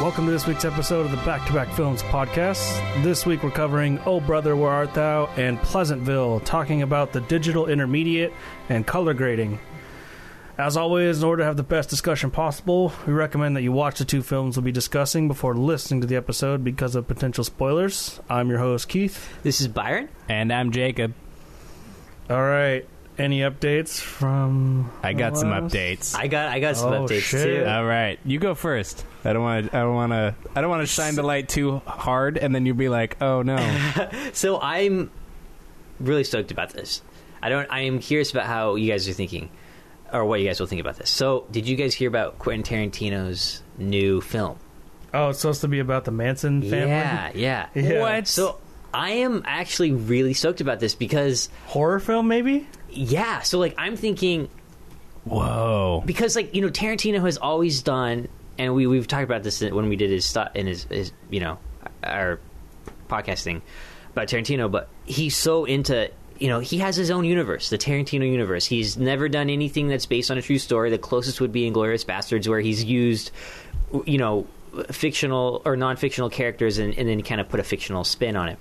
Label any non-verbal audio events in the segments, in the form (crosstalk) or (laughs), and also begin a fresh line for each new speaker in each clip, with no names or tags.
welcome to this week's episode of the Back to Back Films podcast. This week we're covering Oh Brother, Where Art Thou and Pleasantville, talking about the digital intermediate and color grading. As always, in order to have the best discussion possible, we recommend that you watch the two films we'll be discussing before listening to the episode because of potential spoilers. I'm your host, Keith.
This is Byron.
And I'm Jacob.
All right. Any updates from.
I got
the
some
last-
updates.
I got I got some
Oh,
updates
shit.
too.
All right, you go first. I don't want to. I don't want to. I don't want to shine the light too hard, and then you'll be like, "Oh no!"
So I'm really stoked about this. I don't. I am curious about how you guys are thinking, or what you guys will think about this. So, did you guys hear about Quentin Tarantino's new film?
Oh, it's supposed to be about the Manson family?
Yeah, yeah.
(laughs) Yeah.
What?
So I am actually really stoked about this because
Horror film, maybe?
yeah. So like I'm thinking
(laughs) Whoa!
because like you know Tarantino has always done, and we we've talked about this when we did his stuff in his, his you know our podcasting about Tarantino, but he's so into you know he has his own universe, the Tarantino universe. He's never done anything that's based on a true story. The closest would be Inglorious Bastards, where he's used you know fictional or non-fictional characters and, and then kind of put a fictional spin on it.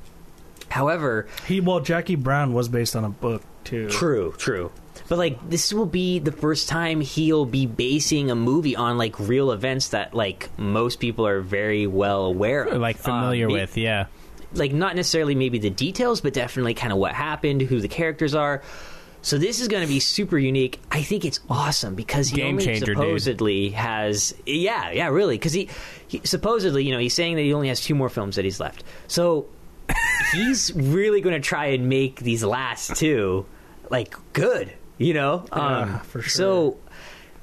However,
He well, Jackie Brown was based on a book too.
True, true. But like this will be the first time he'll be basing a movie on like real events that like most people are very well aware of.
Like familiar
Um,
with? Yeah.
like not necessarily maybe the details, but definitely kind of what happened, who the characters are. So this is going to be super unique. I think it's awesome because he
Game
only
changer, dude.
supposedly has yeah, yeah, really because he, he supposedly you know he's saying that he only has two more films that he's left. So (laughs) he's really going to try and make these last two like good, you know.
Ah,
Um,
Yeah, for
So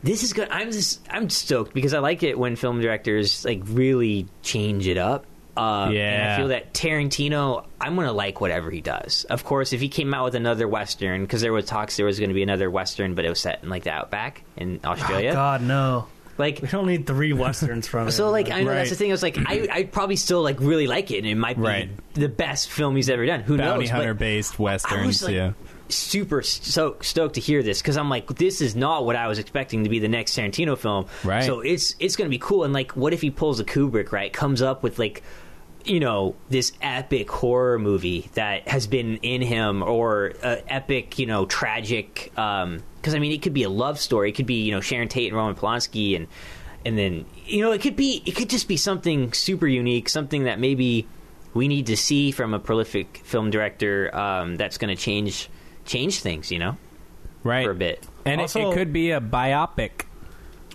this is good. I'm just I'm stoked because I like it when film directors like really change it up. Um, and I
Yeah.
feel that Tarantino, I'm gonna like whatever he does. Of course, if he came out with another western, because there was talks there was gonna be another western, but it was set in like the outback in
Oh,
Australia.
God no,
like,
we don't need three westerns from it.
(laughs) so like I know that's
Right.
the thing. I was like, I I probably still like really like it, and it might be
Right.
the best film he's ever done. Who
Bounty
knows? but-
hunter based westerns.
I was like
yeah.
super so stoked to hear this because I'm like, this is not what I was expecting to be the next Tarantino film.
Right.
So it's it's gonna be cool. And like, what if he pulls a Kubrick? Right, comes up with like, you know, this epic horror movie that has been in him, or uh, epic, you know, tragic. Because I mean, it could be a love story. It could be you know Sharon Tate and Roman Polanski, and and then you know it could be it could just be something super unique, something that maybe we need to see from a prolific film director um, that's going to change change things, you know,
Right.
for a bit.
And it-
Also-
it, could be a biopic.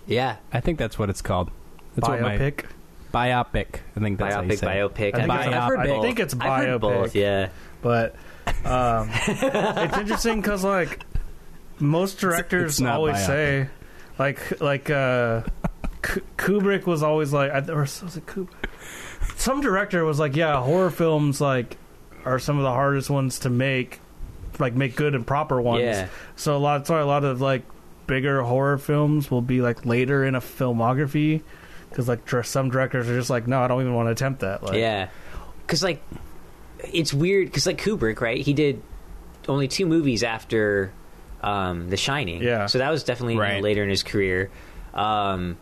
Yeah,
I think that's what it's called. That's what my-
biopic.
biopic. I think that's how you
biopic,
say it.
biopic.
I think
it's- I've heard
both.
I
think it's
I've
biopic.
heard both, yeah,
But um, it's interesting because like most directors
it's not
always
biopic.
say, like like uh, K- Kubrick was always like, I, or was it Kubrick? Some director was like, yeah, horror films like are some of the hardest ones to make, like make good and proper ones.
Yeah.
So a lot, that's why a lot of like bigger horror films will be like later in a filmography. Because like dr- some directors are just like, no, I don't even want to attempt that. Like,
yeah. Because like, it's weird. Because like Kubrick, right? He did only two movies after um, The Shining.
Yeah.
So that was definitely you know,
Right.
later in his career. Um,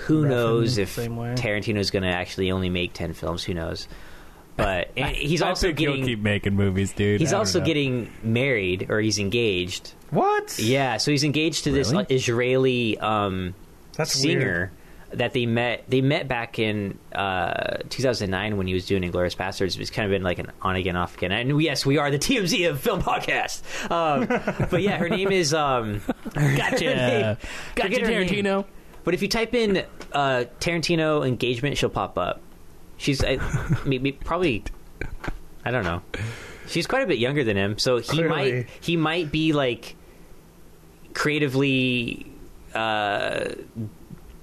who
Ruffin,
knows if
same way.
Tarantino's going to actually only make ten films? Who knows? But and he's
(laughs) I
also
think
getting
he'll keep making movies, dude. I
He's
don't
also
know.
getting married or he's engaged.
What?
Yeah, so he's engaged to this
Really?
like, Israeli um,
That's
singer that they met. They met back in uh, 2009 when he was doing Inglorious Bastards. It's kind of been like an on again, off again. And yes, we are the TMZ of film podcast. Um, but yeah, her name is. Um, (laughs)
Gotcha.
name-
Gotcha,
forget her name.
Uh, Tarantino.
But if you type in uh, Tarantino engagement, she'll pop up. She's
(laughs)
I, maybe probably I don't know. She's quite a bit younger than him, so he
Clearly.
might he might be like creatively uh,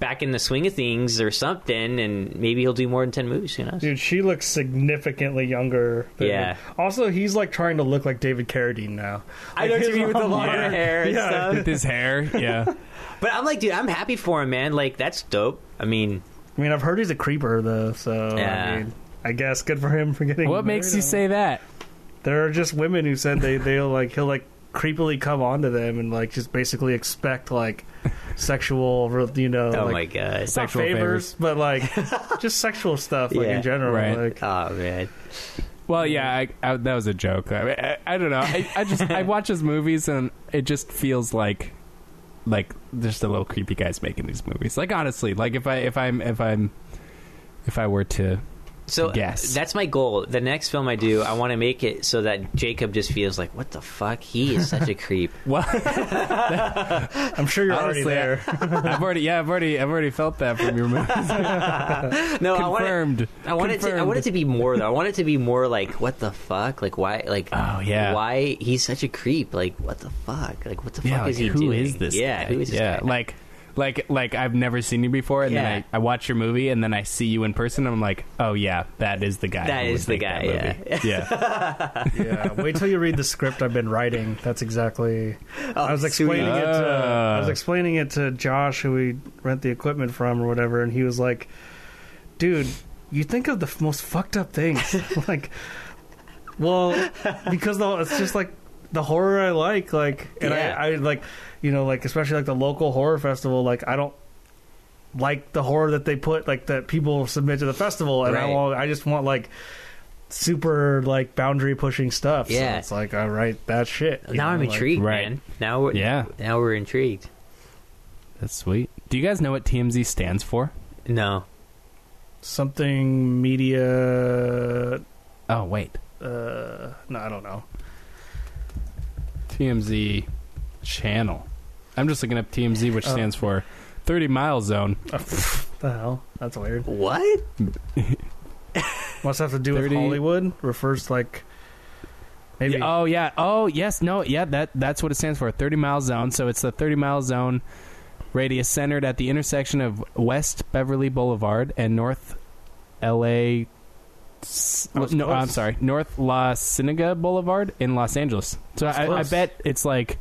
back in the swing of things or something, and maybe he'll do more than ten movies. Who knows?
Dude, she looks significantly younger. than-
Yeah.
Also, he's like trying to look like David Carradine now.
I know what you
(laughs)
mean with the longer
Yeah.
hair and
Yeah.
stuff.
with his hair. Yeah.
(laughs) But I'm like, dude, I'm happy for him, man. Like that's dope. I mean,
I mean, I've heard he's a creeper though, so
Yeah.
I mean, I guess good for him for getting.
what makes
married.
you say that?
There are just women (laughs) who said they they'll like he'll like creepily come onto them and like just basically expect like sexual, re- you know,
oh
like,
my god.
not
Sexual
favors, but
(laughs)
like just sexual stuff, like
Yeah.
in general.
Right.
Like,
Oh man.
Well, yeah, I, I, that was a joke. I, I, I don't know. I, I just
(laughs)
I watch his movies and it just feels like like there's the little creepy guys making these movies. Like honestly, like if I if I'm if I'm if I were to
So uh,
Yes.
that's my goal. The next film I do, I want to make it so that Jacob just feels like, "What the fuck? He is
(laughs)
such a creep."
well,
I'm sure you're already
honestly,
there.
(laughs) I've already yeah, I've already I've already felt that from your
(laughs) No,
movies.
Oh, I want it,
Confirmed.
I want it to. I want it to be more though. I want it to be more like, "What the fuck? Like why? Like
Oh, yeah.
why he's such a creep? Like what the fuck? Like what the
yeah,
fuck
like,
is he
who
doing?
is this?
Yeah,
guy?
who is this
yeah,
guy?
like. Like, like I've never seen you before, and
Yeah.
then I, I watch your movie, and then I see you in person, and I'm like, oh yeah, that is the guy.
That
who would
is the
make that
guy, yeah.
movie. yeah.
(laughs)
yeah, wait till you read the script I've been writing. That's exactly. I was
Oh, sweet.
explaining it. To,
Ah.
I was explaining it to Josh, who we rent the equipment from, or whatever, and he was like, "Dude, you think of the f- most fucked up
(laughs)
things." (laughs) I'm like, well, because the, it's just like the horror I like, like, and
Yeah.
I, I like, you know, like especially like the local horror festival. Like, I don't like the horror that they put, like that people submit to the festival, and I
Right.
want, I just want like super like boundary pushing stuff.
Yeah.
so it's like all right, that shit. you
now
know,
I'm
like-
intrigued,
Right.
man. Now we're
Yeah.
Now we're intrigued.
That's sweet. Do you guys know what TMZ stands for?
No,
something media.
Oh wait,
Uh, no, I don't know. (laughs)
TMZ channel. I'm just looking up TMZ, which
Oh.
stands for 30 Mile Zone.
Uh, pff, the hell, that's weird.
what?
Must have to do with
30
Hollywood. Refers to like maybe.
Yeah, oh yeah. Oh yes. No. Yeah. That that's what it stands for. 30 Mile Zone. So it's the 30 Mile Zone radius centered at the intersection of West Beverly Boulevard and North L.A. s-
I was Oh,
no,
close.
I'm sorry, North La Cienega Boulevard in Los Angeles. So
That's
I, I
close.
bet it's like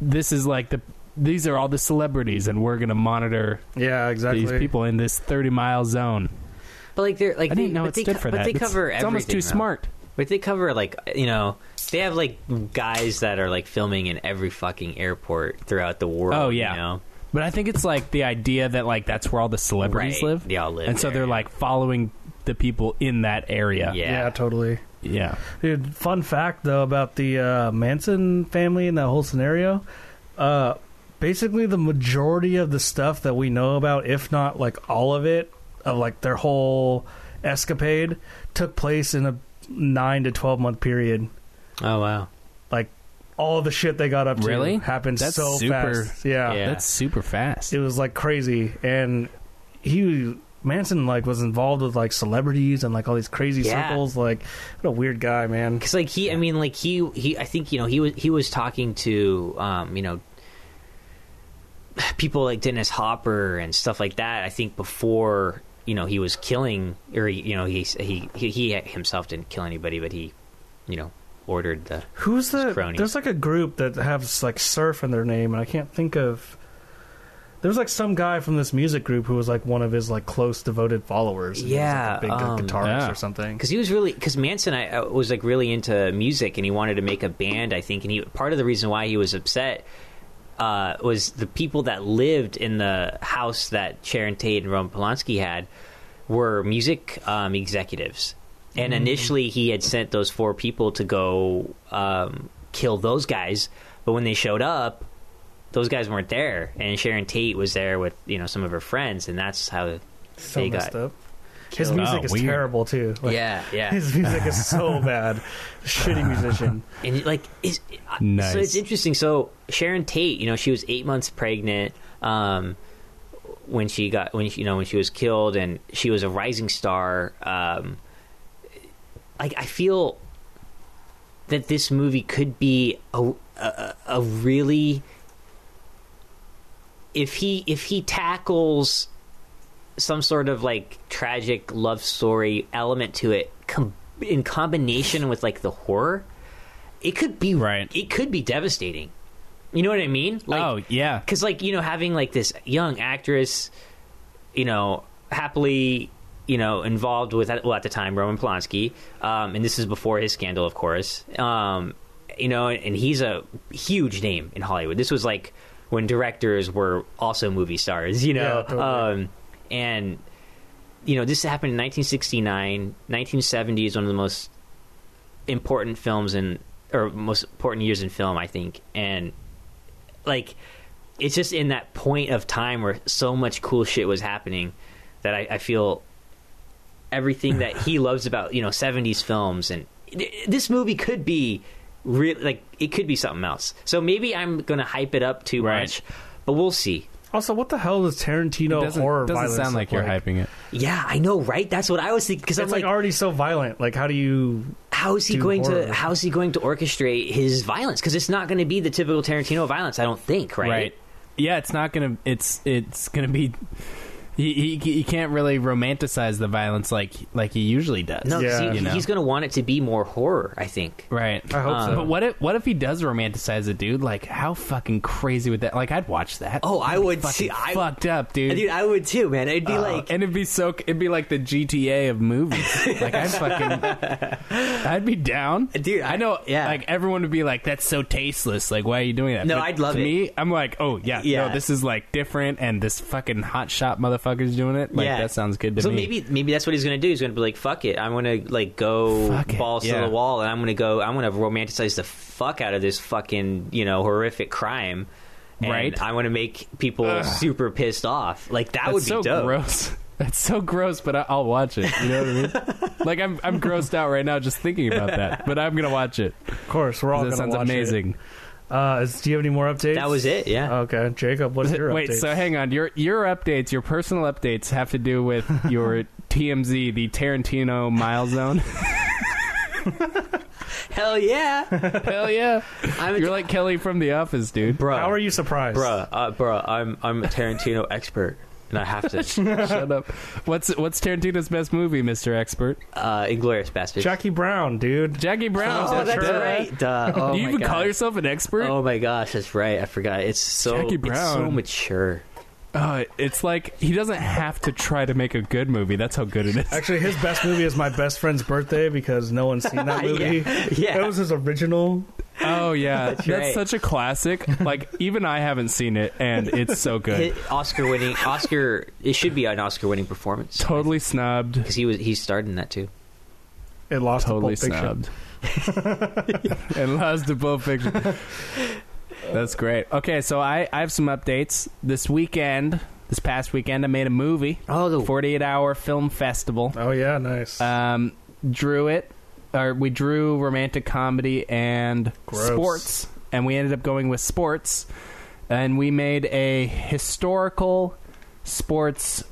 this is like the these are all the celebrities, and we're gonna monitor
yeah, exactly.
these people in this 30 mile zone.
But like they're like
I
they,
didn't know
but
it's
they,
stood
co-
for
but
that.
they
It's-
cover
it's, almost too
everything, though.
smart.
But they cover like you know they have like guys that are like filming in every fucking airport throughout the world.
Oh, yeah.
you know?
But I think it's like the idea that like that's where all the celebrities
Right.
live.
They all live
and so
there,
they're
yeah.
like following the people in that area.
Yeah.
yeah, totally.
yeah.
Dude, fun fact though about the uh, Manson family and that whole scenario. Uh, basically, the majority of the stuff that we know about, if not like all of it, of like their whole escapade, took place in a nine to twelve month period.
Oh wow.
Like all the shit they got up to
Really?
happened
That's
so
super-
fast. Yeah.
Yeah.
That's super fast.
it was like crazy, and he Manson like was involved with like celebrities and like all these crazy
Yeah.
circles. Like, what a weird guy, man.
Because like he, I mean, like he, he, I think you know he was he was talking to, um, you know, (sighs) people like Dennis Hopper and stuff like that. I think before you know he was killing, or you know he he he, he himself didn't kill anybody, but he, you know, ordered the
Who's the?
His cronies.
There's like a group that has like surf in their name, and I can't think of. There's like some guy from this music group who was like one of his like close devoted followers. and he was, like,
Yeah,
a big like,
um,
guitarist
yeah.
or something.
because he was really because Manson I, I was like really into music and he wanted to make a band I think and he part of the reason why he was upset uh, was the people that lived in the house that Sharon Tate and Roman Polanski had were music um, executives and
Mm-hmm.
initially he had sent those four people to go um, kill those guys but when they showed up those guys weren't there and Sharon Tate was there with you know some of her friends and that's how
So
they
messed
got
up. His
killed.
music
Oh,
is
weird.
terrible too. Like,
yeah yeah
His music is
(laughs)
so bad. Shitty musician.
and like is
Nice.
so it's interesting so sharon tate you know she was eight months pregnant um when she got when she, you know when she was killed and she was a rising star um like i feel that this movie could be a a, a really if he if he tackles some sort of like tragic love story element to it com- in combination with like the horror it could be
Right.
it could be devastating you know what i mean like
oh yeah.
because like you know having like this young actress you know happily you know involved with well at the time roman polanski um, and this is before his scandal of course um, you know and, he's a huge name in hollywood this was like when directors were also movie stars, you know.
Yeah, totally.
um, and you know, this happened in 1969, 1970 is one of the most important films in or most important years in film, I think. And like it's just in that point of time where so much cool shit was happening that I, I feel everything that he loves about you know 70s films and th- this movie could be real like it could be something else so maybe i'm gonna hype it up too
Right.
much but we'll see
Also, what the hell does Tarantino
doesn't
horror
doesn't
violence
sound like
look
you're hyping it.
yeah i know right that's what i was thinking because i'm
It's like,
like,
already so violent. Like, how do you?
how is he
do
going
horror.
to how is he going to orchestrate his violence because it's not going to be the typical tarantino violence i don't think right,
Yeah, it's not gonna. It's it's gonna be. He, he he can't really romanticize the violence like like he usually does.
no 'cause
Yeah.
he-
You know?
he's going to want it to be more horror i think
right.
I hope so.
But what if what if he does romanticize it, dude? Like how fucking crazy would that? Like I'd watch that.
Oh, I
It'd be
would
fucking
see- I-
fucked up, dude.
dude i would too man it'd be
Uh,
like
and it'd be so. It'd be like the GTA of movies.
(laughs)
like I'd fucking. I'd be down,
Dude, I-
I know.
yeah.
Like everyone would be like, "That's so tasteless. Like why are you doing that?"
No, I'd love
to
it.
Me, I'm like, oh yeah,
Yeah.
No, this is like different, and this fucking hot shot motherfucker's doing it. Like that sounds good to
so
me.
maybe maybe that's what he's gonna do. He's gonna be like, "Fuck it, I'm gonna like go
Fuck it,
balls to
yeah.
the wall, and I'm gonna go. I'm gonna romanticize the fuck out of this fucking you know horrific crime, and
Right.
I'm gonna make people super pissed off. Like that
That's
would be
so
dope.
gross. (laughs) That's so gross, but I, I'll watch it. You know what I mean?
(laughs)
like I'm I'm grossed out right now just thinking about that, but I'm gonna watch it.
Of course, we're all
That
gonna
sounds
watch it.
amazing.
Uh, is, do you have any more updates?
That was it.
Uh.
Yeah.
Okay, Jacob, what's your
(laughs) Wait,
update?
so hang on. Your your updates, your personal updates, have to
(laughs)
do with your TMZ, the Tarantino
(laughs)
Mile Zone.
Hell
(laughs)
yeah.
Hell yeah!
I'm
You're like Kelly from The Office, dude.
bro.
how are you surprised?
bro? Uh, bro, I'm I'm a Tarantino expert, and I have
(laughs)
to.
Shut up. What's what's Tarantino's best movie, Mister Expert?
uh, Inglorious Bastard.
Jackie Brown, dude.
Jackie Brown.
oh, that's
Duh.
right.
(laughs)
Duh. Oh,
do you
my
even call
God.
yourself an expert?
Oh my gosh, that's right. I forgot. It's so
Jackie
It's so
Brown.
mature.
Uh, it's like he doesn't have to try to make a good movie. That's how good it is.
Actually, his best movie is My Best Friend's Birthday because no one's seen
(laughs)
that
(laughs) Yeah,
movie.
yeah.
It was his original.
(laughs)
Oh yeah, that's,
right.
such a classic. Like even I haven't seen it, and
(laughs)
it's so good.
Hit- Oscar winning Oscar it should be an Oscar winning performance
totally snubbed.
because he was he starred in that too.
It lost
Totally
to Pulp Fiction.
snubbed. (laughs) and lost to Pulp Fiction. That's great. Okay, so I, I have some updates. This weekend, this past weekend, I made a movie.
Oh, the
48 hour film festival.
Oh yeah, nice.
um, drew it, or we drew romantic comedy and
Gross.
sports, and we ended up going with sports, and we made a historical sports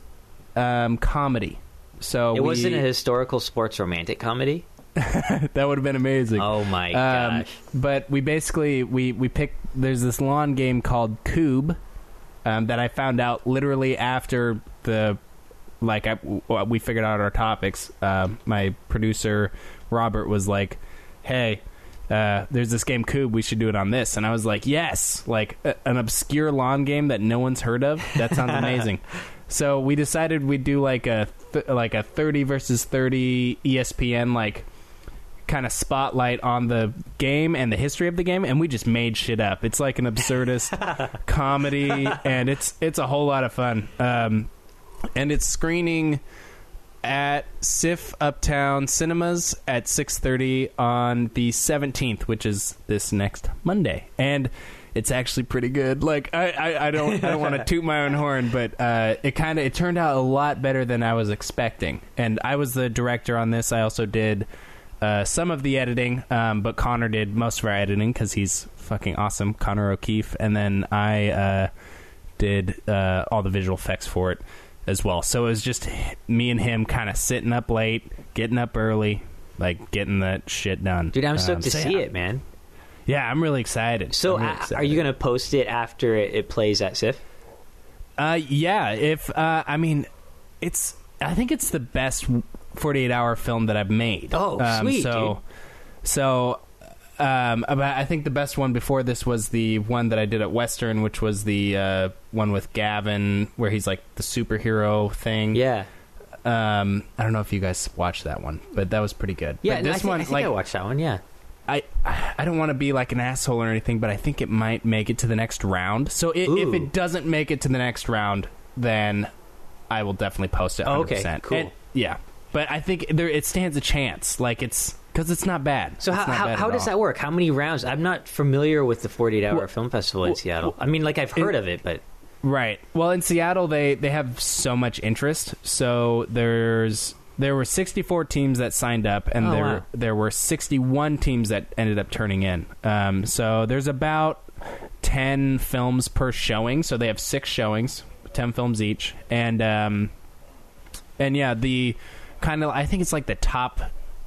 um, comedy. So
it
we-
wasn't a historical sports romantic comedy.
(laughs) that would have been amazing.
Oh my
Um,
gosh!
but we basically we we picked. There's this lawn game called Cube um, that I found out literally after the like I, w- we figured out our topics. Um my producer Robert was like, "Hey." Uh, there's this game Cube. We should do it on this, and I was like, "Yes!" Like a, an obscure lawn game that no one's heard of. That
(laughs)
sounds amazing. so we decided we'd do like a th- like a thirty versus thirty E ESPN like kind of spotlight on the game and the history of the game and we just made shit up it's like an absurdist comedy and it's it's a whole lot of fun um and it's screening at sif uptown cinemas at 6.30 on the 17th which is this next monday and it's actually pretty good like i i, I don't i don't want to toot my own horn but uh it kind of it turned out a lot better than i was expecting and i was the director on this i also did uh, some of the editing, um, but Connor did most of our editing because he's fucking awesome, Connor O'Keefe. And then I uh, did uh, all the visual effects for it as well. So it was just h- me and him kind of sitting up late, getting up early, like getting that shit done.
Dude, I'm stoked
Um,
to
so
see
yeah.
it, man.
Yeah, I'm really excited.
So,
I'm really
uh,
excited. Mm-hmm.
are you gonna post it after it, it plays at SIF?
Uh, yeah. If uh, I mean, it's. I think it's the best 48 hour film that I've made. Um,
Oh, sweet,
So, so, um, about, I think the best one before this was the one that I did at Western, which was the uh, one with Gavin, where he's like the superhero thing.
Yeah,
Um, I don't know if you guys watched that one, but that was pretty good.
yeah.
But
no, I
this
thi-
one,
I think
like,
I watched that one. Yeah,
I I don't want to be like an asshole or anything, but I think it might make it to the next round. So i if
Ooh.
it doesn't make it to the next round, then I will definitely post it.
Oh, okay,
100%.
cool.
And- yeah, but I think there it stands a chance. Like it's because it's not bad.
So
It's
how,
not
how,
bad
how
at
does
all.
that work? How many rounds? I'm not familiar with the 48 hour
Well,
film festival
well,
in Seattle. I mean, like I've heard of it, but
Right. Well, in Seattle, they they have so much interest. So there's there were 64 teams that signed up, and
Oh,
there
wow.
there were 61 teams that ended up turning in. Um, so there's about 10 films per showing. So they have six showings, 10 films each, and um, and yeah, the kind of I think it's like the top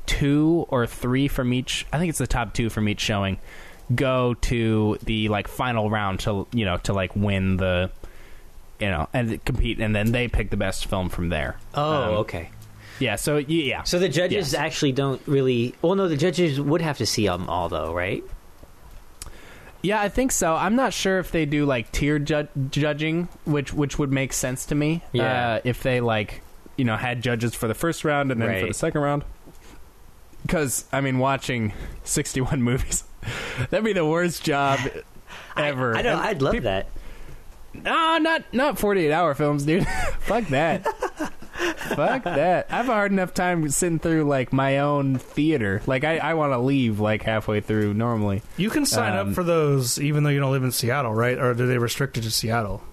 two or three from each. I think it's the top two from each showing go to the like final round to you know to like win the you know and compete and then they pick the best film from there.
oh,
Um,
okay.
yeah. So y- yeah.
So the judges
Yes.
actually don't really. Well, no, the judges would have to see them all, though, right?
Yeah, I think so. I'm not sure if they do like tier ju- judging, which which would make sense to me.
Yeah.
Uh, if they like, you know, had judges for the first round and then for
Right.
the second round. Because I mean, watching (laughs) 61 movies, (laughs) that'd be the worst job ever.
I know.
And
I'd love
peop-
that.
No, not not 48 hour films, dude. (laughs) Fuck that. Fuck that. I have a hard enough time sitting through like my own theater. Like I, I want to leave like halfway through normally.
You can sign
Um,
up for those even though you don't live in Seattle, right? Or do they restrict it to Seattle?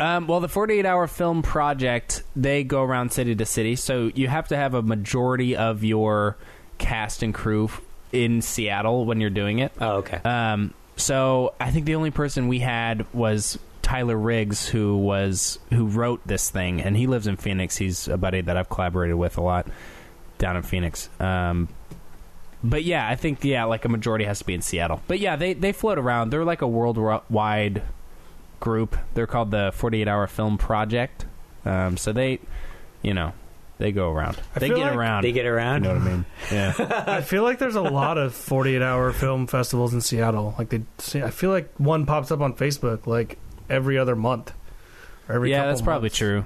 Um, well, the 48 hour film project, they go around city to city. So you have to have a majority of your cast and crew f- in Seattle when you're doing it.
Oh, okay.
Um, so I think the only person we had was Tyler Riggs, who was who wrote this thing, and he lives in Phoenix. He's a buddy that I've collaborated with a lot down in Phoenix. Um, but yeah, I think yeah, like a majority has to be in Seattle. But yeah, they they float around. They're like a worldwide group. They're called the Forty Eight Hour Film Project. Um, so they, you know, they go around.
I
they
feel
get
like
around.
they get
You
around.
know what I mean?
(laughs)
Yeah.
I feel like there's a lot of 48 hour film festivals in Seattle. Like they, see- I feel like one pops up on Facebook like every other month. Or every
yeah,
couple
that's probably
months.
true.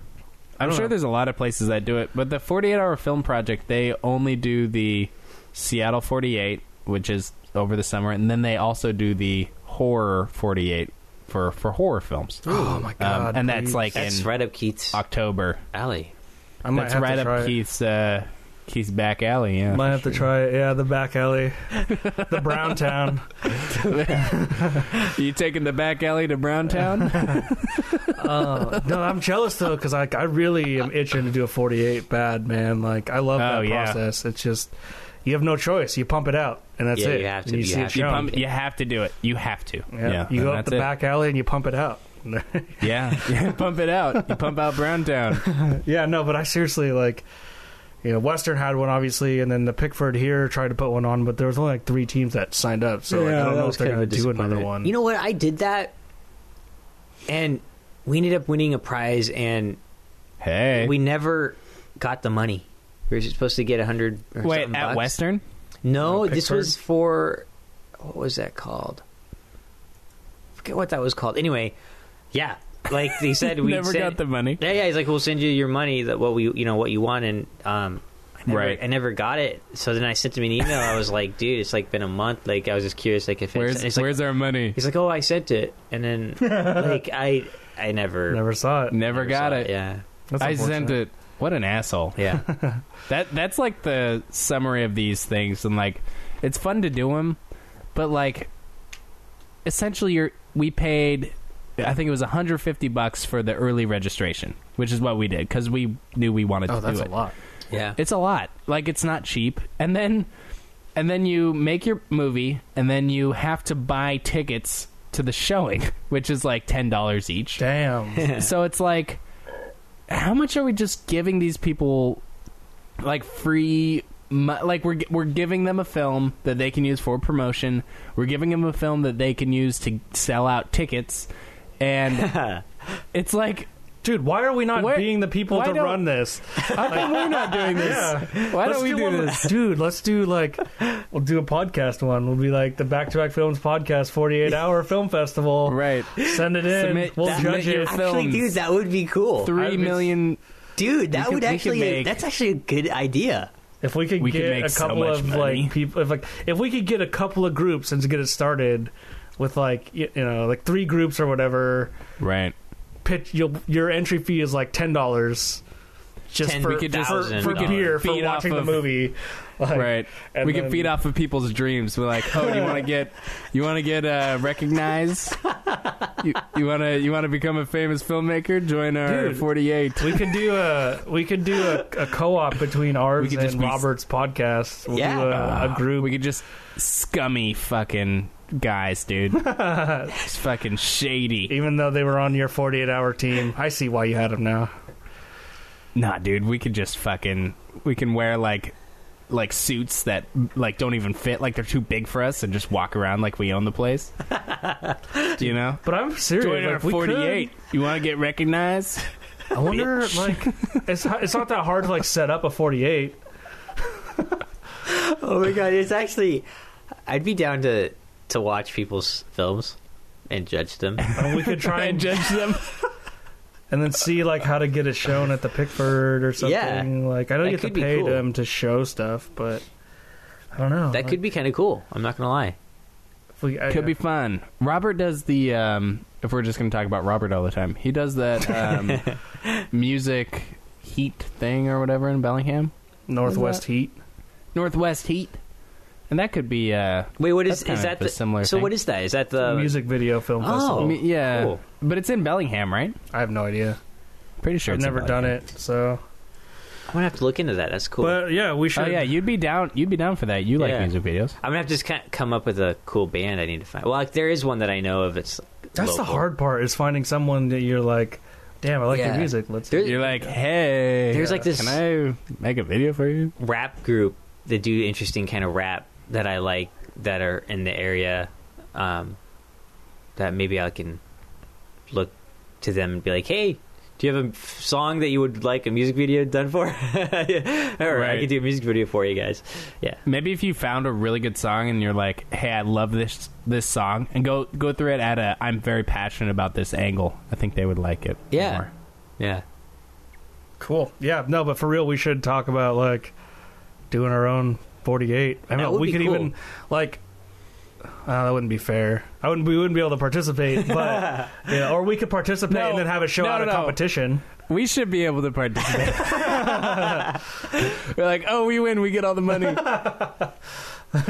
I'm
don't
sure
know.
there's a lot of places that do it, but the 48 hour film project, they only do the Seattle 48, which is over the summer, and then they also do the horror 48 for, for horror films.
Oh my god!
Um, and that's
please.
like
That's
in
right up Keith's
October.
alley.
I might
That's
have
right
to try
up
it.
Keith's uh, Keith's back alley. Yeah,
Might have to try it. Yeah, the back alley,
(laughs)
the Brown Town.
you taking the back alley to
(laughs)
Browntown? Oh.
Uh, no, I'm jealous though because like I really am itching to do a 48 bad man. Like I love
Oh,
that
yeah.
process. It's just you have no choice. You pump it out, and that's
Yeah,
it.
you have to.
And you,
You
see
have
it
to.
you,
shown.
pump, you have to do it. You have to.
Yeah. you
and
go up
that's
the
it.
back alley and you pump it out. (laughs)
Yeah, yeah. (laughs) pump it out. You pump
(laughs)
out Browntown.
yeah, no, but I seriously like. You know, Western had one obviously, and then the Pickford here tried to put one on, but there was only like three teams that signed up, so like, I
Yeah,
don't
that
know if
was
they're
kind
going
of
to
a
do another
disappointment.
one.
You know what? I did that, and we ended up winning a prize, and
Hey,
we never got the money. We were supposed to get a hundred. or
wait at
something bucks.
Western.
No,
Uh,
this
Pickford?
was for what was that called? forget what that was called. Anyway, yeah, like they said,
(laughs)
we
never
send-
got the money.
Yeah, yeah. He's like, we'll send you your money that what we you know what you want, and um, I never,
Right.
I never got it. So then I sent him an email. I was like, dude, it's like been a month. Like I was just curious, like if
Where's
it's, he's like,
where's our money?
he's like, oh, I sent it, and
(laughs)
then like I I never
Never saw it.
Never got
saw
it.
Yeah,
That's
I sent
unfortunate.
it. What an asshole. (laughs)
yeah.
That that's like the summary of these things, and like it's fun to do them, but like essentially, you're we paid. I think it was 150 bucks for the early registration, which is what we did because we knew we wanted
Oh,
to do
that's
it.
a lot.
Yeah.
It's a lot. Like it's not cheap. And then and then you make your movie and then you have to buy tickets to the showing, (laughs) which is like $10 each. (laughs)
Damn.
so it's like how much are we just giving these people like free mo- like we're we're giving them a film that they can use for promotion. We're giving them a film that they can use to sell out tickets and
(laughs)
it's like
Dude, why are we not
Where-
being the people
why
to
don't-
run this?
(laughs) how come we're not doing this? Why
Let's
don't we do
one-
this?
(laughs) Dude, let's do like we'll do a podcast one. We'll be like the back to back films podcast forty
(laughs)
eight hour film festival.
Right.
Send it in.
Submit-
we'll
submit
judge
your
it.
f-
Actually,
films.
dude, that would be cool.
Three
I-
million
Dude, that would
could- we could
actually
make-
that's actually a good idea.
If we could
We could
get
make
a
so
couple
much
of
money.
like people, if like if we could get a couple of groups and just get it started with like y- you know like three groups or whatever,
Right.
pitch you'll, your entry fee is like ten dollars. Just
Ten-
for,
we could just-
for,
thousand
for
dollars.
beer for
Feed off
watching the
of-
movie, Like,
Right.
and
we
then-
can feed off of people's dreams. We're like, oh, you want to get, you want to get uh,
(laughs)
recognized. you you want to you want to become a famous filmmaker. Join our
Dude.
48.
We could do a we could do a, a co-op between ours
could
and
just be-
Robert's podcast. We'll
Yeah.
do a, a group.
We could just scummy fucking guys, dude. it's fucking shady.
even though they were on your 48 hour team, I see why you had them now.
Nah, dude. We could just fucking we can wear like like suits that like don't even fit like they're too big for us and just walk around like we own the place. Do you know?
But I'm serious.
Join our
like, we could-
48. You want to get recognized?
I wonder, like, it's it's not that hard to like set up a 48.
Oh my god, it's actually. I'd be down to to watch people's films and judge them.
And we could
(laughs)
try
and
and
judge them.
and then see like how to get it shown at the Pickford or something.
Yeah.
Like I don't
That
get to
could be
pay
cool.
them to show stuff, but I don't know.
That could be kind of cool. I'm not gonna lie.
Could be fun. Robert does the. Um, if we're just going to talk about Robert all the time, he does that um, music heat thing or whatever in Bellingham,
Northwest Heat.
Northwest Heat, and that could be. Uh,
Wait, what is
That's kind
is
of
that
a
the
similar
So
thing.
what is that? Is that the
music video film
Uh, Oh.
festival.
I mean, yeah,
cool.
but it's in Bellingham, right?
I have no idea.
Pretty sure.
I've
it's in
never done
Bellingham.
it, so.
I'm gonna have to look into that. That's cool.
But yeah, we should.
Oh yeah, you'd be down. You'd be down for that. You like
Yeah.
music videos.
I'm gonna have to just kind of come up with a cool band. I need to find. Well, like, there is one that I know of. It's
That's the
local.
hard part is finding someone that you're like, damn, I like your
Yeah.
music. Let's.
There-
You're like, hey,
There's like this-
Can I make a video for you?
rap group that do interesting kind of rap that I like that are in the area. Um, that maybe I can look to them and be like, hey. Do you have a f- song that you would like a music video done for? (laughs) or I
Right.
could do a music video for you guys. Yeah.
Maybe if you found a really good song and you're like, "Hey, I love this this song," and go go through it at a, I'm very passionate about this angle. I think they would like it.
Yeah.
more.
Yeah.
Cool. Yeah. No, but for real, we should talk about like doing our own 48. I
That
mean,
would
we
be
could
cool.
even like. Uh, that wouldn't be fair. I wouldn't. We wouldn't be able to participate, but you know, or we could participate
No.
and then have it show
No,
out
no,
a
no.
competition.
we should be able to (laughs) participate. We're like, "Oh, we win, we get all the money."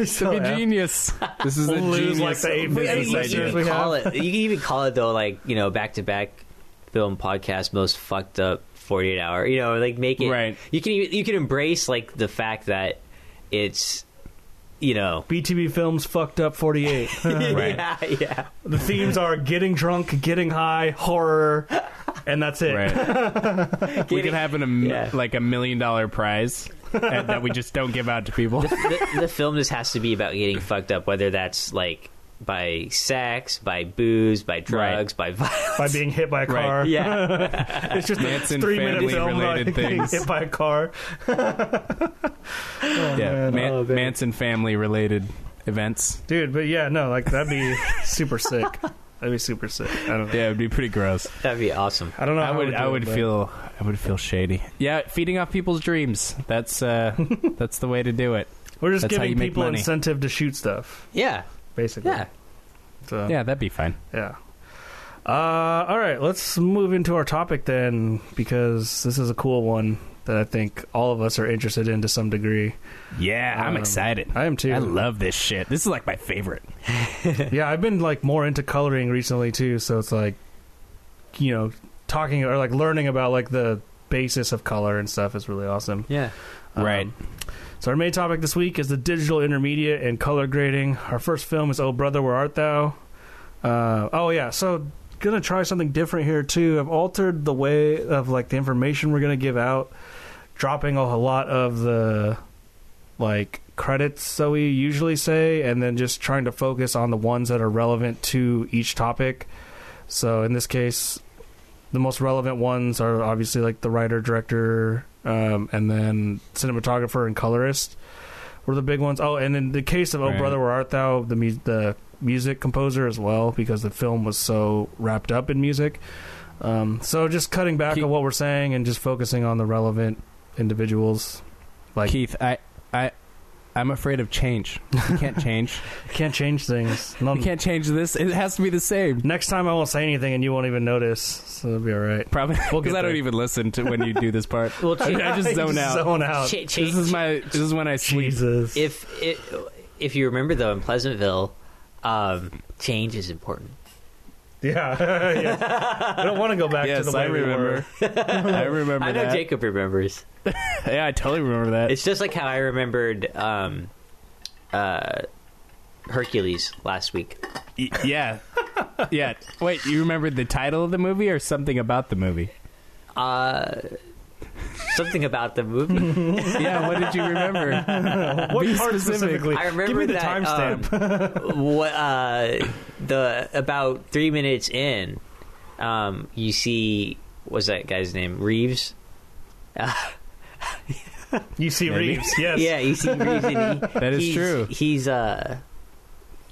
so,
Be
yeah.
genius. Oh, This is
We'll (laughs)
the
lose,
genius.
like, the eight
But I mean,
business
you
ideas
can
we
even
have.
call it. You can even call it though, like you know, back to back film podcast most fucked up forty eight hour. You know, like make it
Right.
You can even, you can embrace like the fact that it's you know.
BTB Films fucked up 48.
(laughs)
(laughs)
Right.
Yeah, yeah.
(laughs) the themes are getting drunk, getting high, horror, and that's it. (laughs)
Right. we could have an, am-
Yeah.
like a million dollar prize that that we just don't give out
(laughs)
to people.
the, the film just has to be about getting fucked up, whether that's like by sex, by booze, by drugs, by violence.
By being hit by a
Right.
car.
(laughs)
(laughs)
Yeah,
It's just
It's
a
in
three minute
family
film about
related
getting
things.
hit by a car.
yeah,
man.
Man-
Oh, man.
Manson family related events.
Dude, but yeah, no, like that'd be super sick. That'd be super sick. I don't know.
Yeah, it'd be pretty gross.
that'd be awesome.
I don't know.
I
how
would,
do
I
it,
would
but-
feel, I would feel shady. Yeah, feeding off people's dreams.
(laughs)
That's uh, that's the way to do it.
We're just
that's how
giving
you make
people
money.
incentive to shoot stuff,
Yeah,
basically.
yeah.
So, yeah.
Yeah, that'd be fine.
Uh, all right, let's move into our topic then, because this is a cool one that I think all of us are interested in to some degree.
Yeah, I'm
Um,
excited.
I am too.
I love this shit. This is like my favorite.
yeah, I've been like more into coloring recently too, so it's like, you know, talking or like learning about like the basis of color and stuff is really awesome.
Yeah.
Um,
Right.
So our main topic this week is the digital intermediate and color grading. Our first film is Oh Brother, Where Art Thou? Uh, oh yeah, so gonna try something different here too. I've altered the way of like the information we're gonna give out, dropping a lot of the like credits so we usually say, and then just trying to focus on the ones that are relevant to each topic. So in this case, the most relevant ones are obviously like the writer, director, um, and then cinematographer and colorist were the big ones. Oh, and in the case of Oh
Right.
Brother Where Art Thou, the mu- the music composer as well, because the film was so wrapped up in music. Um, so just cutting back
He-
on what we're saying and just focusing on the relevant individuals. Like
Keith, I, I, I'm afraid of change.
(laughs)
You can't change.
can't change things. No,
(laughs) you can't change this. It has to be the same. (laughs)
Next time I won't say anything and you won't even notice, so it'll be all right.
Probably
We'll
because
get
I don't
there.
even listen to when you do this part.
(laughs)
Well,
I,
change-
(laughs) I just zone out.
Zone out.
Ch- ch-
Uh, This is my. This is when I sleep.
Jesus.
if it, if you remember though in Pleasantville, um, change is important.
(laughs) yeah, (laughs) yeah. I don't want to go back
Yes,
to the way
I remember. (laughs) I
(laughs)
remember.
I know
that.
Jacob remembers.
Yeah, I totally remember that.
It's just like how I remembered um, uh, Hercules last week.
Y- yeah, (laughs) yeah. Wait, you remember the title of the movie or something about the movie?
Uh, something about the
(laughs)
movie.
Yeah, what did you (laughs) remember?
we were. (laughs) What
Be
part specifically?
specific.
I remember
Give me the
that, um,
timestamp.
(laughs) what uh, the about three minutes in, um, you see what's that guy's name? Reeves.
you see
Maybe.
Reeves. Yes.
Yeah, you see Reeves. And he,
(laughs) That is
he's-
true.
He's uh,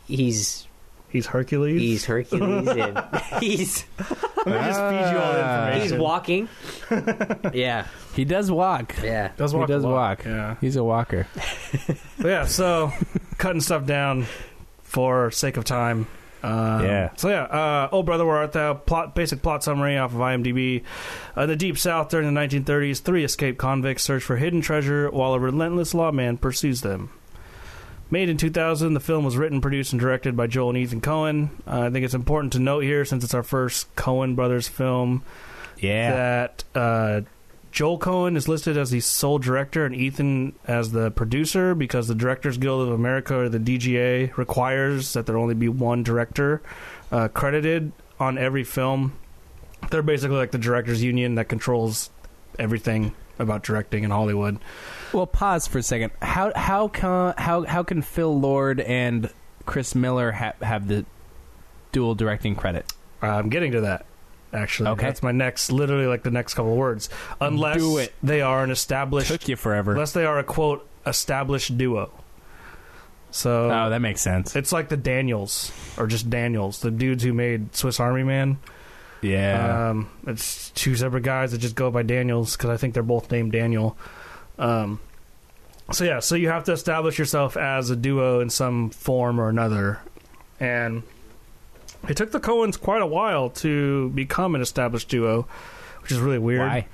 he's
He's Hercules.
he's Hercules and (laughs) he's
Let me just feed you all the
Ah.
information. (laughs)
he's walking. yeah,
He does walk.
yeah.
Does
He
walk a
does
lot.
walk.
Yeah.
He's a walker.
But yeah, so cutting stuff down for sake of time. Um,
Yeah.
So yeah, uh, oh brother, where art thou? Plot, basic plot summary off of IMDb. Uh, the Deep South during the 1930s, three escaped convicts search for hidden treasure while a relentless lawman pursues them. Made in 2000, the film was written, produced, and directed by Joel and Ethan Cohen. Uh, I think it's important to note here, since it's our first Cohen brothers film,
Yeah.
that uh, Joel Cohen is listed as the sole director and Ethan as the producer because the Directors Guild of America or the DGA requires that there only be one director uh, credited on every film. They're basically like the directors union that controls everything about directing in Hollywood.
Well, pause for a second. How how can how how can Phil Lord and Chris Miller ha- have the dual directing credit?
Uh, I'm getting to that. Actually,
Okay.
that's my next, literally like the next couple of words. Unless
Do it.
they are an established,
Took you forever.
unless they are a quote established duo. So
oh, that makes sense.
It's like the Daniels, or just Daniels, the dudes who made Swiss Army Man.
yeah.
Um, it's two separate guys that just go by Daniels because I think they're both named Daniel. Um, so yeah, so you have to establish yourself as a duo in some form or another, and it took the Coens quite a while to become an established duo, which is really weird.
Why?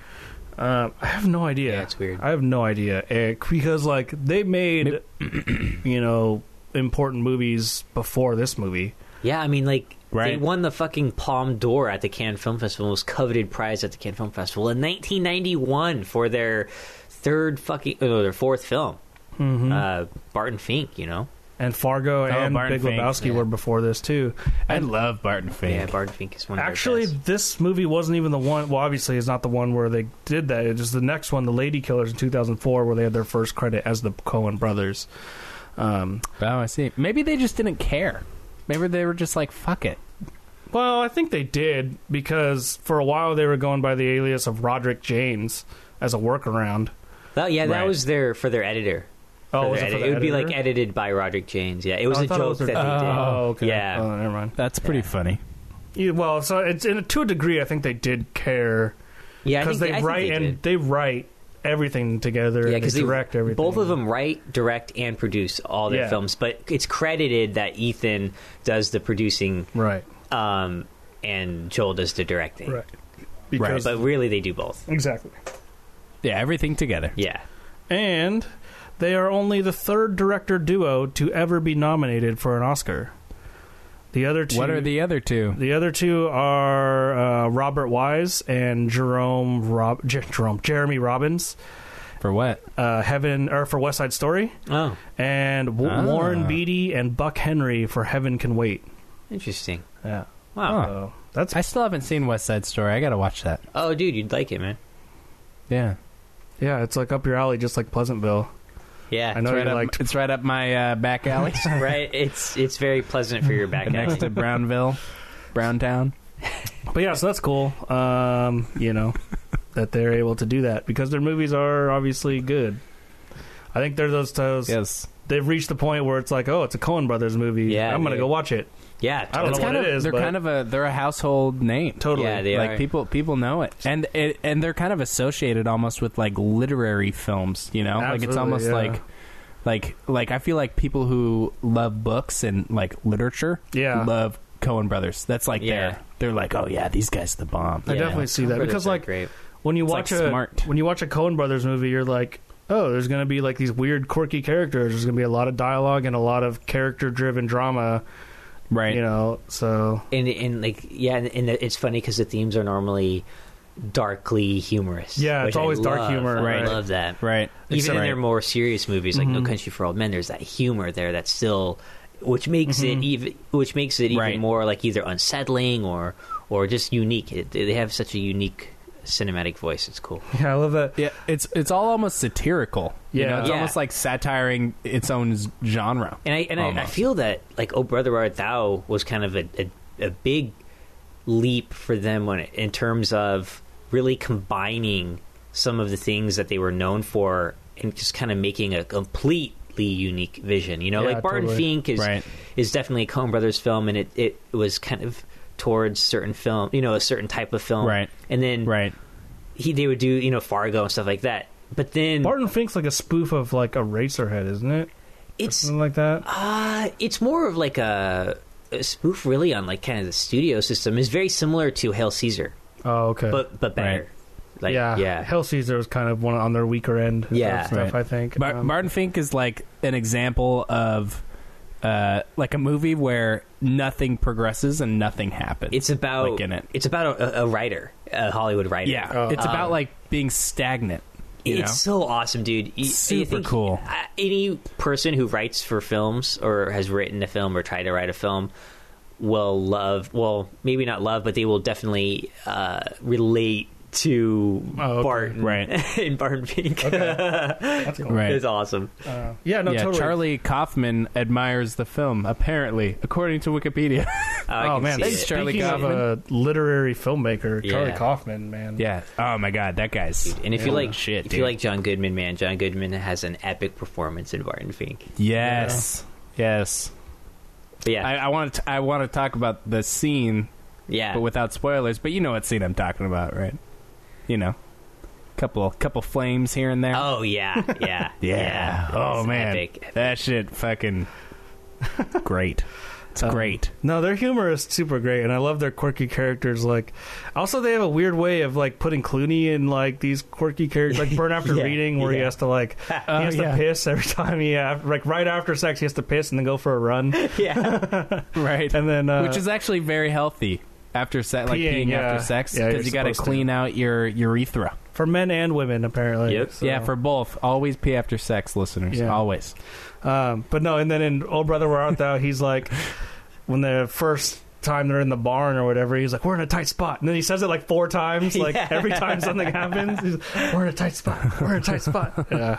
Um, I have no idea.
Yeah, it's weird.
I have no idea eh, because like they made,
(clears throat)
you know, important movies before this movie.
Yeah, I mean, like they
Right.
won the fucking Palm d'Or at the Cannes Film Festival, most coveted prize at the Cannes Film Festival in 1991 for their third fucking, oh, their fourth film,
Mm-hmm.
uh, Barton Fink. You know,
And Fargo and
Barton
Big
Fink,
Lebowski
Oh, yeah.
were before this too.
I love Barton Fink.
yeah, Barton Fink is one. Of
Actually,
their best.
this movie wasn't even the one. Well, obviously, it's not the one where they did that. It was the next one, The Lady Killers in 2004, where they had their first credit as the Cohen brothers. Um,
Oh, I see. Maybe they just didn't care. Maybe they were just like, "Fuck it."
well, I think they did because for a while they were going by the alias of Roderick James as a workaround.
That- yeah, that
Right.
was their for their editor.
Oh,
For
was
their
it for
edit-
the
would be like
editor?
edited by Roderick James. Yeah, it was
Oh, I
a
thought it
joke
was
that
their-
they did.
Oh, okay.
Yeah,
Oh, never mind.
That's pretty funny.
Yeah, well, so it's in to a degree. I think they did care
yeah, I
because
think
they
I think
write
did.
and they write everything together.
Yeah,
and
because
they direct everything.
Both of them write, direct, and produce all their
Yeah.
films, but it's credited that Ethan does the producing
right?
um, and Joel does the directing.
Right. Because
But really, they do both.
exactly,
Yeah, everything together.
Yeah.
and they are only the third director duo to ever be nominated for an Oscar. The other two.
What are the other two?
The other two are uh, Robert Wise and Jerome Rob Jer- Jerome Jeremy Robbins,
For what?
uh, Heaven or for West Side Story,
Oh,
and w-
Ah.
Warren Beatty and Buck Henry for Heaven Can Wait.
interesting.
Yeah.
Wow.
Huh.
So that's
I still haven't seen West Side Story. I gotta watch that.
Oh, dude, you'd like it, man.
Yeah,
yeah, it's like up your alley, just like Pleasantville.
Yeah.
I know
it's
you
right, up,
liked.
it's right up my uh, back alley.
(laughs) right? It's it's very pleasant for your back
next to
alley.
Brownville, Browntown.
But yeah, so that's cool. Um, you
(laughs)
know that they're able to do that because their movies are obviously good. I think they're those those
Yes.
they've reached the point where it's like, oh, it's a Coen Brothers movie.
Yeah,
I'm gonna
dude.
go watch it.
Yeah,
I don't
It's
know
kind
what
of,
it is,
they're
but-
kind of a they're a household name.
Totally.
Yeah, they
like
are.
people people know it, and it, and they're kind of associated almost with like literary films. You know, like it's
Absolutely,
almost
yeah.
like like like I feel like people who love books and like literature,
Yeah.
love Cohen Brothers. That's like
Yeah.
their they're like, oh yeah, these guys the bomb.
I
Yeah.
definitely see that
Brothers
because
are
like
great.
when you
It's,
watch
like,
a
smart.
when you watch a Coen Brothers movie, you're like, oh, there's going to be like these weird, quirky characters. There's going to be a lot of dialogue and a lot of character-driven drama.
right?
You know, so
and and like yeah, and, and it's funny because the themes are normally darkly humorous.
Yeah, it's
which I
always dark
love.
humor,
I
right.
love that.
Right.
Even
It's
in
right. Mm-hmm.
their more serious movies, like No Country for Old Men, there's that humor there that's still, which makes it even, which makes it even
Mm-hmm. Right.
more like either unsettling or or just unique. It, they have such a unique cinematic voice. It's cool.
yeah, I love that.
Yeah, it's it's all almost satirical. you
Yeah.
know? it's
Yeah.
almost like satiring its own z- genre.
And I and I, I
Almost.
feel that like Oh Brother Where Art Thou was kind of a, a, a big leap for them when it, in terms of really combining some of the things that they were known for and just kind of making a completely unique vision. You know,
Yeah,
like Barton
totally.
Fink is
Right.
is definitely a Coen Brothers film, and it it was kind of towards certain film, you know, a certain type of film,
Right.
And then
Right.
he they would do you know Fargo and stuff like that. But then
Barton Fink's like a spoof of like a Eraserhead, isn't it?
it's
Something like that.
Uh, it's more of like a, a spoof, really, on like kind of the studio system. It's very similar to Hail Caesar,
Oh, okay.
but but better. Like,
yeah,
yeah,
Hell Caesar was kind of one on their weaker end.
Yeah.
of stuff
Right.
I think.
Bar-
Um,
Barton Fink is like an example of uh, like a movie where nothing progresses and nothing happens.
It's about
like in it.
It's about a, a writer, a Hollywood writer.
yeah,
Oh.
it's
Um,
about like being stagnant. You
Uh, It's so awesome, dude. You- you
Super
think-
cool.
I- Any person who writes for films or has written a film or tried to write a film will love, well, maybe not love, but they will definitely uh, relate to
Oh, okay.
Barton (laughs)
Right.
and Barton Fink.
that's cool.
know?
(laughs)
right?
it's awesome.
Uh, yeah, no,
yeah,
totally.
Charlie Kaufman admires the film, apparently, according to Wikipedia. (laughs)
Uh, I
Oh
can
man,
see
Thanks,
it.
Charlie
speaking of a literary filmmaker, Charlie
Yeah.
Kaufman, man.
yeah. Oh my god, that guy's.
And if you
Holy
like,
shit,
if
dude.
you like John Goodman, man, John Goodman has an epic performance in Barton Fink.
yes, yes.
But yeah,
I, I want to. I want to talk about the scene,
yeah,
but without spoilers. But you know what scene I'm talking about, right? You know, couple couple flames here and there.
oh yeah,
(laughs)
yeah,
Yeah. Oh
It's
man,
epic,
(laughs)
epic.
that shit (laughs) fucking great. It's
Um,
great.
No, their humor is super great, and I love their quirky characters. Like, also they have a weird way of like putting Clooney in like these quirky characters, like Burn After
(laughs) Yeah,
Reading, where he
yeah. Uh,
has to
(laughs)
like
Oh,
he has
yeah.
to piss every time he have, like right after sex he has to piss and then go for a
(laughs)
run,
yeah,
Right,
and then uh,
which is actually very healthy after sex, like
peeing,
peeing
yeah.
after sex,
Yeah, you're
because you got to
supposed to.
clean out your urethra.
for men and women apparently.
Yep.
So,
Yeah, for both. Always pee after sex, listeners.
Yeah.
Always.
um, but no, and then in Old Brother Where Art Thou, he's like when the first time they're in the barn or whatever he's like we're in a tight spot and then he says it like four times
(laughs)
like every time something happens he's we're in a tight spot we're in a tight
(laughs)
spot yeah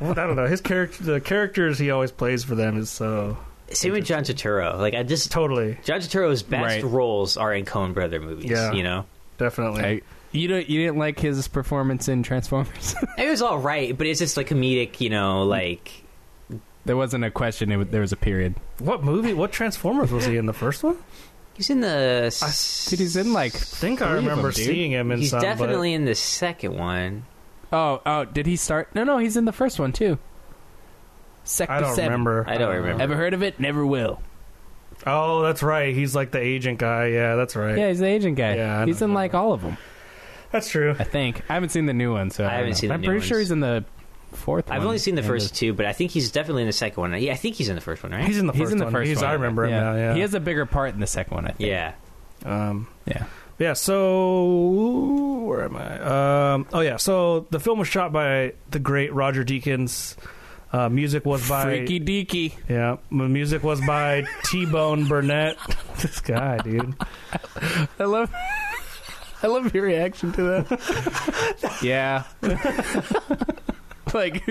well, i don't know his character the characters he always plays for them is so
same with John Turturro. Like I just
totally
John Turturro's best
Right.
roles are in Coen Brother movies.
Yeah.
You know,
definitely
I- you don't. You didn't like his performance in Transformers. (laughs)
it was all right, but it's just like comedic. You know, like
there wasn't a question. It, was- there was a period.
what movie what transformers was he in the first
(laughs)
one
he's in the.
I-
s-
Dude, he's in like.
i think i
Three of
remember
them, dude.
seeing him in
He's
some
definitely in the second one.
Oh, oh. Did he start? No, no. He's in the first one too.
but
Sector
i don't
seven.
remember
I don't
Uh,
remember.
Ever heard of it? Never will.
oh that's right he's like the agent guy yeah that's right
Yeah, he's the agent guy.
Yeah, I
he's
know
in
that.
like all of them.
that's true
I think. I haven't seen the new one, so I,
I haven't
don't know.
seen the
I'm
new
pretty sure
ones.
he's in the fourth.
I've
one
only seen the
and
first two, but I think he's definitely in the second one. Yeah, I think he's in the first one, right?
he's in the first
he's in the
one.
first
he's,
one.
i remember him
yeah.
now yeah
He has a bigger part in the second one, I think.
yeah.
um
Yeah.
Yeah, so where am I? Um, oh yeah, so the film was shot by the great Roger Deakins. Uh, music was by
Freaky deaky.
yeah, m- music was by (laughs) T Bone Burnett. (laughs) this guy, dude.
I love (laughs) I love your reaction to that.
(laughs)
yeah. like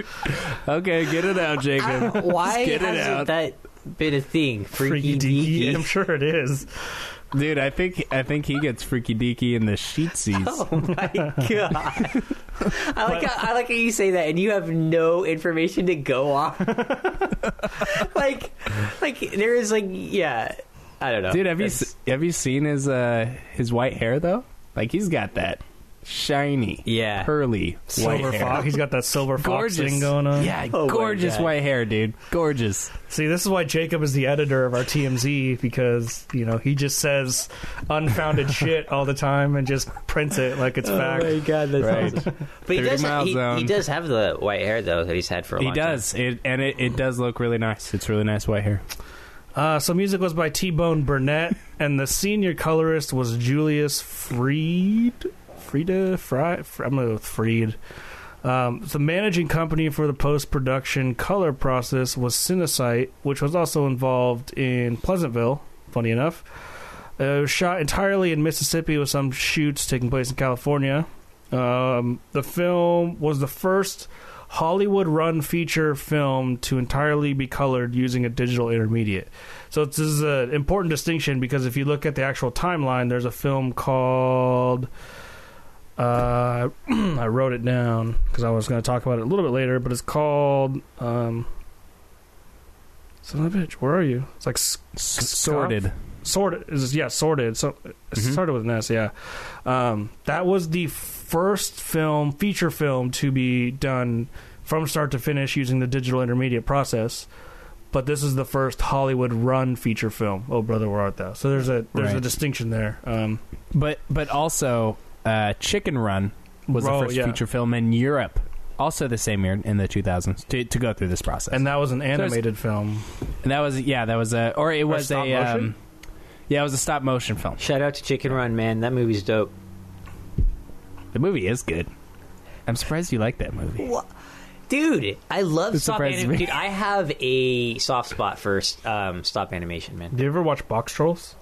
okay, get it
(laughs)
out, Jacob.
Why
(laughs) Just get it
hasn't
out.
that been a thing? Freaky, E deaky.
I'm sure it is.
Dude, I think I think he gets freaky deaky in the sheetsies.
(laughs) Oh my god! I like how, I like how you say that, and you have no information (laughs) to go on. like, like there is like yeah, I don't know,
Dude, have you
That's-
se- have you seen his uh his white hair though? Like he's got that shiny,
Yeah.
curly
Silver
white hair.
fox. He's got that silver fox thing going on.
Yeah,
Oh my
gorgeous
God.
white hair, dude. Gorgeous.
See, this is why Jacob is the editor of our TMZ because you know he just says unfounded (laughs) shit all the time and just prints it like it's fact.
Oh (laughs) my god, that's
Right.
awesome. But he
30
does,
mile
he,
zone.
he does have the white hair though that he's had for a
He
long time.
does, it, and it, it does look really nice. It's really nice white hair.
Uh, so music was by T Bone Burnett, and the senior colorist was Julius Freed. Frieda Fry. Fr- I'm gonna go with Freed. Um, the managing company for the post production color process was Cinecite, which was also involved in Pleasantville. Funny enough, uh, it was shot entirely in Mississippi with some shoots taking place in California. Um, the film was the first Hollywood run feature film to entirely be colored using a digital intermediate. So this is an important distinction because if you look at the actual timeline, there's a film called. Uh, (clears throat) I wrote it down because I was going to talk about it a little bit later, but it's called. Um, son of a bitch, where are you? It's like S-
S-
Scuff?
sorted.
sorted is yeah sorted so it
Mhm.
started with an s yeah um, that was the first film feature film to be done from start to finish using the digital intermediate process but this is the first hollywood run feature film oh brother where art thou so there's a there's a
Right.
distinction there um,
But but also, uh, Chicken Run was
Oh,
the first
yeah.
feature film in Europe, also the same year in the 2000s, to, to go through this process.
and that was an animated film
And that was yeah, that was a or it was
stop
a
motion?
um, yeah, it was a stop motion film.
Shout out to Chicken Run, man. That movie's dope.
The movie is good. I'm surprised you like that movie.
Dude, I love
It
stop
surprises
animation.
me.
Dude, I have a soft spot for um, stop animation, man.
do you ever watch box trolls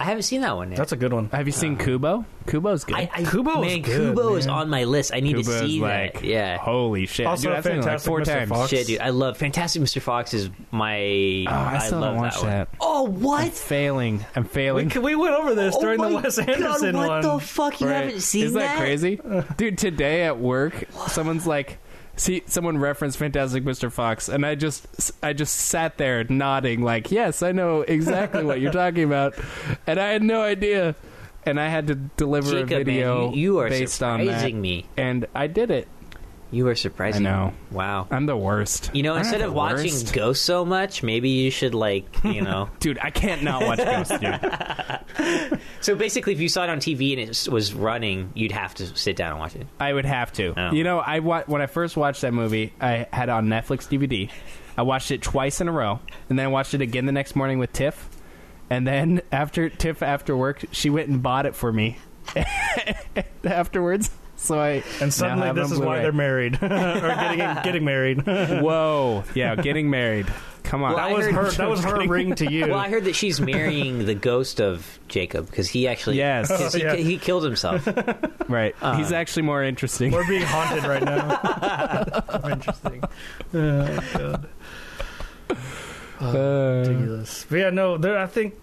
I haven't seen that one yet.
that's a good one
Have you seen Kubo? Kubo's good.
Uh, I, I,
Kubo is
man,
good,
Kubo is
man.
on my list. I need
Kubo's
to see
like
that. Yeah.
holy shit.
Also
dude, I've seen it like
Fantastic
four
Mr.
times.
Fox.
Shit, dude, I love Fantastic Mr. Fox is my.
Oh, I still
love
haven't watched
one.
that.
Oh,
I'm
what?
failing. I'm
we,
failing.
we went over this
Oh
during the
my
wes
God,
anderson
what
one
the fuck? You
Right.
haven't seen
Isn't that, crazy? Dude, today at work, someone's like see someone referenced Fantastic Mr. Fox and I just I just sat there nodding like, "Yes, I know exactly what you're talking about." And I had no idea. And I had to deliver
Jacob,
a video
man, you, you are
based on that.
surprising me.
And I did it.
You are surprising.
I know.
me. Wow.
I'm the worst.
You know,
I'm
instead
the
of watching
worst.
Ghost so much, maybe you should like,
(laughs)
you know.
Dude, I can't not watch Ghost,
(laughs)
dude.
so basically, if you saw it on TV and it s- was running, you'd have to sit down and watch it.
I would have to.
Oh.
You know, I wa- when I first watched that movie, I had it on Netflix DVD. I watched it twice in a row, and then I watched it again the next morning with Tiff. And then (laughs) after Tiff after work, she went and bought it for me (laughs) afterwards. So I now
and suddenly
have it
this
on
is why
Blu-ray.
they're married (laughs) or getting getting
(laughs)
married
Whoa, yeah, getting married. Come on,
Well,
that
I
was
heard-
her that was her ring to you
Well, I heard that she's marrying the ghost of Jacob because he actually,
Yes.
'cause he,
Oh, yeah.
he killed himself.
right.
Uh-huh.
He's actually more interesting.
We're being haunted right now. Interesting. Oh, God.
Uh,
Ridiculous. But yeah, no, there, I think.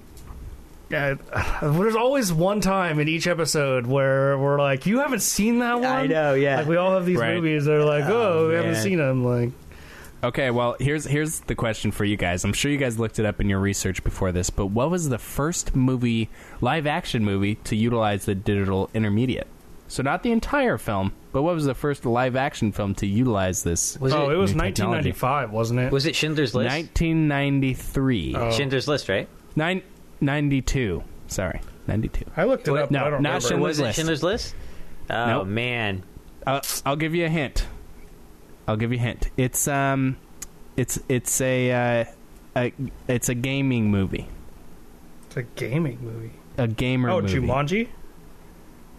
Yeah, (sighs) there's always one time in each episode where we're like, "You haven't seen that one."
yeah.
Like we all have these
Right.
movies that are like, "Oh,
Oh,
we haven't
man.
seen them." Like,
Okay, well, here's here's the question for you guys. I'm sure you guys looked it up in your research before this, but what was the first movie, live action movie, to utilize the digital intermediate? So not the entire film, but what was the first live action film to utilize this?
Was
oh,
it,
it was
New technology.
1995, wasn't it?
was it Schindler's List?
1993,
Oh.
Schindler's List, right?
Nine, 92. Sorry, 92.
I looked it
Wait,
up. but
no,
I don't
not
remember.
Schindler- Schindler's
was it
List.
Schindler's List? Oh
Nope.
man,
Uh, I'll give you a hint. I'll give you a hint. It's um, it's it's a, uh, a it's a gaming movie,
It's a gaming movie.
a gamer
oh,
movie.
Jumanji.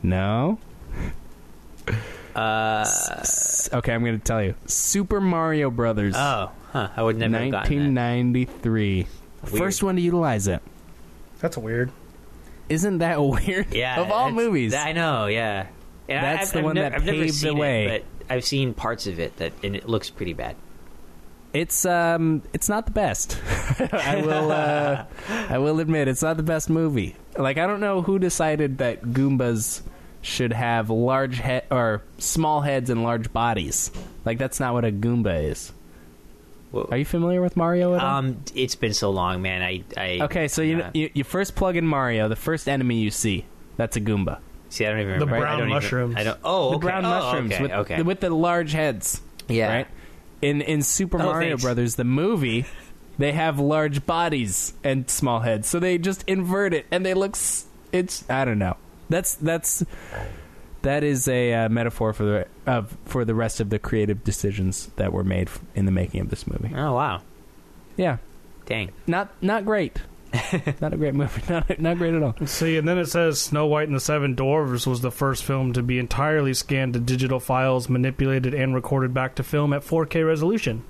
No.
(laughs) uh,
S- okay, I'm going to tell you. Super Mario Brothers,
oh, huh, I would never have gotten that.
1993.
Weird.
First one to utilize it.
That's weird.
Isn't that (laughs) weird?
Yeah,
of all
that's-
movies.
I know. Yeah, And I-
That's
I've-
the
I've
one
nev-
that
I've never
paved the
seen it,
way.
but I've seen parts of it that, and it looks pretty bad.
It's um, it's not the best. (laughs) I
(laughs)
will, uh, I will admit, it's not the best movie. Like I don't know who decided that Goombas should have large head or small heads and large bodies. Like that's not what a Goomba is.
Whoa.
Are you familiar with Mario at all?
Um, it's been so long, man. I, I
okay, so you,
yeah.
you you first plug in Mario, the first enemy you see, that's a Goomba.
see. I don't even
The
remember. I
brown
don't even-
mushrooms.
I don't. Oh,
The
okay.
brown
Oh,
mushrooms
Okay.
with
okay.
the, with the large heads.
Yeah.
Right? In in Super
Oh,
Mario
thanks.
Brothers the movie, they have large bodies and small heads. So they just invert it and they look s- it's I don't know. That's that's that is a uh, metaphor for the of for the rest of the creative decisions that were made f- in the making of this movie.
oh wow.
Yeah.
Dang.
Not
(laughs)
not great. not a great movie. (laughs) Not not great at all.
See, and then it says Snow White and the Seven Dwarfs was the first film to be entirely scanned to digital files, manipulated, and recorded back to film at 4K resolution.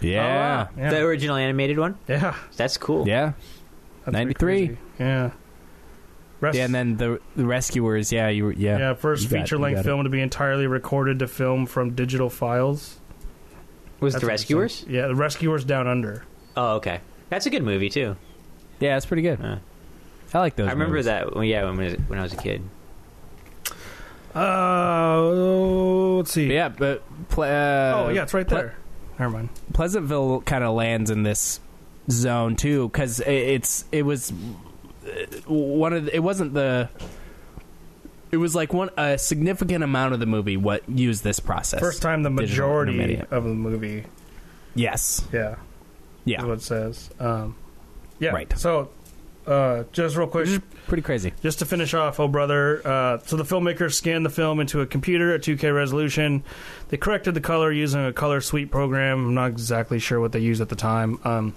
Yeah.
Oh, wow. The
Yeah.
original animated one.
Yeah,
That's cool.
Yeah.
that's pretty
93.
crazy. Yeah. Rest-
Yeah, and then the the rescuers, yeah, you were- yeah.
yeah, first
You got- you
feature
got
length
it.
film to be entirely recorded to film from digital files.
Was it
That's
the
interesting.
Rescuers?
Yeah, the Rescuers Down Under.
Oh, okay. That's a good movie too.
Yeah, it's pretty good.
Yeah.
I like those.
I remember
movies.
that. Well, yeah, when I was, when I was a kid.
Uh, let's see.
Yeah, but ple- uh,
oh, yeah, it's right
Ple-
there. Never mind.
Pleasantville kind of lands in this zone too because it's it was uh, one of the, it wasn't the it was like one a significant amount of the movie what used this process
First time the
digital
majority
intermediate.
of the movie.
Yes,
Yeah, is
yeah,
what it says. Um, yeah.
Right. Mm-hmm.
So, uh, just real quick,
which is pretty crazy.
just to finish off, oh brother. Uh, so the filmmakers scanned the film into a computer at 2K resolution. They corrected the color using a color sweep program. I'm not exactly sure what they used at the time. Um,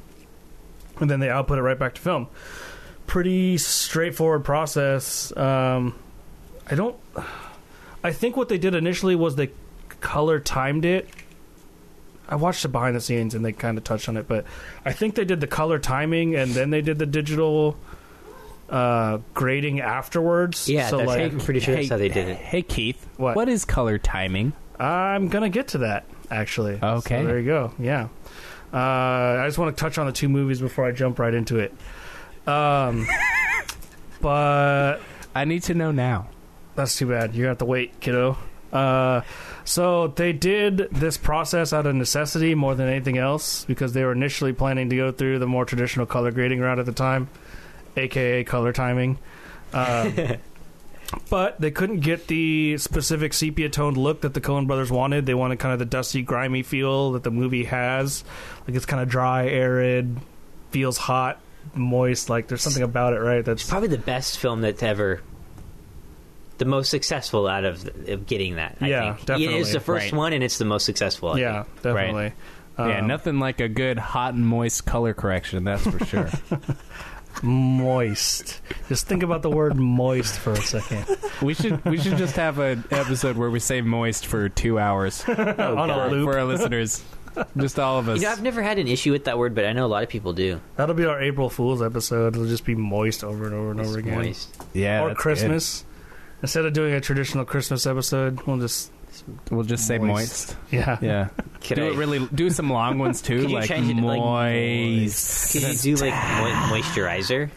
and then they output it right back to film. Pretty straightforward process. Um, I don't. I think what they did initially was they color timed it. I watched the behind the scenes and they kind of touched on it, but I think they did the color timing and then they did the digital uh, grading afterwards.
Yeah,
so
that's
like,
I'm pretty sure
hey,
that's how they did it.
Hey Keith,
What?
what is color timing?
I'm gonna get to that actually.
Okay.
so there you go. Yeah, uh, I just want to touch on the two movies before I jump right into it. Um, (laughs) but
I need to know now.
that's too bad. You're gonna have to wait, kiddo. Uh, so they did this process out of necessity more than anything else because they were initially planning to go through the more traditional color grading route at the time, aka color timing. Um, but they couldn't get the specific sepia toned look that the Coen brothers wanted. They wanted kind of the dusty, grimy feel that the movie has. Like it's kind of dry, arid, feels hot, moist. Like there's something about it, right? That's
It's probably the best film that's ever, the most successful out of, of getting that. I
Yeah,
think. It
definitely.
is the first
Right.
one, and it's the most successful. I
yeah,
think.
definitely.
yeah,
Um,
nothing like a good hot and moist color correction. That's for sure.
moist. Just think about the word moist for a
(laughs)
second.
we should we should just have an episode where we say moist for two hours.
Oh,
On a
for,
loop.
for our listeners. Just all of us.
You know, I've never had an issue with that word, but I know a lot of people do.
That'll be our April Fool's episode. It'll just be moist over and over and
It's
over again.
moist.
yeah,
or
that's
Christmas. Instead of doing a traditional Christmas episode, we'll just
good. We'll just say
Moist.
moist.
yeah.
Yeah,
Could
(laughs) do
I,
it really. Do some long ones too,
Could you
like
change it to, like,
moist.
Could you do like mo- moisturizer?
No,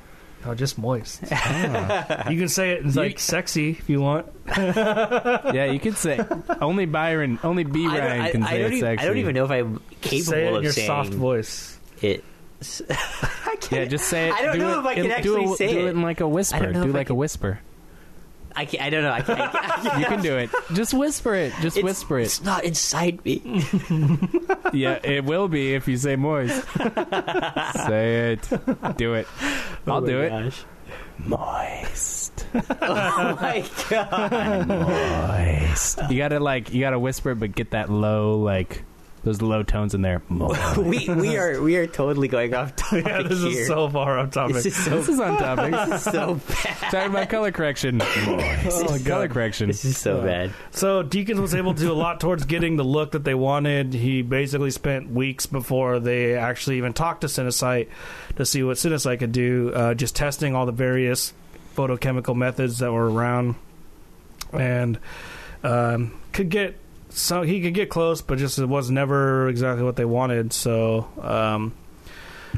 Oh, just
(laughs)
moist. Ah. You can say it as, like sexy if you want.
(laughs) yeah, you could say only Byron, only
I
B
don't-
Ryan
I,
can
I
say
don't
it's
even,
sexy.
I don't even know if I'm capable
say it in
of
your
saying
soft
(laughs)
voice.
it.
Yeah, just say it.
(laughs) I don't
do
know
it,
if I can
in-
actually
do it,
say
do
it.
it in like a
I
whisper.
don't know
Do
if I
like a
can-
whisper.
I, can't, I don't know. I can't, I (laughs) can't-
You can do it. Just whisper it. Just
it's,
whisper it.
(laughs) It's not inside me.
Yeah, it will be if you say moist. say it. Do it.
(laughs)
I'll
Oh my
do it.
gosh.
Moist.
(laughs) Oh (laughs) my god.
Moist. You gotta like you gotta whisper, but get that low like those low tones in there. Moist.
we we are we are totally going off (laughs) topic
Yeah, this
here.
is so far off topic.
this is so
this is on topic.
this is (laughs) so bad.
Talking about color correction. Moist.
Oh,
color
God.
correction.
This is so bad.
So Deacons was able to do a lot towards getting the look that they wanted. He basically spent weeks before they actually even talked to Cinesite to see what Cinesite could do, uh, just testing all the various photochemical methods that were around, and um, could get so he could get close, but just it was never exactly what they wanted. So. Um,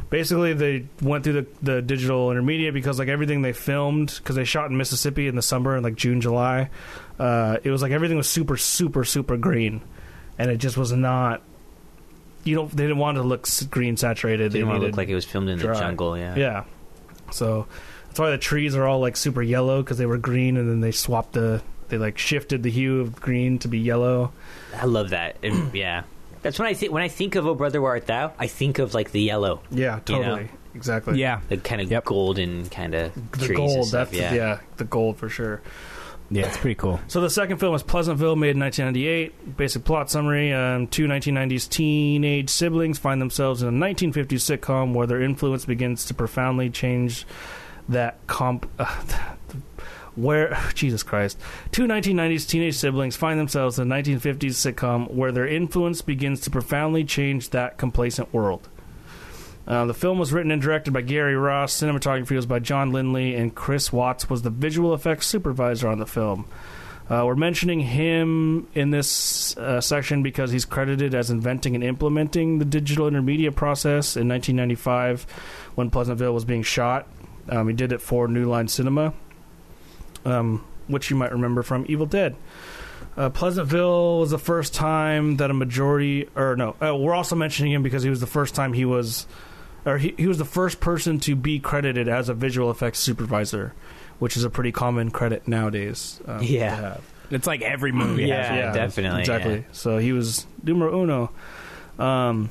Basically, they went through the, the digital intermediate because like everything they filmed because they shot in Mississippi in the summer in like June, July, uh, it was like everything was super, super, super green, and it just was not you don't they didn't want it to look s- green saturated.
Didn't
they
want to
needed-
look like it was filmed in the
dry.
jungle. Yeah.
yeah. So that's why the trees are all like super yellow because they were green and then they swapped the they like shifted the hue of green to be yellow.
I love that. It- (clears throat) yeah. That's when I think when I think of "Oh Brother Where Art Thou," I think of like the yellow,
Yeah,
You know?
totally, exactly.
yeah,
the kind of
Yep.
golden kind of
the
trees
gold.
and stuff.
that's yeah. the gold for sure.
yeah, it's pretty cool.
So the second film is Pleasantville, made in 1998. Basic plot summary: um, Two 1990s teenage siblings find themselves in a 1950s sitcom where their influence begins to profoundly change that comp. Uh, (laughs) where (laughs) Jesus Christ, two 1990s teenage siblings find themselves in a 1950s sitcom where their influence begins to profoundly change that complacent world. Uh, the film was written and directed by Gary Ross. Cinematography was by John Lindley, and Chris Watts was the visual effects supervisor on the film. Uh, we're mentioning him in this uh, section because he's credited as inventing and implementing the digital intermedia process in 1995 when Pleasantville was being shot. Um, he did it for New Line Cinema, um, which you might remember from Evil Dead. Uh, Pleasantville was the first time that a majority, or no, uh, we're also mentioning him because he was the first time he was, or he, he was the first person to be credited as a visual effects supervisor, which is a pretty common credit nowadays. Um, to
Yeah.
have.
It's like every movie.
Yeah.
has one.
definitely,
Exactly.
yeah.
So he was numero uno. Um,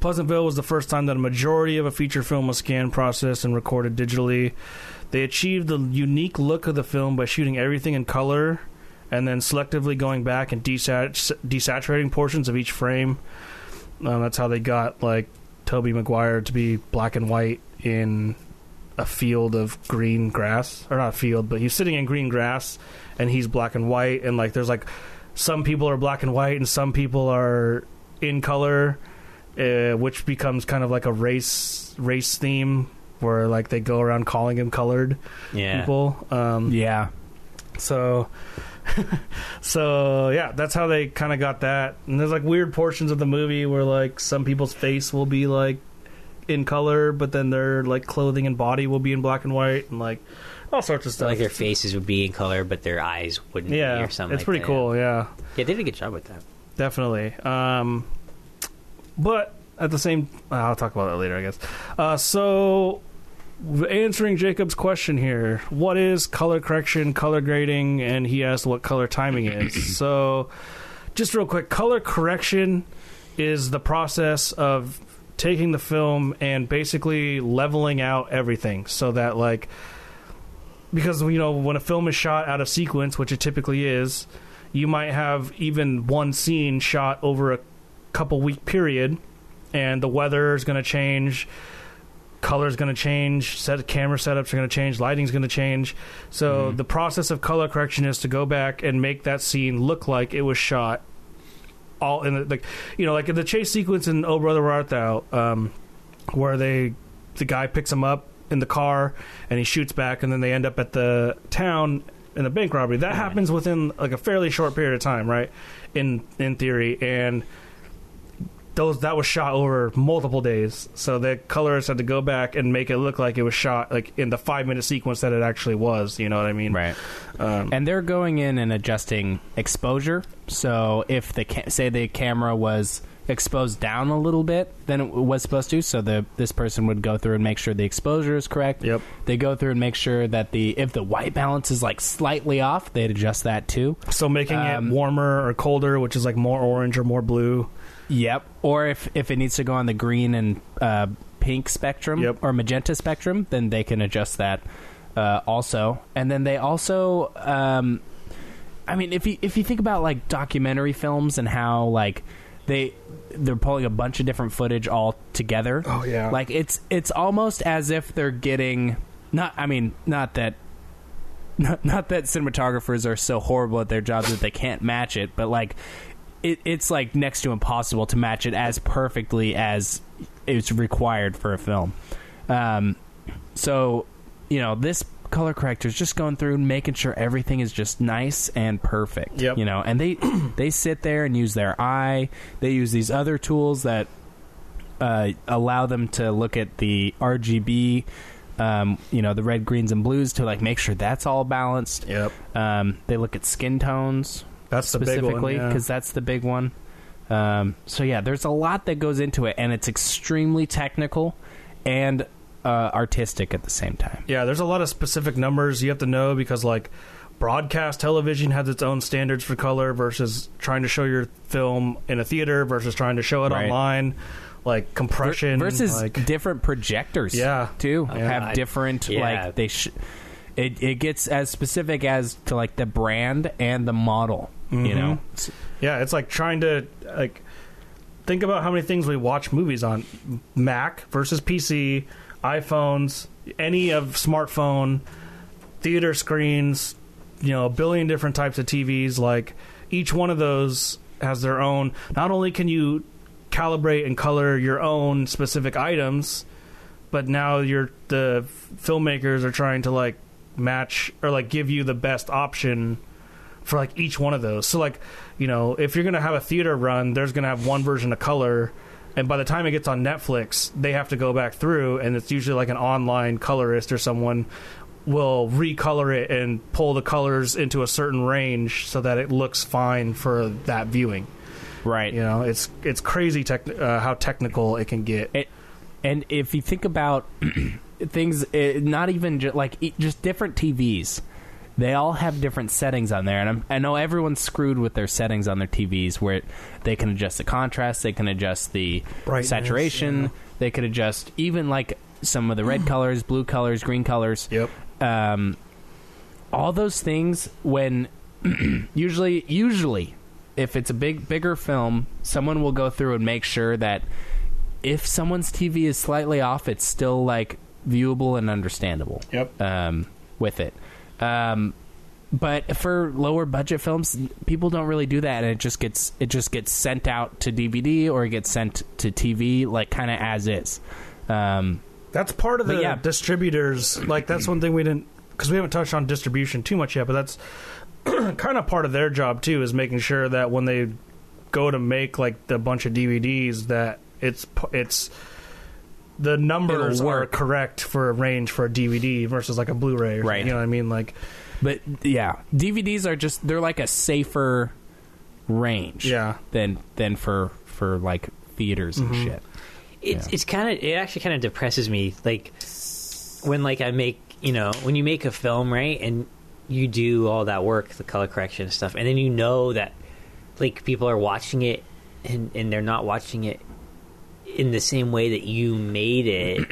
Pleasantville was the first time that a majority of a feature film was scanned, processed, and recorded digitally. They achieved the unique look of the film by shooting everything in color and then selectively going back and desat- desaturating portions of each frame. Um, that's how they got like Toby Maguire to be black and white in a field of green grass, or not a field, but he's sitting in green grass and he's black and white, and like there's like some people are black and white and some people are in color, uh, which becomes kind of like a race race theme where like they go around calling him colored
Yeah.
people. Um,
Yeah.
so, (laughs) so yeah, that's how they kind of got that. And there's like weird portions of the movie where like some people's face will be like in color, but then their like clothing and body will be in black and white, and like all sorts of stuff.
Like their faces would be in color, but their eyes wouldn't. be
yeah,
or
it's
something. like
pretty
that.
cool. Yeah,
Yeah, they did a good job with that.
definitely. Um, but at the same, I'll talk about that later, I guess. Uh, so. Answering Jacob's question here, what is color correction, color grading, and he asked what color timing is. so, just real quick, color correction is the process of taking the film and basically leveling out everything so that like because you know when a film is shot out of sequence, which it typically is, you might have even one scene shot over a couple week period and the weather is going to change color's going to change set camera setups are going to change lighting's going to change so the process of color correction is to go back and make that scene look like it was shot all in the like you know like in the chase sequence in oh brother where art thou um where they the guy picks him up in the car and he shoots back and then they end up at the town in the bank robbery that happens within like a fairly short period of time right in in theory and those that was shot over multiple days so the colorists had to go back and make it look like it was shot like in the five minute sequence that it actually was you know what i mean
Right.
um,
And they're going in and adjusting exposure. So if the ca- say the camera was exposed down a little bit than it was supposed to, so the this person would go through and make sure the exposure is correct.
Yep.
They go through and make sure that the if the white balance is like slightly off, they'd adjust that too.
so making
Um,
it warmer or colder which is like more orange or more blue
Yep. Or if if it needs to go on the green and uh, pink spectrum
Yep.
or magenta spectrum, then they can adjust that uh, also. And then they also, um, I mean, if you if you think about like documentary films and how like they they're pulling a bunch of different footage all together.
Oh, yeah.
Like it's it's almost as if they're getting not. I mean, not that (laughs) not, not that cinematographers are so horrible at their jobs that they can't match it, but like it, it's like next to impossible to match it as perfectly as it's required for a film. Um, so you know this color corrector is just going through and making sure everything is just nice and perfect.
Yep.
You know, and they (clears throat) they sit there and use their eye. They use these other tools that uh, allow them to look at the RGB, um, you know, the red, greens, and blues to like make sure that's all balanced.
yep
Um, they look at skin tones
that's the big one
specifically
yeah.
because that's the big one. Um, so yeah, there's a lot that goes into it, and it's extremely technical and uh, artistic at the same time.
Yeah, there's a lot of specific numbers you have to know because like broadcast television has its own standards for color versus trying to show your film in a theater versus trying to show it
Right.
online, like compression
versus
like,
different projectors.
Yeah.
too
Oh,
have
God.
different
Yeah.
like they. Sh- it it gets as specific as to like the brand and the model. You
Mm-hmm.
know, S-
Yeah, it's like trying to like think about how many things we watch movies on Mac versus PC, iPhones, any of smartphone, theater screens, you know, a billion different types of TVs like each one of those has their own not only can you calibrate and color your own specific items, but now you're the filmmakers are trying to like match or like give you the best option for like each one of those. So like, you know, if you're gonna have a theater run, there's gonna have one version of color, and by the time it gets on Netflix, they have to go back through, and it's usually like an online colorist or someone will recolor it and pull the colors into a certain range so that it looks fine for that viewing.
right?
You know, it's it's crazy tech, uh, how technical it can get.
It, and if you think about (clears throat) things, it, not even ju- like e- just different TVs, they all have different settings on there. And I'm, I know everyone's screwed with their settings on their TVs, where it, they can adjust the contrast, they can adjust the
Brightness,
saturation, they could adjust even like some of the red colors, blue colors, green colors
Yep.
um, all those things when (clears throat) usually usually if it's a big bigger film someone will go through and make sure that if someone's tv is slightly off it's still like viewable and understandable
Yep.
um, with it um, but for lower budget films people don't really do that and it just gets it just gets sent out to dvd or it gets sent to tv like kind of as is um,
That's part of
But
the
yeah.
distributors. Like that's one thing we didn't because we haven't touched on distribution too much yet. But that's (clears throat) kind of part of their job too is making sure that when they go to make like the bunch of DVDs that it's p- it's the numbers
It'll
are
work.
correct for a range for a DVD versus like a Blu-ray. Or
Right.
something, You know what I mean? Like
But yeah, DVDs are just they're like a safer range.
Yeah. Mm-hmm.
Than than for for like theaters and shit.
it's
Yeah.
it's kind of it actually kind of depresses me like when like i make you know when you make a film right and you do all that work the color correction and stuff and then you know that like people are watching it and and they're not watching it in the same way that you made it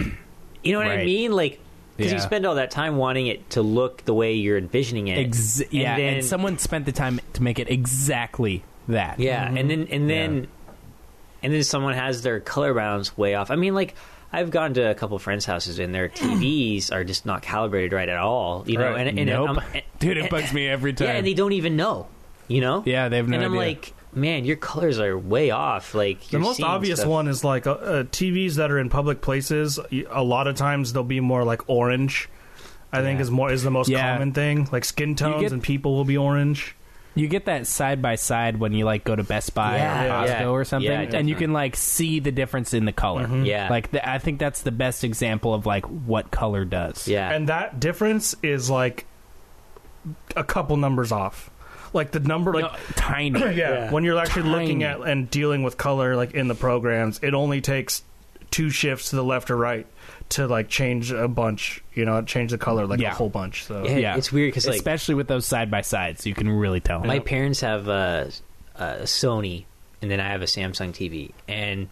you know what i
Right.
mean like because
Yeah.
you spend all that time wanting it to look the way you're envisioning it
Ex- yeah. And,
then-
someone spent the time to make it exactly that.
yeah, and then and then
Mm-hmm. Yeah.
and then someone has their color balance way off. I mean, like I've gone to a couple friends' houses and their TVs are just not calibrated right at all. You know,
Right.
and, and
Nope.
I'm- and-
(laughs) Dude, it bugs me every
(laughs)
time.
yeah, and they don't even know. You know,
Yeah, they have no
And I'm
idea.
like, man, your colors are way off. Like
the
you're
most
seeing
obvious
stuff-
one is like uh, uh, TVs that are in public places. y- A lot of times they'll be more like orange. I think
Yeah.
is more is the most
Yeah.
common thing. Like skin tones
get-
and people will be orange.
you get that side by side when you like go to Best Buy
Yeah,
or Costco
yeah.
or something,
Yeah,
and
definitely.
you can like see the difference in the color.
Mm-hmm.
Yeah.
like the, I think that's the best example of like what color does.
Yeah,
and that difference is like a couple numbers off like the number like
No, tiny.
(coughs) yeah, when you're actually looking
Tiny.
at and dealing with color like in the programs it only takes two shifts to the left or right to like change a bunch you know change the color like a
Yeah.
whole bunch so
Yeah. It's weird 'cause, like-
especially with those side by sides, you can really tell.
My parents have a, a Sony, and then I have a Samsung TV, and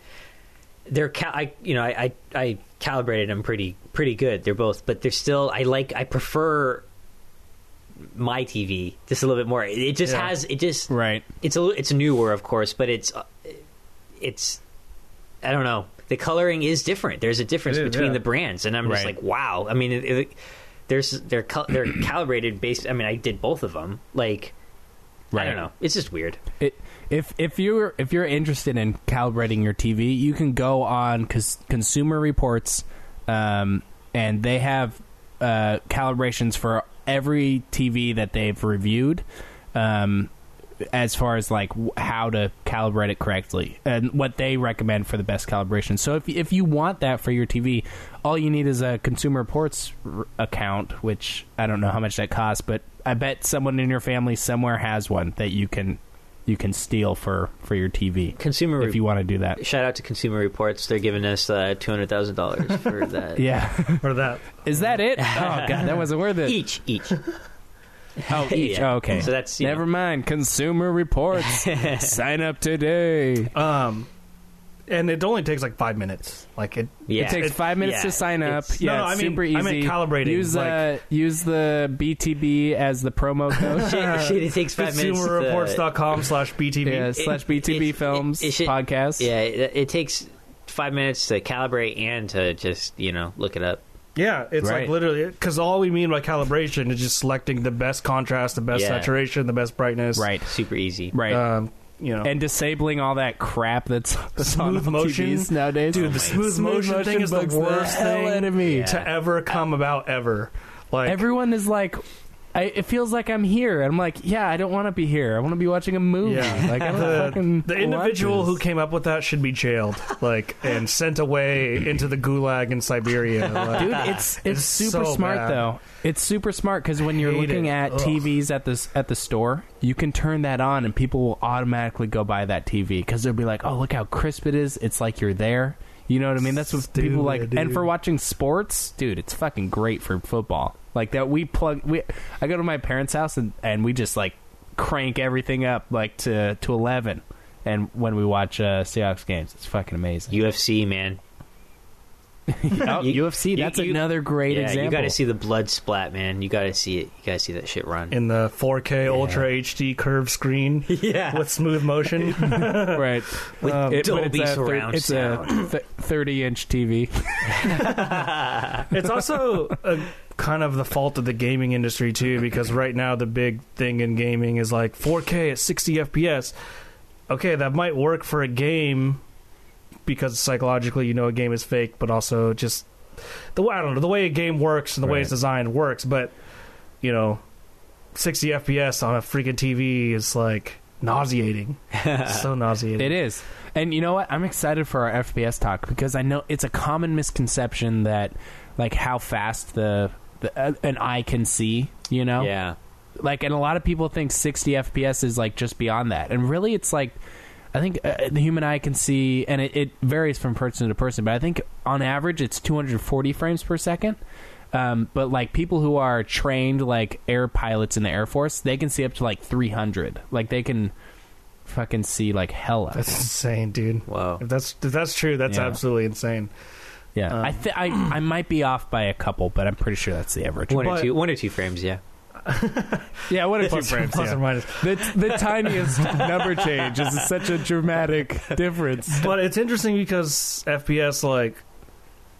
they're cal- I you know I, I I calibrated them pretty pretty good. They're both, but they're still I like I prefer my TV just a little bit more. It, it just
Yeah.
has it just
right.
it's a li- it's newer of course, but it's uh, it's I don't know the coloring is different. There's a difference
It is,
between
yeah.
the brands, and I'm just
Right.
like wow. I mean, it, it, there's they're cal- they're
(clears throat)
calibrated based. I mean, I did both of them like. I
Right.
don't know. It's just weird.
It, if if you're if you're interested in calibrating your TV, you can go on cons- Consumer Reports, um, and they have uh, calibrations for every TV that they've reviewed, um, as far as like w- how to calibrate it correctly and what they recommend for the best calibration. So if if you want that for your TV, all you need is a Consumer Reports r- account, which I don't know how much that costs, but I bet someone in your family somewhere has one that you can you can steal for for your TV
Consumer
if you want to do (laughs) that.
shout out to Consumer Reports. They're giving us uh, two hundred thousand dollars
(laughs)
for that.
Yeah,
(laughs) or that.
is that it? Oh god, that wasn't worth it.
Each, each.
(laughs) Oh, each.
Yeah.
Oh, okay.
So that's you
never
know,
mind.
(laughs)
Consumer Reports. Sign up today.
Um, and it only takes like five minutes. Like it.
Yeah.
It takes
It-
five minutes
yeah,
to sign up.
it's-
No,
Yeah,
no,
it's
I mean-
super
I
easy.
meant calibrating,
Use uh, use the BTB as
(laughs)
the promo code.
shit, shit, it takes five minutes. to-
ConsumerReports.com slash BTB.
yeah, slash BTB
it-
Films
it- it should-
podcast.
Yeah, it, it takes five minutes to calibrate and to just you know look it up.
Yeah, it's like
Right.
literally because all we mean by calibration is just selecting the best contrast, the best
Yeah.
saturation, the best brightness.
Right.
Super easy.
Right.
Um, you know,
and disabling all that crap that's, that's on
Smooth
the
motion?
TVs nowadays.
Dude, the
my
smooth, motion, thing is the
bugs
worst
hell
thing
out of me.
Yeah.
to ever come about ever. Like
Everyone is like, I, it feels like I'm here. I'm like, yeah, I don't want to be here. I want to be watching a
(laughs)
movie.
Yeah.
Like, I don't
the,
fucking
the
want
individual
this.
who came up with that should be jailed, like, and sent away into the gulag in Siberia. Like, (laughs)
dude it's it's,
It's
super
so
smart
bad.
though it's super smart because when you're
Hate
looking
it.
at
Ugh.
tvs at this at the store you can turn that on and people will automatically go buy that tv because they'll be like oh look how crisp it is it's like you're there you know what i mean that's what people
Stupid,
like and for
dude.
watching sports dude it's fucking great for football like that we plug we i go to my parents house and and we just like crank everything up like to to 11 and when we watch uh seahawks games it's
(laughs)
fucking amazing
UFC man.
oh,
you-
ufc
you-
that's
you-
another great
yeah,
example
you got to see the blood splat, man. You got to see it. You got to see that shit run.
in the 4K Ultra HD curved screen
yeah.
with smooth motion.
(laughs)
Um,
right.
With
It- but
Dolby
it's a, thir-
surround
it's
sound.
a (laughs) th- thirty-inch TV.
it's also a, kind of the fault of the gaming industry too, because right now the big thing in gaming is like 4K at 60 FPS. Okay, that might work for a game because psychologically you know a game is fake, but also just the way I don't know the way a game works and the way it's
Right.
designed works. But you know, 60 FPS on a freaking TV is like
(laughs)
nauseating. It's so nauseating.
It is, and you know what? I'm excited for our FPS talk because I know it's a common misconception that, like, how fast the, the uh, an eye can see. You know,
Yeah.
like, and a lot of people think 60 FPS is like just beyond that, and really, it's like. I think uh, the human eye can see, and it, it varies from person to person, but I think on average it's 240 frames per second. Um, but like people who are trained like air pilots in the Air Force, they can see up to like 300. Like they can fucking see like hella.
That's insane, dude.
Wow.
If that's if that's true, that's
Yeah.
absolutely insane.
Yeah,
Um,
I, th- I I might be off by a couple, but I'm pretty sure that's the average.
One or
But-
two. One or two frames. Yeah.
Yeah, (laughs) what
Plus- plus or minus.
The the tiniest number change is such a dramatic difference.
but it's interesting because FPS like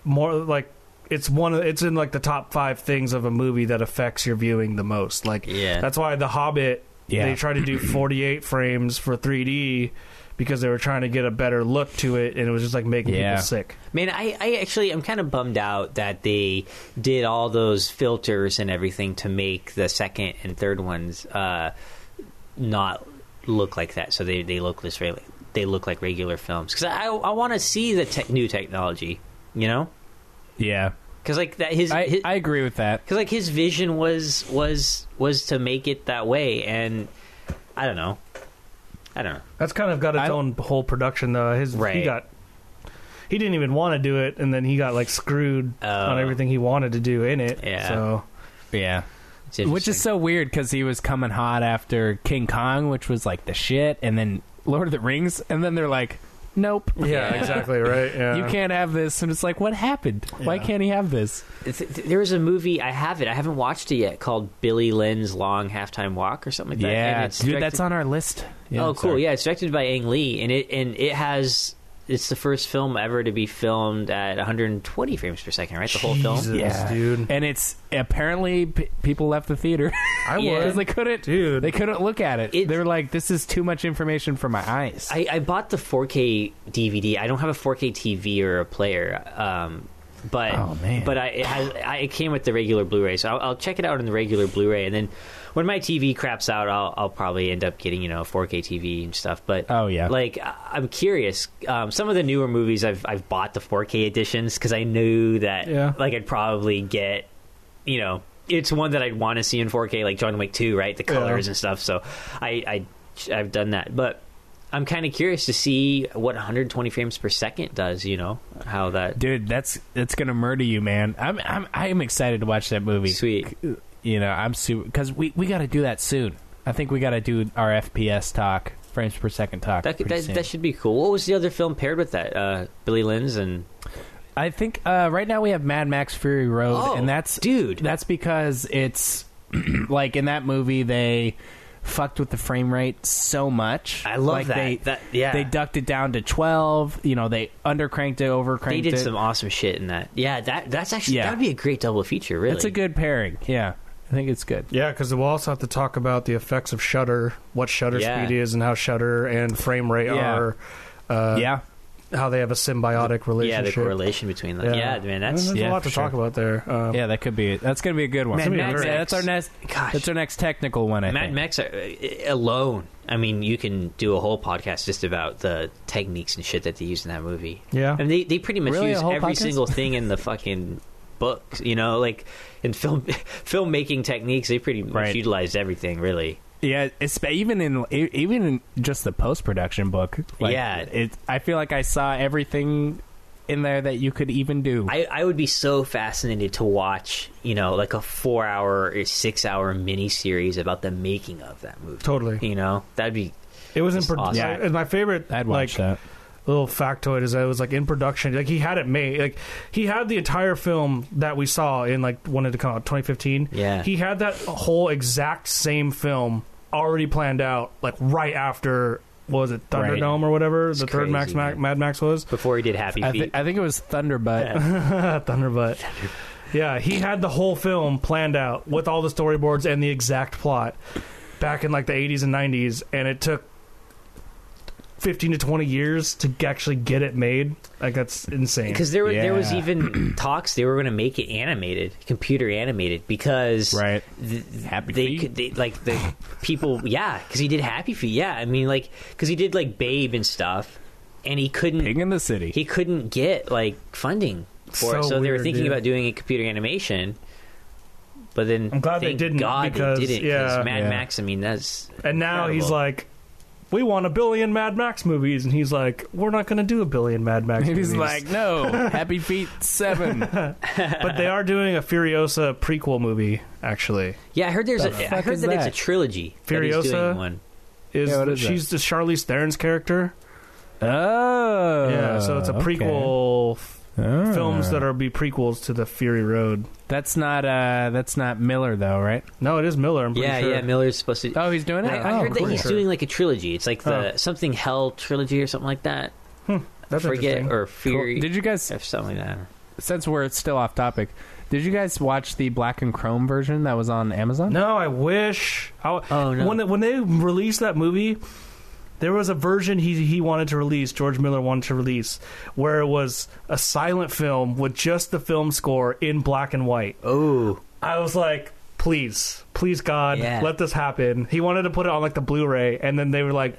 more like it's one of, it's in like the top 5 things of a movie that affects your viewing the most. Like
Yeah.
that's why The Hobbit
Yeah.
they tried to
(clears throat)
do 48 frames for 3D because they were trying to get a better look to it and it was just like making
Yeah.
people sick.
Man, I, I actually am kind of bummed out that they did all those filters and everything to make the second and third ones uh, not look like that. So they, they look this really they look like regular films because I I want to see the tech, new technology, you know,
Yeah,
because like that his,
I
his
I agree with that.
because like his vision was was was to make it that way, and I don't know, I don't know.
That's kind of got its
I-
own whole production though. His he
Right.
got he didn't even want to do it and then he got like screwed
Oh.
on everything he wanted to do in it.
Yeah.
So
Yeah,
It's
which is
interesting.
so weird because he was coming hot after King Kong, which was like the shit, and then Lord of the Rings, and then they're like, nope,
yeah,
Yeah.
exactly, right? Yeah.
you can't have this, and it's like, what happened? Why
Yeah.
can't he have this?
Th- th- there was a movie I have it. I haven't watched it yet called Billy Lynn's Long Halftime Walk or something like that.
yeah,
and
dude,
it's directed-
that's on our list. Yeah,
oh, cool.
sorry.
Yeah, it's directed by Ang Lee, and it and it has. It's the first film ever to be filmed at 120 frames per second, right? The whole film.
Jesus,
Yeah.
dude.
and it's apparently p- people left the theater
I
Yeah.
(laughs)
was
because they couldn't
Dude.
they couldn't look at it.
It-
They're like, this is too much information for my eyes.
I, I bought the 4K DVD. I don't have a 4K TV or a player, um, but
Oh, man.
but I it, has, I it came with the regular Blu-ray, so I'll, I'll check it out in the regular Blu-ray, and then when my TV craps out, I'll I'll probably end up getting you know a 4K TV and stuff. But
Oh, yeah.
like I- I'm curious. Um, some of the newer movies I've I've bought the 4K editions because I knew that
Yeah.
like I'd probably get you know, it's one that I'd want to see in 4K, like John Wick 2, right? The colors and stuff. So I, I I've done that, but I'm kind of curious to see what 120 frames per second does. You know how that
dude. That's that's gonna murder you, man. I'm I'm I'm excited to watch that movie.
Sweet.
You know, I'm super because we we got to do that soon. I think we got to do our FPS talk, frames per second talk.
that could,
pretty
that,
soon.
that should be cool. What was the other film paired with that? Uh, Billy Lynn's and
I think uh, right now we have Mad Max Fury Road,
Oh,
and that's
dude.
That's because it's (clears throat) like in that movie they fucked with the frame rate so much.
I love
like
that.
They,
That- yeah.
they ducked it down to twelve. You know, they undercranked it, overcranked
they did
it.
some awesome shit in that. Yeah, that that's actually
Yeah.
that'd be a great double feature. Really,
It's a good pairing. Yeah, I think it's good.
Yeah, because we'll also have to talk about the effects of shutter, what shutter
Yeah.
speed is, and how shutter and frame rate
Yeah.
are, uh,
yeah,
how they have a symbiotic
yeah
relationship.
the correlation between like yeah, man that's
there's
yeah,
a lot
for
to
sure.
talk about there. Um,
yeah, that could be. That's gonna be a good one.
Mad
Yeah,
Max.
that's our next.
Gosh.
That's our next technical one. I
Mad
think.
Max uh, alone. I mean, you can do a whole podcast just about the techniques and shit that they use in that movie.
Yeah.
and they they pretty much
Really? A
use
whole
every
podcast?
single thing in the fucking books. You know, like in film (laughs) filmmaking techniques, they pretty much
Right.
utilized everything. Really,
Yeah, it's, even in e- even in just the post production book. Like,
Yeah.
it. I feel like I saw everything in there that you could even do.
I I would be so fascinated to watch. You know, like a four hour or six hour mini series about the making of that movie.
Totally.
You know, that'd be
It was in
It's
pro-
awesome.
yeah. and my favorite
I, would
like
watch that.
little factoid is that it was like in production. Like he had it made. Like he had the entire film that we saw in like wanted to come out 2015.
Yeah.
he had that whole exact same film already planned out. Like right after what was it
Right.
Thunderdome or whatever the third
crazy,
Max Ma-
man.
Mad Max was (laughs)
before he did Happy
I,
Feet.
thi- I think it was Thunderbutt.
Thunderbutt.
(laughs)
Yeah, he had the whole film planned out with all the storyboards and the exact plot back in like the 80s and 90s, and it took 15 to 20 years to actually get it made. Like, that's insane.
because there were there was
Yeah. (clears throat)
even talks they were going to make it animated, computer animated, because
Right.
th-
Happy
they
Feet.
could they, like the people yeah because he did Happy Feet yeah I mean like because he did like Babe and stuff and he couldn't
King in the City.
he couldn't get like funding for
So
it so they
weird,
were thinking
dude.
about doing a computer animation. But then,
I'm glad they
thank
didn't,
God
because,
they didn't.
yeah.
Mad
Yeah.
Max. I mean, that's
And now he's
incredible.
like, we want a billion Mad Max movies. And he's like, we're not going to do a billion Mad Max
(laughs) He's
movies.
like, (laughs) no, Happy Feet Seven.
but they are doing a Furiosa prequel movie, actually.
yeah. I heard there's
The
a I
fuck
heard
is
that, it's a
that?
trilogy. that he's doing
Furiosa?
one.
Is,
Yeah, what is that?
she's the Charlize Theron's character.
(laughs) oh,
yeah, so it's a prequel
Hmm.
films that are be prequels to the Fury Road.
That's not. Uh, that's not Miller though, right?
No, it is Miller. I'm pretty
Yeah,
sure.
yeah. Miller's supposed to.
Oh, he's doing it.
I, I
oh,
heard that
cool.
he's doing like a trilogy. It's like the something hell trilogy or something like that.
Oh. That's
Forget
interesting.
or
Cool.
fury
Did you guys
or something like that.
since we're still off topic, did you guys watch the black and chrome version that was on Amazon?
No, I wish. I,
Oh, no.
When they- when they released that movie, there was a version he he wanted to release. George Miller wanted to release where it was a silent film with just the film score in black and white.
Oh,
I was like, please, please, God,
Yeah.
let this happen. He wanted to put it on like the Blu-ray, and then they were like,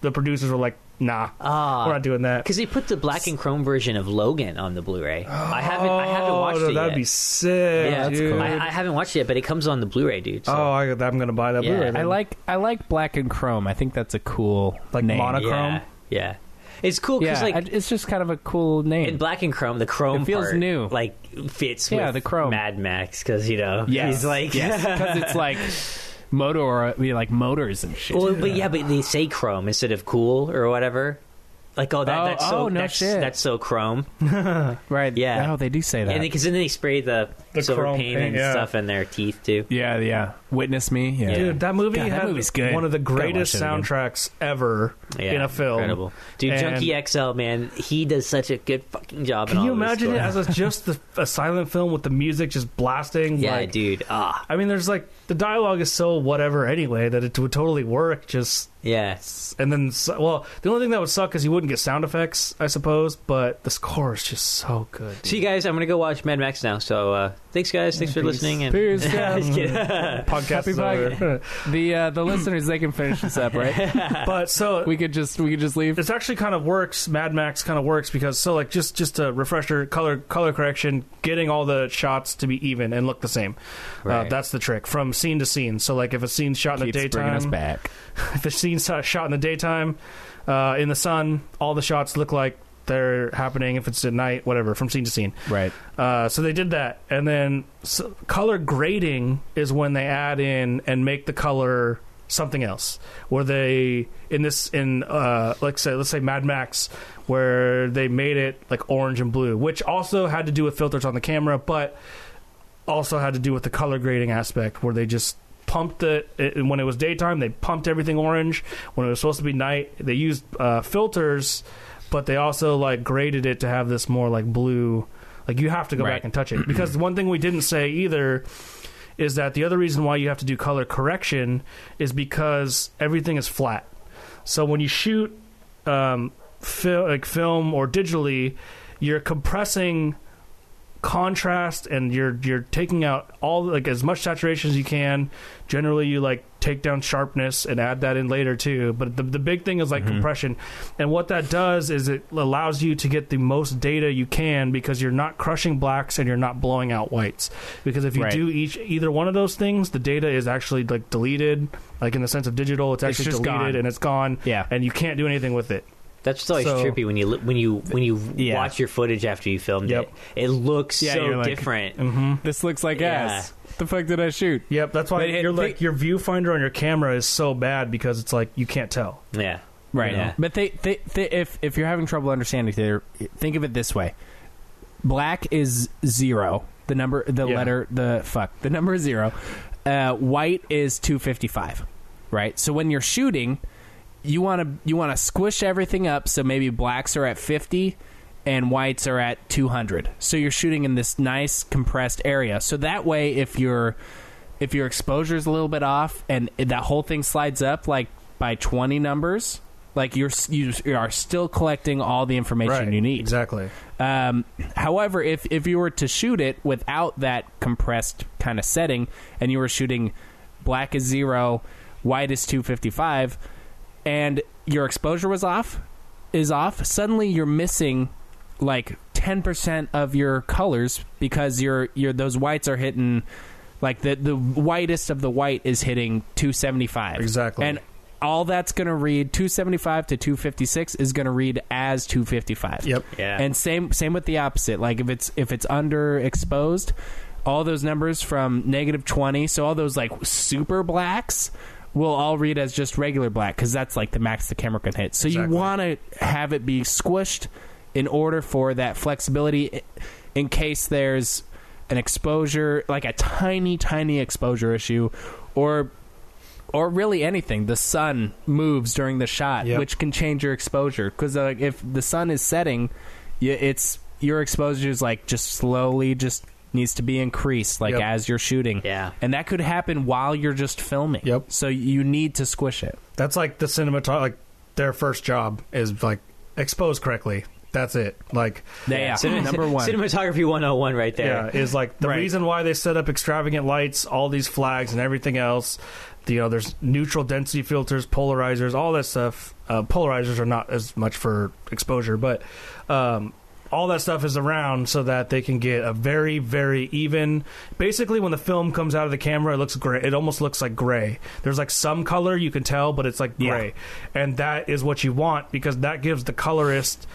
the producers were like, nah,
Ah.
we're not doing that.
because they put the black and chrome version of Logan on the Blu-ray. I haven't. I haven't watched
oh,
it
That'd
yet.
be sick.
yeah,
that's
dude.
cool.
I, I haven't watched it, yet, but it comes on the Blu-ray, dude. So.
Oh, I, I'm gonna buy that
Yeah.
Blu-ray.
I
then.
like I like black and chrome. I think that's a cool
Like
name.
monoc-
yeah,
Chrome?
yeah. It's cool because
Yeah,
like.
I- it's just kind of a cool name.
in Black and Chrome, the Chrome
It feels
part,
new.
like fits
Yeah,
with
the Chrome.
Mad Max because you know he's like
because it's like motor or you know, like motors and
(laughs)
shit.
Well, but yeah, but they say chrome instead of cool or whatever. Like, oh, that,
Oh,
that's so
oh, no
that's,
shit.
that's so chrome.
right.
yeah.
Oh, they do say that.
And because then they spray the,
The
silver
chrome
paint
paint,
and
yeah.
stuff in their teeth too.
yeah, yeah. Witness me. Yeah.
Dude, that movie
God, that
had
movie's good.
one of the
Gotta watch
greatest
it again.
soundtracks ever
Yeah,
in a film.
incredible, dude.
And
Junkie XL, man, he does such a good fucking job. in
Can
all
you
of this
imagine it as
stuff.
(laughs)
a, just the, a silent film with the music just blasting?
Yeah,
like,
dude. Ah,
I mean, there's like the dialogue is so whatever anyway that it would totally work. Just
yeah.
and then s- well, the only thing that would suck is you wouldn't get sound effects, I suppose. But the score is just so good.
(laughs)
So you guys, I'm gonna go watch Mad Max now. So uh, Thanks, guys. Thanks for listening. And (laughs)
Peace,
Just kidding.
Podcast is
Happy
over.
(laughs) The uh, the listeners they can finish this up, right?
(laughs)
but so
We could just we could just leave.
it's actually kind of works. Mad Max kind of works because so like just just a refresher, color color correction, getting all the shots to be even and look the same. Uh,
Right.
that's the trick from scene to scene. So like if a scene's shot in
Keeps
the
bringing us
daytime,
back.
(laughs) if a scene's shot in the daytime, uh, in the sun, all the shots look like they're happening. If it's at night, whatever, from scene to scene.
Right.
Uh, so they did that, and then s color grading is when they add in and make the color something else. Where they in this in uh, like say let's say Mad Max, where they made it like orange and blue, which also had to do with filters on the camera, but also had to do with the color grading aspect, where they just pumped it, it when it was daytime. They pumped everything orange. When it was supposed to be night, they used uh, filters, but they also like graded it to have this more like blue. Like you have to go
Right.
back and touch it because one thing we didn't say either is that the other reason why you have to do color correction is because everything is flat. So when you shoot um, fil- like film or digitally, you're compressing contrast and you're you're taking out all like as much saturation as you can. Generally, you like take down sharpness and add that in later too. But the the big thing is like compression, and what that does is it allows you to get the most data you can because you're not crushing blacks and you're not blowing out whites. Because if you
Right.
do each either one of those things, the data is actually like deleted, like in the sense of digital, it's
It's
actually
just
deleted
gone.
and it's gone.
Yeah.
and you can't do anything with it.
That's just always
So-
trippy when you li- when you when you
Yeah.
watch your footage after you filmed
Yep.
it. It looks
Yeah,
so
you're like-
different.
This looks like
Yeah.
ass. The fuck did I shoot?
Mm-hmm. Yep, that's why
But it-
you're like
they-
your viewfinder on your camera is so bad because it's like you can't tell.
Yeah.
Right.
Yeah.
But they, they, they if if you're having trouble understanding there, think of it this way. Black is zero. The number the
Yeah.
letter the fuck. The number is zero. Uh, white is two fifty five. Right? So when you're shooting, you wanna you wanna squish everything up so maybe blacks are at fifty and whites are at two hundred. So you're shooting in this nice compressed area. So that way if you're if your exposure is a little bit off and that whole thing slides up like by 20 numbers like you're s- you s- you are still collecting all the information you need
Exactly.
um, however if if you were to shoot it without that compressed kind of setting and you were shooting black is zero white is 255 and your exposure was off is off suddenly you're missing like 10% of your colors because your your those whites are hitting like the the whitest of the white is hitting 275
Exactly.
and all that's going to read 275 to 256 is going to read as 255
Yep.
Yeah.
and same same with the opposite like if it's if it's underexposed all those numbers from negative 20 so all those like super blacks will all read as just regular black because that's like the max the camera can hit so
Exactly.
you want to have it be squished in order for that flexibility i- in case there's an exposure like a tiny tiny exposure issue or or really anything the sun moves during the shot
Yep.
which can change your exposure because like if the sun is setting you, it's your exposure is like just slowly just needs to be increased like
Yep.
as you're shooting
Yeah.
and that could happen while you're just filming
Yep.
so you need to squish it
That's like the cinematography. Like their first job is like expose correctly. That's it. Like
yeah, (laughs) number one
Cinematography 101 right
yeah,
there.
is like the
(laughs) Right.
reason why they set up extravagant lights, all these flags and everything else. You know, there's neutral density filters, polarizers, all that stuff. Uh, polarizers are not as much for exposure, but um, all that stuff is around so that they can get a very, very even. Basically, when the film comes out of the camera, it looks gray. It almost looks like gray. There's like some color you can tell, but it's like
Yeah.
gray, and that is what you want because that gives the colorist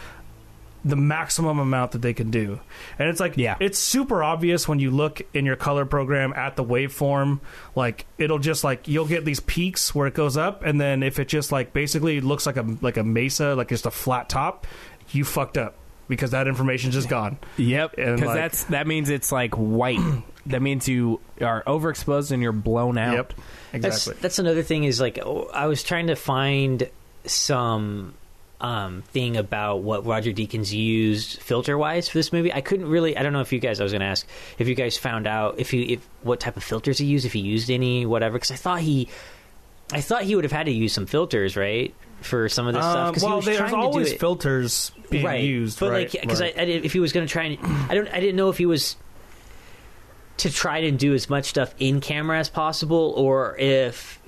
the maximum amount that they can do. And it's like
Yeah.
it's super obvious when you look in your color program at the waveform, like it'll just like you'll get these peaks where it goes up and then if it just like basically looks like a like a mesa, like just a flat top, you fucked up because that information's just gone.
Yep,
And,
because
like-
that's that means it's like white. (clears throat) that means you are overexposed and you're blown out.
Yep. Exactly.
That's, that's another thing is like oh, I was trying to find some um, thing about what Roger Deakins used filter wise for this movie. I couldn't really. I don't know if you guys. I was going to ask if you guys found out if you if what type of filters he used, if he used any, whatever. Because I thought he, I thought he would have had to use some filters, right, for some of this stuff.
Um,
Because he
well,
was
there's
trying to do
always
it-
filters being used,
but
right?
like, because
right.
I, I didn't, if he was going to try and, I don't, I didn't know if he was. to try to do as much stuff in camera as possible, or if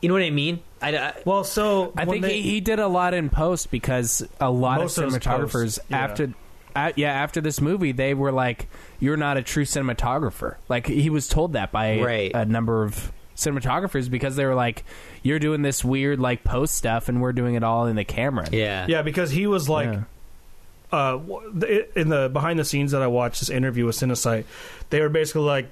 you know what I mean. I, I
Well, so
I
when
think
they-
he, he did a lot in post because a lot
Most of
of
it was
cinematographers
post, yeah.
after, a- yeah, after this movie, they were like, "You're not a true cinematographer." Like he was told that by
Right.
a number of cinematographers because they were like, "You're doing this weird like post stuff, and we're doing it all in the camera."
yeah,
yeah, because he was like, uh, w- th- in the behind the scenes that I watched this interview with Cinesite, they were basically like,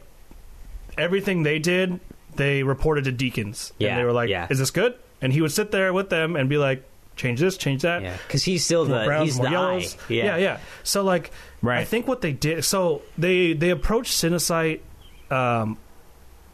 everything they did, they reported to Deacons,
Yeah,
and they were like,
yeah.
"Is this good?" And he would sit there with them and be like, "Change this, change that."
yeah, because he's still
more
the
browns,
he's
more
the
yellows.
eye.
yeah, So like, I
Right.
think what they did, so they they approached Cinesite um,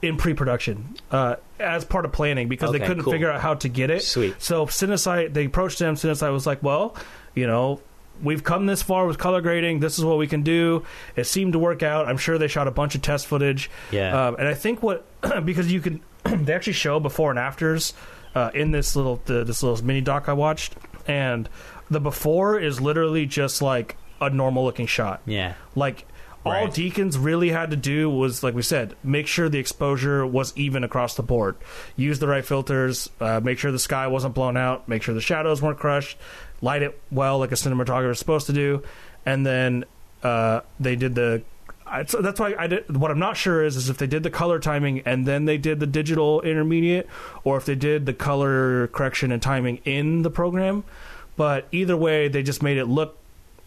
in pre-production uh, as part of planning because they
Okay,
couldn't
cool.
figure out how to get it.
Sweet.
So Cinesite, they approached them. Cinesite was like, well, you know. We've come this far with color grading. This is what we can do. It seemed to work out. I'm sure they shot a bunch of test footage.
Yeah.
Um, and I think what (clears throat) because you can they actually show before and afters uh, in this little the, this little mini doc I watched, and the before is literally just like a normal looking shot.
Yeah.
Like all
Right.
Deacons really had to do was like we said, make sure the exposure was even across the board, use the right filters, uh, make sure the sky wasn't blown out, make sure the shadows weren't crushed, light it well like a cinematographer is supposed to do, and then uh, they did the. I, so that's why I did. What I'm not sure is is if they did the color timing and then they did the digital intermediate, or if they did the color correction and timing in the program. But either way, they just made it look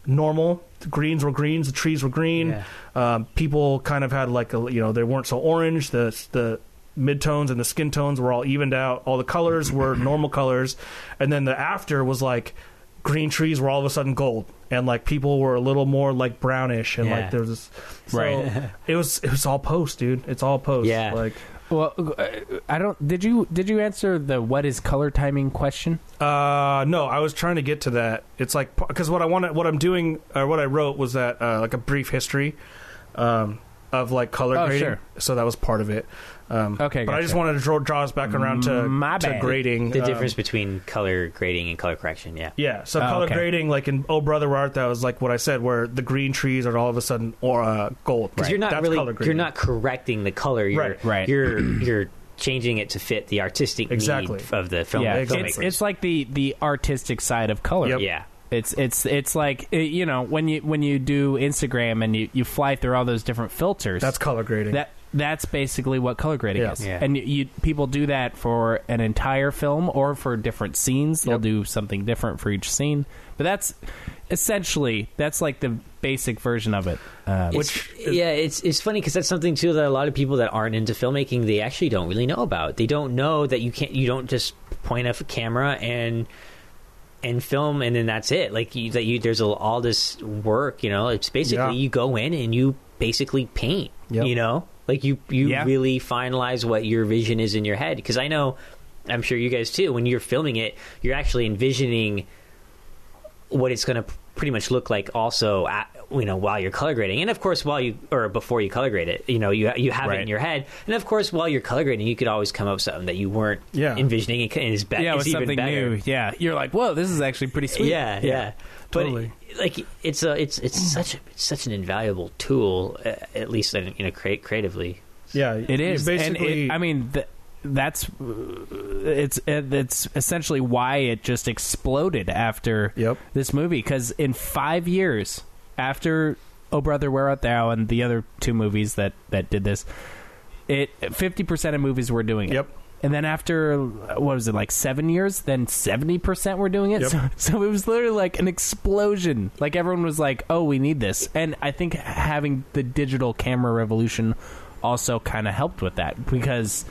normal. The greens were greens. The trees were green.
Yeah.
Um, people kind of had like a you know they weren't so orange. The the mid tones and the skin tones were all evened out. All the
(clears throat)
colors were normal colors, and then the after was like green trees were all of a sudden gold, and like people were a little more like brownish, and
Yeah.
like there was this, so
Right.
it was it was all post, dude. It's all post.
Yeah.
Like
Well, uh, I don't. Did you did you answer the what is color timing question?
Uh, no, I was trying to get to that. It's like because what I want, what I'm doing, or what I wrote was that uh, like a brief history um, of like color
Oh,
grading.
sure.
So that was part of it. Um,
Okay,
but I just
gotcha. Mm,
wanted to draw, draw us back around to
My
to
bad.
grading
The
um,
difference between color grading and color correction. Yeah.
Yeah, so
Oh,
color
okay.
grading, like in Oh Brother Where Art Thou, is like what I said, where the green trees are all of a sudden or uh, gold.
because you're not
That's color
really
grading.
you're not correcting the color. You're,
Right. (clears throat)
Right.
You're you're changing it to fit the artistic
Exactly.
need of the film.
yeah,
exactly.
it's it's like the the artistic side of color.
Yep.
yeah,
It's it's it's like eh, you know when you when you do Instagram and you, you fly through all those different filters.
That's color grading.
that that's basically what color grading
Yeah.
is.
Yeah.
And you, you people do that for an entire film or for different scenes. They'll
Yep.
do something different for each scene. But that's essentially that's like the basic version of it. Uh,
Which
It's- yeah, it's it's funny because that's something too that a lot of people that aren't into filmmaking they actually don't really know about. They don't know that you can't you don't just point a f- camera and and film and then that's it. Like you, that you there's a, all this work. You know, it's basically
Yeah.
you go in and you basically paint.
Yep.
You know, like you you
Yeah.
really finalize what your vision is in your head because I know. I'm sure you guys too. When you're filming it, you're actually envisioning what it's going to pretty much look like also at, you know while you're color grading and of course while you or before you color grade it you know you you have it in
Right.
your head and of course while you're color grading you could always come up with something that you weren't
Yeah.
envisioning and c- and is better
yeah,
it's
with
even
something
better.
new. Yeah, you're like, whoa, this is actually pretty sweet.
yeah yeah, but
Totally.
like it's a it's it's such a, it's such an invaluable tool uh, at least in, you know create creatively
yeah,
It
you
is. And it-
basically.
I mean, th- that's it's it, it's essentially why it just exploded after
Yep.
this movie because in five years after Oh Brother Where Art Thou and the other two movies that that did this, it fifty percent of movies were doing it.
Yep.
And then after what was it like seven years? Then seventy percent were doing it.
Yep.
So, so it was literally like an explosion. Like everyone was like, "Oh, we need this." And I think having the digital camera revolution also kind of helped with that because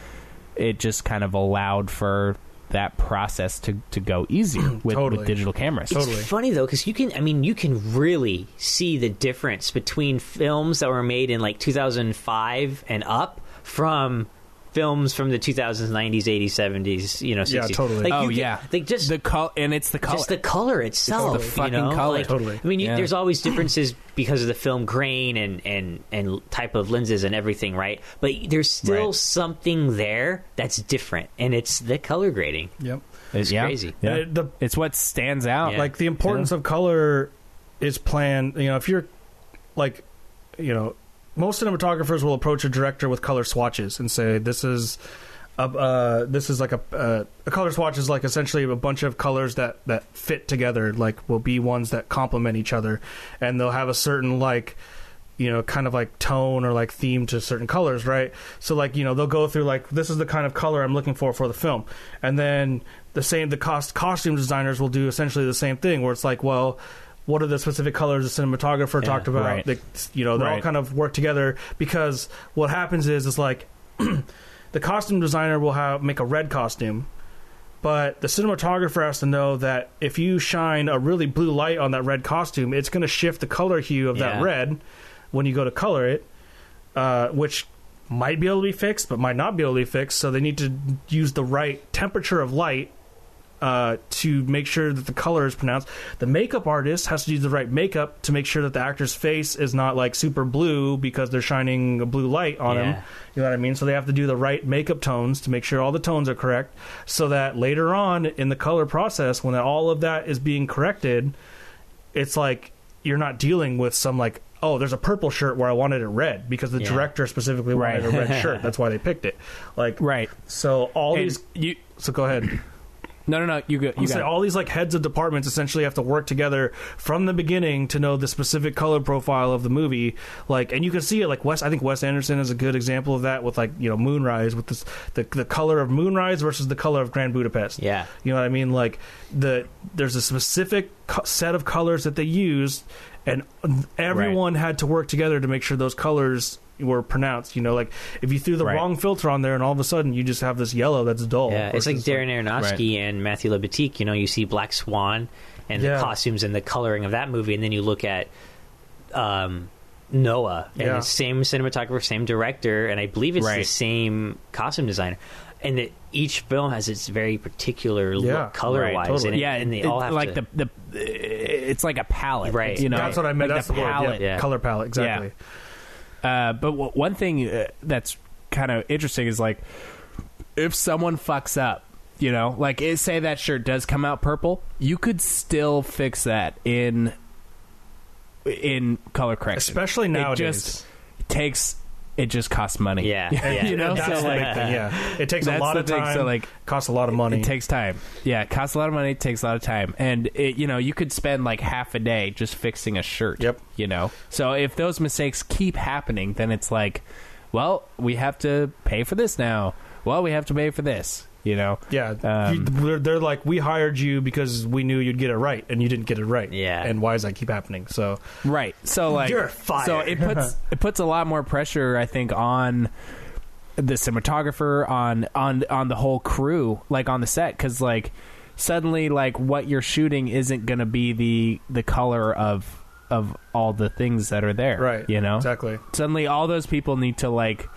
it just kind of allowed for that process to, to go easier with,
Totally.
with digital cameras.
Totally.
It's funny though because you can. I mean, you can really see the difference between films that were made in like 2005 and up from films from the 2000s, 90s, 80s, 70s. You know, 60s.
Yeah, totally.
Like, you
oh
can-
yeah,
like just
the color, and it's the color.
just the color itself.
Just the
you know?
fucking color.
Like,
Totally.
I mean, you,
Yeah.
there's
(clears throat)
always differences because of the film grain and and and type of lenses and everything, right? But there's still
Right.
something there that's different, and it's the color grading.
yep.
it's
crazy.
Yeah.
And it- the
it's what stands out.
Yeah.
like the importance of color is planned you know if you're like you know most cinematographers will approach a director with color swatches and say, "This is." A, uh, this is like a uh, a color swatch is like essentially a bunch of colors that that fit together like will be ones that complement each other and they'll have a certain like you know kind of like tone or like theme to certain colors right so like you know they'll go through like this is the kind of color i'm looking for for the film and then the same the cost costume designers will do essentially the same thing where it's like well what are the specific colors the cinematographer
Yeah,
talked about
right.
the, you know they all
Right.
kind of work together because what happens is it's like (clears throat) the costume designer will have make a red costume but the cinematographer has to know that if you shine a really blue light on that red costume it's going to shift the color hue of that
Yeah.
red when you go to color it uh, which might be able to be fixed but might not be able to be fixed so they need to use the right temperature of light uh, to make sure that the color is pronounced. The makeup artist has to do the right makeup to make sure that the actor's face is not like super blue because they're shining a blue light on
Yeah.
him. You know what I mean? So they have to do the right makeup tones to make sure all the tones are correct so that later on in the color process, when all of that is being corrected, it's like you're not dealing with some like, oh, there's a purple shirt where I wanted it red because the
Yeah.
director specifically wanted
Right.
a red shirt. That's why they picked it. Like,
(laughs) Right.
so all
And
these.
you
So go ahead.
no no no you go
You
you
say
got
all these like heads of departments essentially have to work together from the beginning to know the specific color profile of the movie. Like, and you can see it. Like Wes, I think Wes Anderson is a good example of that with like you know Moonrise with this the the color of Moonrise versus the color of Grand Budapest.
Yeah.
You know what I mean? Like the there's a specific co- set of colors that they used, and everyone had to work together to make sure those colors were pronounced. You know, like if you threw the
Right.
wrong filter on there, and all of a sudden you just have this yellow that's dull.
Yeah, it's like
versus,
Darren Aronofsky and Matthew Lebatique. You know, you see Black Swan and
Yeah.
the costumes and the coloring of that movie, and then you look at um, Noah and
Yeah.
the same cinematographer, same director, and I believe it's the
Right.
same costume designer. And that each film has its very particular
Yeah,
look color wise,
right, totally.
and, it-
yeah
and they
it-
all have
like
to,
the the it's like a palette
Right.
you know
That's what I meant.
like
that's
the
the word, yeah.
palette
Yeah.
color palette exactly.
Uh, but w- one thing uh, that's kind of interesting is like if someone fucks up, you know, like it, say that shirt does come out purple, you could still fix that in in color correction.
Especially nowadays.
it just takes it just costs money.
yeah, yeah.
(laughs) you know,
That's
so
the
like
big thing, yeah. It takes a
That's
lot
the
of
thing,
time.
so, like,
costs a lot of money.
It takes time. Yeah, it costs a lot of money. It takes a lot of time, and it, you know you could spend like half a day just fixing a shirt.
Yep.
You know, so if those mistakes keep happening, then it's like, well, we have to pay for this now. Well, we have to pay for this. You know.
yeah,
Um,
You- they're, they're like, we hired you because we knew you'd get it right, and you didn't get it right.
Yeah.
and why does that keep happening? So
Right. So like
You're fired.
So
(laughs)
it puts it puts a lot more pressure, I think, on the cinematographer, on on on the whole crew, like on the set, because like suddenly like what you're shooting isn't going to be the the color of of all the things that are there.
right,
You know.
exactly.
Suddenly, all those people need to like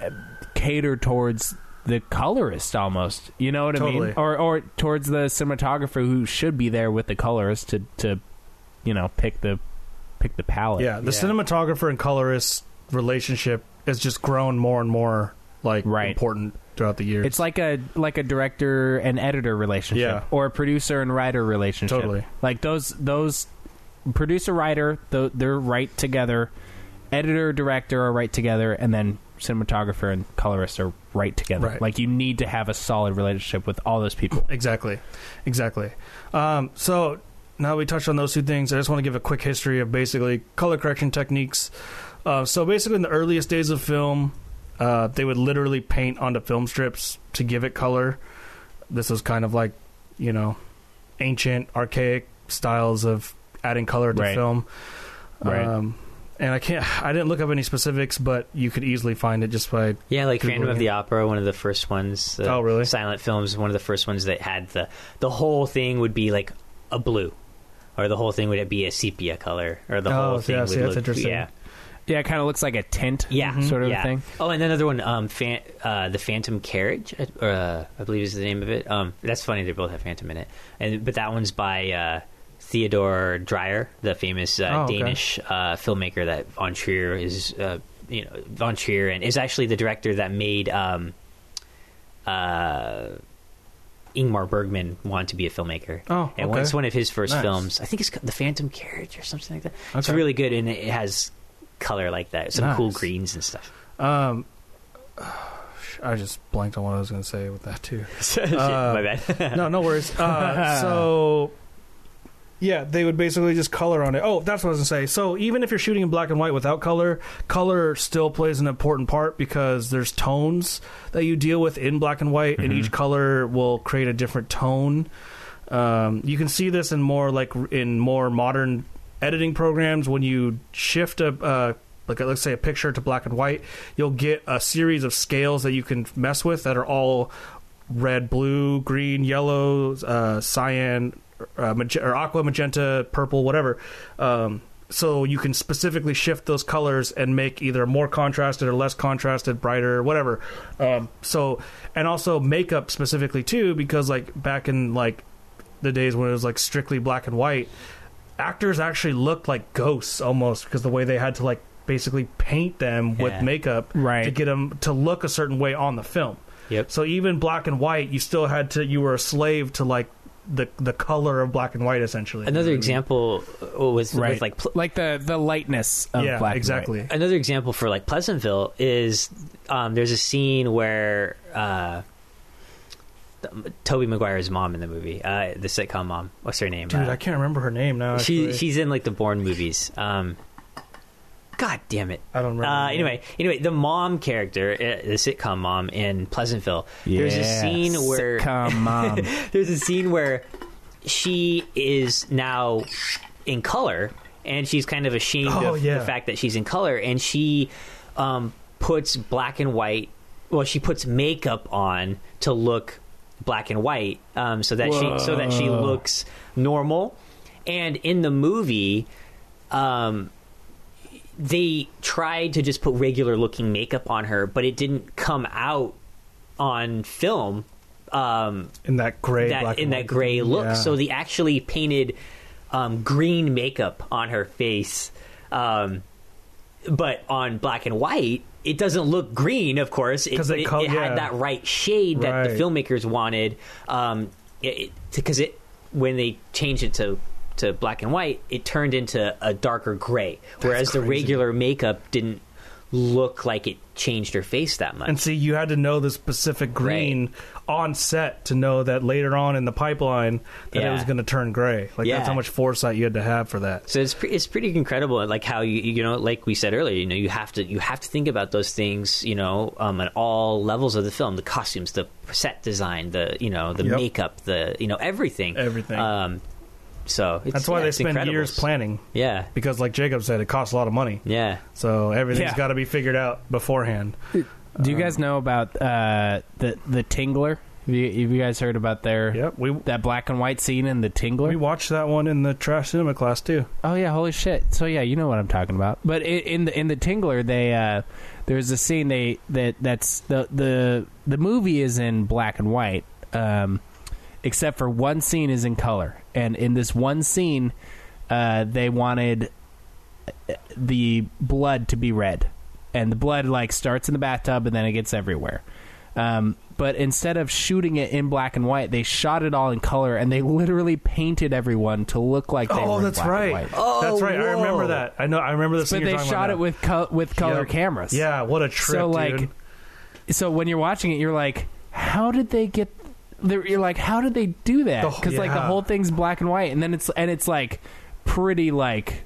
uh, cater towards the colorist almost you know what i
Totally.
mean or or towards the cinematographer who should be there with the colorist to to you know pick the pick the palette
Yeah, the
Yeah.
cinematographer and colorist relationship has just grown more and more like
Right.
important throughout the years.
it's like a like a director and editor relationship
Yeah.
or a producer and writer relationship
Totally.
like those those producer writer tho- they're right together editor director are right together and then cinematographer and colorist are right together
Right.
like you need to have a solid relationship with all
(laughs)
those people
Exactly, exactly. Um, so now that we touched on those two things. I just want to give a quick history of basically color correction techniques. Uh, so basically, in the earliest days of film, uh, they would literally paint onto film strips to give it color. This was kind of like, you know, ancient, archaic styles of adding color to
Right.
film.
Right.
Um, and I can't. I didn't look up any specifics, but you could easily find it just by
Yeah, like
Googling
Phantom of
it.
the Opera, one of the first ones. The
Oh, really?
Silent films, one of the first ones that had the the whole thing would be like a blue, or the whole thing would be a sepia color, or the
Oh,
whole
yeah,
thing would
see, that's
look
interesting.
yeah,
yeah it kind of looks like a tint
yeah,
sort of
yeah.
thing
Oh, and another one, um, fan, uh, the Phantom Carriage, uh, I believe is the name of it. Um, that's funny. They both have Phantom in it, and but that one's by. Uh, Theodore Dreyer, the famous uh,
Oh, okay.
Danish uh, filmmaker that Von Trier is, uh, you know, Von Trier, and is actually the director that made um, uh, Ingmar Bergman wanted to be a filmmaker.
Oh,
and
okay.
it's one of his first
Nice.
films. I think it's ca- The Phantom Carriage or something like that. It's
Okay.
really good, and it has color like that. Some cool
Nice.
greens
(laughs)
and stuff. (laughs)
Um, (sighs) I just blanked on what I was going to say with that too.
Shit,
Uh,
my bad. (laughs)
no, no worries. Uh, so, yeah, they would basically just color on it. Oh, that's what I was gonna say. So even if you're shooting in black and white without color, color still plays an important part because there's tones that you deal with in black and white, and each color will create a different tone. Um, you can see this in more like r- in more modern editing programs when you shift a. Uh, like let's say a picture to black and white, you'll get a series of scales that you can mess with that are all red, blue, green, yellow, uh, cyan, uh, mag- or aqua, magenta, purple, whatever. Um, so you can specifically shift those colors and make either more contrasted or less contrasted, brighter, whatever. Um, so and also makeup specifically too, because like back in like the days when it was like strictly black and white, actors actually looked like ghosts almost because the way they had to like basically paint them with
Yeah.
makeup
Right.
to get them to look a certain way on the film.
Yep.
So even black and white, you still had to. You were a slave to like the the color of black and white, essentially.
Another example uh, was
right?
with like pl-
like the the lightness of
yeah,
black and
exactly.
white.
another example for like Pleasantville is um, there's a scene where uh, Toby Maguire's mom in the movie, uh, the sitcom mom. What's her name?
Dude,
Uh,
I can't remember her name now.
she
actually.
she's in like the Bourne movies. Um, God damn it.
I don't remember.
Uh,
her name.
anyway, anyway, the mom character, uh, the sitcom mom in Pleasantville. There's a
Yeah,
scene where (laughs)
sitcom mom.
there's a scene where she is now in color and she's kind of ashamed
Oh,
of
yeah.
the fact that she's in color and she um, puts black and white well she puts makeup on to look black and white um, so that she so that she
Whoa.
looks normal and in the movie um, they tried to just put regular looking makeup on her but it didn't come out on film um,
in that gray
that
black
in
and
that
white.
gray look.
Yeah.
So they actually painted um, green makeup on her face, um, but on black and white, it doesn't look green. Of course, it,
'Cause they
it,
col-
it had
yeah.
that right shade that
Right.
the filmmakers wanted. Um, because it when they changed it to to black and white, it turned into a darker gray, whereas the
crazy.
regular makeup didn't look like it changed her face that much.
And see, you had to know the specific green on set to know that later on in the pipeline that it
Yeah.
was going to turn gray. Like
Yeah.
that's how much foresight you had to have for that.
So it's pre- it's pretty incredible, like how you you know, like we said earlier, you know, you have to you have to think about those things, you know, um, at all levels of the film, the costumes, the set design, the you know, the
Yep.
makeup, the you know, everything,
Everything.
Um, so it's,
That's why
yeah,
they
it's
spend
Incredibles.
years planning
Yeah,
because, like Jacob said, it costs a lot of money.
yeah.
So everything's
Yeah.
got to be figured out beforehand.
Do you guys know about uh, the the Tingler? Have you, have you guys heard about their
Yep, we
that black and white scene in the Tingler?
we watched that one in the trash cinema class too.
Oh yeah, holy shit! So yeah, you know what I'm talking about. But in, in the in the Tingler, they uh, there's a scene they that that's the the the movie is in black and white, um, except for one scene is in color, and in this one scene, uh, they wanted uh, the blood to be red, and the blood like starts in the bathtub and then it gets everywhere. Um, but instead of shooting it in black and white, they shot it all in color, and they literally painted everyone to look like they were
Oh,
in
that's
black and
right.
white.
Oh,
that's right. I remember
whoa.
that. I know. I remember this.
But they shot it with col- with color cameras.
Yeah, what a trip,
so like,
dude.
so when you're watching it, you're like, how did they get? They're, you're like, how did they do that?
The wh-
Because like the
yeah.
whole thing's black and white, and then it's and it's like pretty like.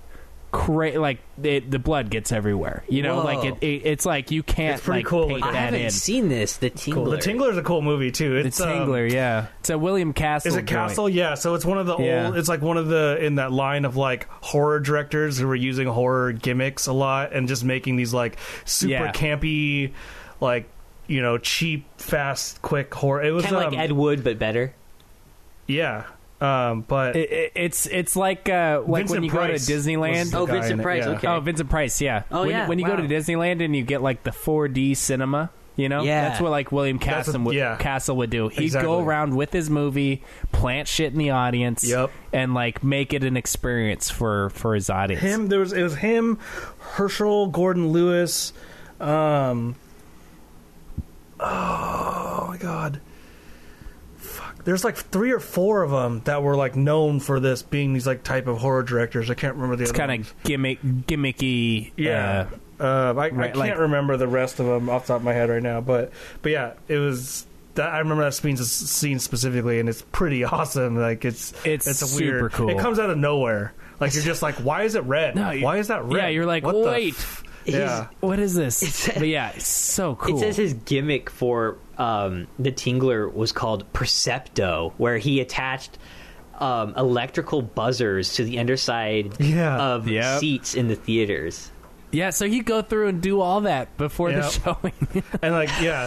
Cra- like it, the blood gets everywhere, you know.
Whoa.
Like it, it, it's like you can't
It's pretty
like
cool
paint
looking.
I
that
haven't
in.
seen this. The Tingler.
Cool. The Tingler's a cool movie too.
the
It's um,
Tingler, yeah. It's a William Castle.
Is it
joint.
Castle? Yeah. So it's one of the
Yeah.
old. It's like one of the in that line of like horror directors who were using horror gimmicks a lot and just making these like super
Yeah.
campy, like you know cheap, fast, quick horror. It was
Kind of
um,
like Ed Wood, but better.
yeah. Um, but
It, it, it's it's like uh, like
Vincent
when you
Price
go to Disneyland.
was the
Oh,
guy
Vincent
in it,
Price,
yeah.
okay.
Oh, Vincent Price, yeah.
Oh,
when,
yeah,
When you go
wow.
to Disneyland and you get like the 4D cinema, you know,
Yeah.
that's what like William Castle
what-
would,
yeah.
Castle would do. He'd
Exactly.
go around with his movie, plant shit in the audience,
Yep.
and like make it an experience for for his audience.
him there was it was him herschel gordon lewis um oh my god fuck there's like three or four of them that were like known for this being these like type of horror directors. I can't remember the
It's
other
kind
ones.
of gimmick, gimmicky.
Yeah.
uh,
Uh, I, I
right,
can't
like-
remember the rest of them off the top of my head right now, but but yeah, it was that I remember that scene, scene specifically, and it's pretty (laughs) awesome. Like it's
It's
a
super
weird,
cool.
It comes out of nowhere. Like you're just like, why is it red?
No, you-
why is that red?
yeah, you're like,
What the
wait.
f-
He's-
yeah,
(laughs) what is this?
It's-
but yeah, it's so cool.
It says his gimmick for um, the Tingler was called Percepto, where he attached um, electrical buzzers to the underside
Yeah.
of
Yep.
seats in the theaters.
yeah, so he'd go through and do all that before
Yep.
the (laughs) showing.
and like yeah,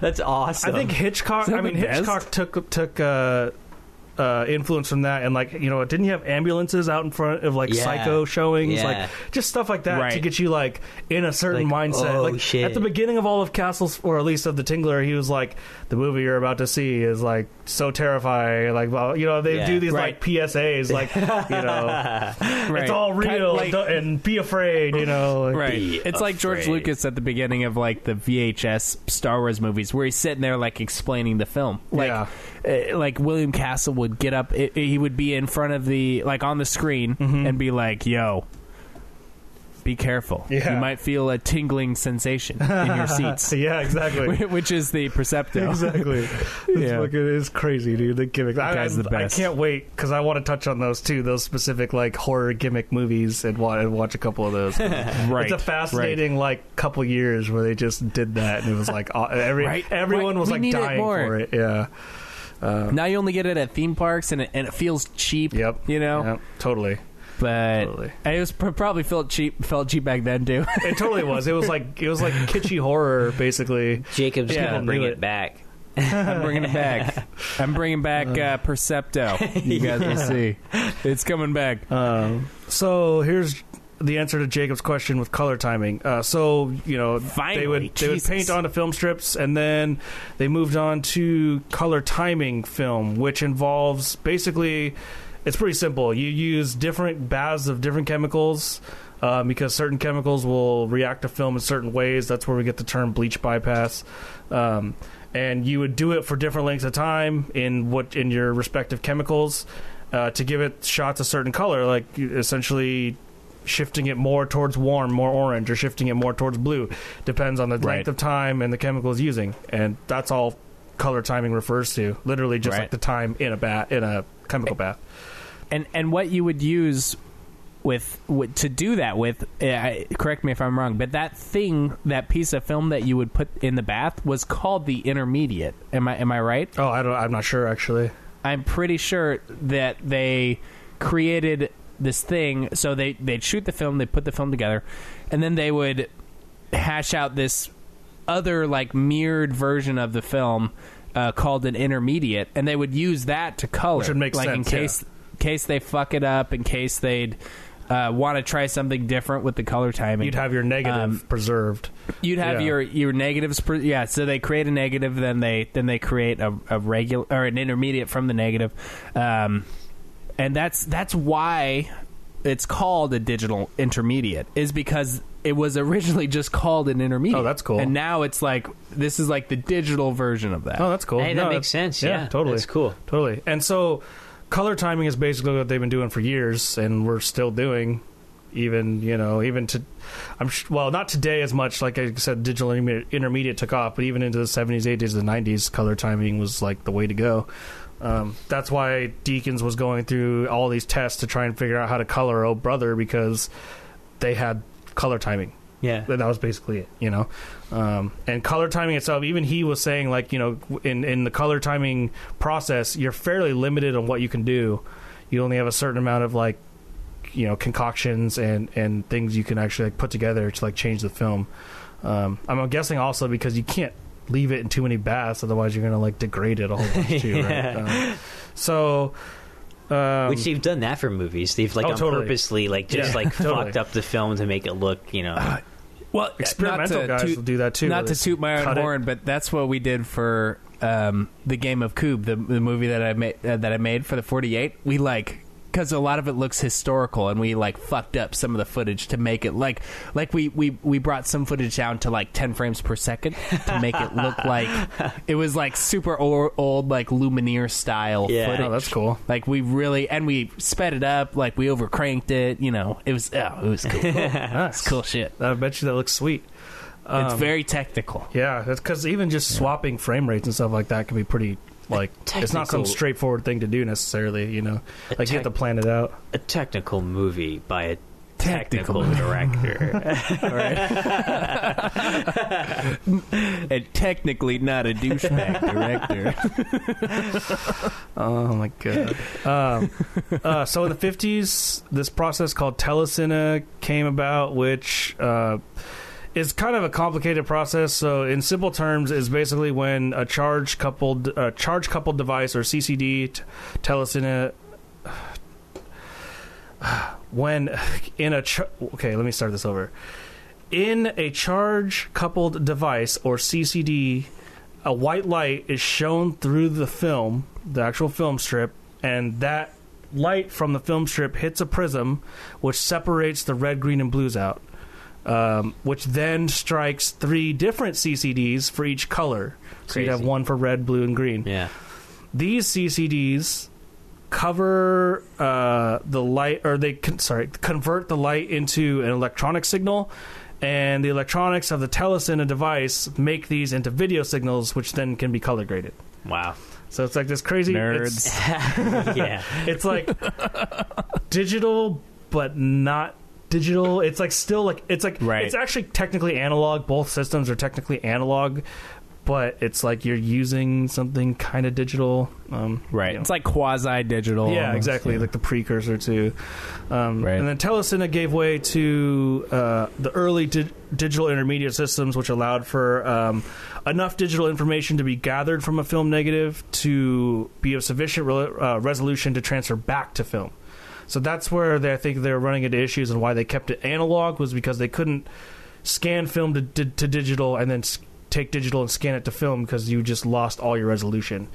That's awesome.
I think Hitchcock.
that
I mean,
the best?
Hitchcock took took uh, uh, influence from that, and like you know, didn't you have ambulances out in front of like
Yeah.
Psycho showings,
Yeah.
like just stuff like that to
Right.
get you like in a certain
Like,
mindset.
oh,
like
shit.
at the beginning of all of Castles, or at least of the Tingler, he was like, "The movie you're about to see is like so terrifying." Like well, you know, they
Yeah.
do these
Right.
like PSAs,
(laughs)
like you know,
right.
it's all real
Kind of like-
don't- and be afraid, you know. like-
Right.
Be
It's like George
afraid.
Lucas at the beginning of like the VHS Star Wars movies where he's sitting there like explaining the film. Like
Yeah.
uh, like William Castle would get up i he would be in front of the like on the screen
Mm-hmm.
and be like, "Yo, be careful.
Yeah.
You might feel a tingling sensation in
(laughs)
your (laughs)
(laughs)
seats."
Yeah, exactly.
Which is the
(laughs)
Percepto.
Exactly. It's
Yeah.
fucking it's crazy, dude. The gimmick. I,
guy's
I-
the best.
I can't wait because I want to touch on those too. Those specific like horror gimmick movies and watch, and watch a couple of those.
(laughs) Right.
It's a fascinating like couple years where they just did that and it was like aw- every
Right.
everyone
Right.
was
We
like
need it
dying
more.
for it. Yeah.
Right. Now you only get it at theme parks and it, and it feels cheap.
Yep.
You know,
Yep. Totally.
but
Totally.
it was pr- probably felt cheap. Felt cheap back then too. (laughs)
It totally was. It was like it was like kitschy horror basically.
Jacob's
Yeah.
gonna bring
Knew
it
it.
back.
I'm bringing it (laughs) back. I'm bringing back uh, Percepto. You guys will see. (laughs) Uh, It's coming back.
Um, so here's the answer to Jacob's question with color timing. Uh, so you know they
Finally,
would they would
Jesus.
paint onto film strips, and then they moved on to color timing film, which involves basically it's pretty simple. You use different baths of different chemicals. Um, because certain chemicals will react to film in certain ways. That's where we get the term bleach bypass. Um, and you would do it for different lengths of time in what in your respective chemicals uh, to give it shots a certain color, like you- essentially shifting it more towards warm, more orange, or shifting it more towards blue. Depends on the
Right.
length of time and the chemicals using, and that's all color timing refers to. Literally, just
Right.
like the time in a bat in a chemical bath.
And and what you would use with, with to do that with? Uh, I- correct me if I'm wrong, but that thing, that piece of film that you would put in the bath was called the intermediate. Am I am I right?
Oh, I don't. I'm not sure actually.
I'm pretty sure that they created this thing. So they they'd shoot the film, they put the film together, and then they would hash out this other like mirrored version of the film uh, called an intermediate, and they would use that to color,
Which would make
like in
sense, yeah.
case case they fuck it up, in case they'd. Uh, want to try something different with the color timing?
You'd have your negative
Um,
preserved.
You'd have
Yeah.
your your negatives. Per, yeah, so they create a negative, then they then they create a, a regular or an intermediate from the negative, um, and that's that's why it's called a digital intermediate is because it was originally just called an intermediate.
Oh, that's cool.
And now it's like this is like the digital version of that.
Oh, that's cool.
Hey, that
No,
makes
that's-
sense. Yeah,
totally.
that's cool.
Totally. And so, color timing is basically what they've been doing for years, and we're still doing. Even you know, even to, I'm sh- well, not today as much. Like I said, digital intermediate, intermediate took off, but even into the 70s, 80s, and 90s, color timing was like the way to go. Um, that's why Deacons was going through all these tests to try and figure out how to color Oh Brother because they had color timing
Yeah.
that that was basically it, you know. Um, and color timing itself, even he was saying like, you know, in in the color timing process, you're fairly limited on what you can do. You only have a certain amount of like, you know, concoctions and and things you can actually like put together to like change the film. Um, I'm guessing also because you can't leave it in too many baths, otherwise you're gonna like degrade it a whole bunch too. Right? Um, so. Um,
Which they've done that for movies. They've like
Oh,
on
totally.
purposely like just
Yeah,
like
(laughs) totally. Uh,
fucked up the film to make it look, you know.
Well,
experimental
not to
guys
toot-
will do that too.
Not to toot my own
cut it.
horn, but that's what we did for um, the game of Coob, the, the movie that I made uh, that I made for the 48. We like because a lot of it looks historical and we like fucked up some of the footage to make it like like we we, we brought some footage down to like 10 frames per second to make it look
(laughs)
like it was like super or, old like lumineer style
Yeah.
footage
Oh,
that's cool.
like we really and we sped it up like we overcranked it you know it was oh it was
(laughs)
cool
That's
cool shit
I bet you that looks sweet.
it's
Um,
very technical
Yeah, that's because even just swapping frame rates and stuff like that can be pretty like it's not some
technical-
straightforward thing to do necessarily. You know,
A
like you have to
tech-
plan it out.
a technical movie by a technical,
Technical (laughs)
director.
and technically not a douchebag director
Oh my god. (laughs) um, uh, so in the fifties, this process called telecine came about, which uh, is kind of a complicated process. So in simple terms, is basically when a charge coupled uh, charge coupled device or CCD t- telecine. When in a char- okay, let me start this over. In a charge coupled device or CCD a white light is shown through the film, the actual film strip, and that light from the film strip hits a prism, which separates the red, green, and blues out, um, which then strikes three different CCDs for each color. So you'd have
Crazy.
one for red, blue, and green
(laughs) yeah.
these CCDs cover uh, the light, or they con- sorry convert the light into an electronic signal, and the electronics of the telecine device make these into video signals, which then can be color graded.
(laughs)
Wow.
So it's like this crazy
Nerds.
It's,
yeah.
it's
(laughs)
like digital, but not digital. It's like still like it's like
Right.
it's actually technically analog. Both systems are technically analog. But it's like you're using something kind of digital, um,
right
you know.
it's like quasi digital
Yeah, exactly. Like the precursor to, um,
Right.
and then telecine gave way to uh, the early di- digital intermediate systems, which allowed for um, enough digital information to be gathered from a film negative to be of sufficient re- uh, resolution to transfer back to film. So that's where they, I think they're running into issues, and why they kept it analog was because they couldn't scan film to, di- to digital and then s- take digital and scan it to film because you just lost all your resolution.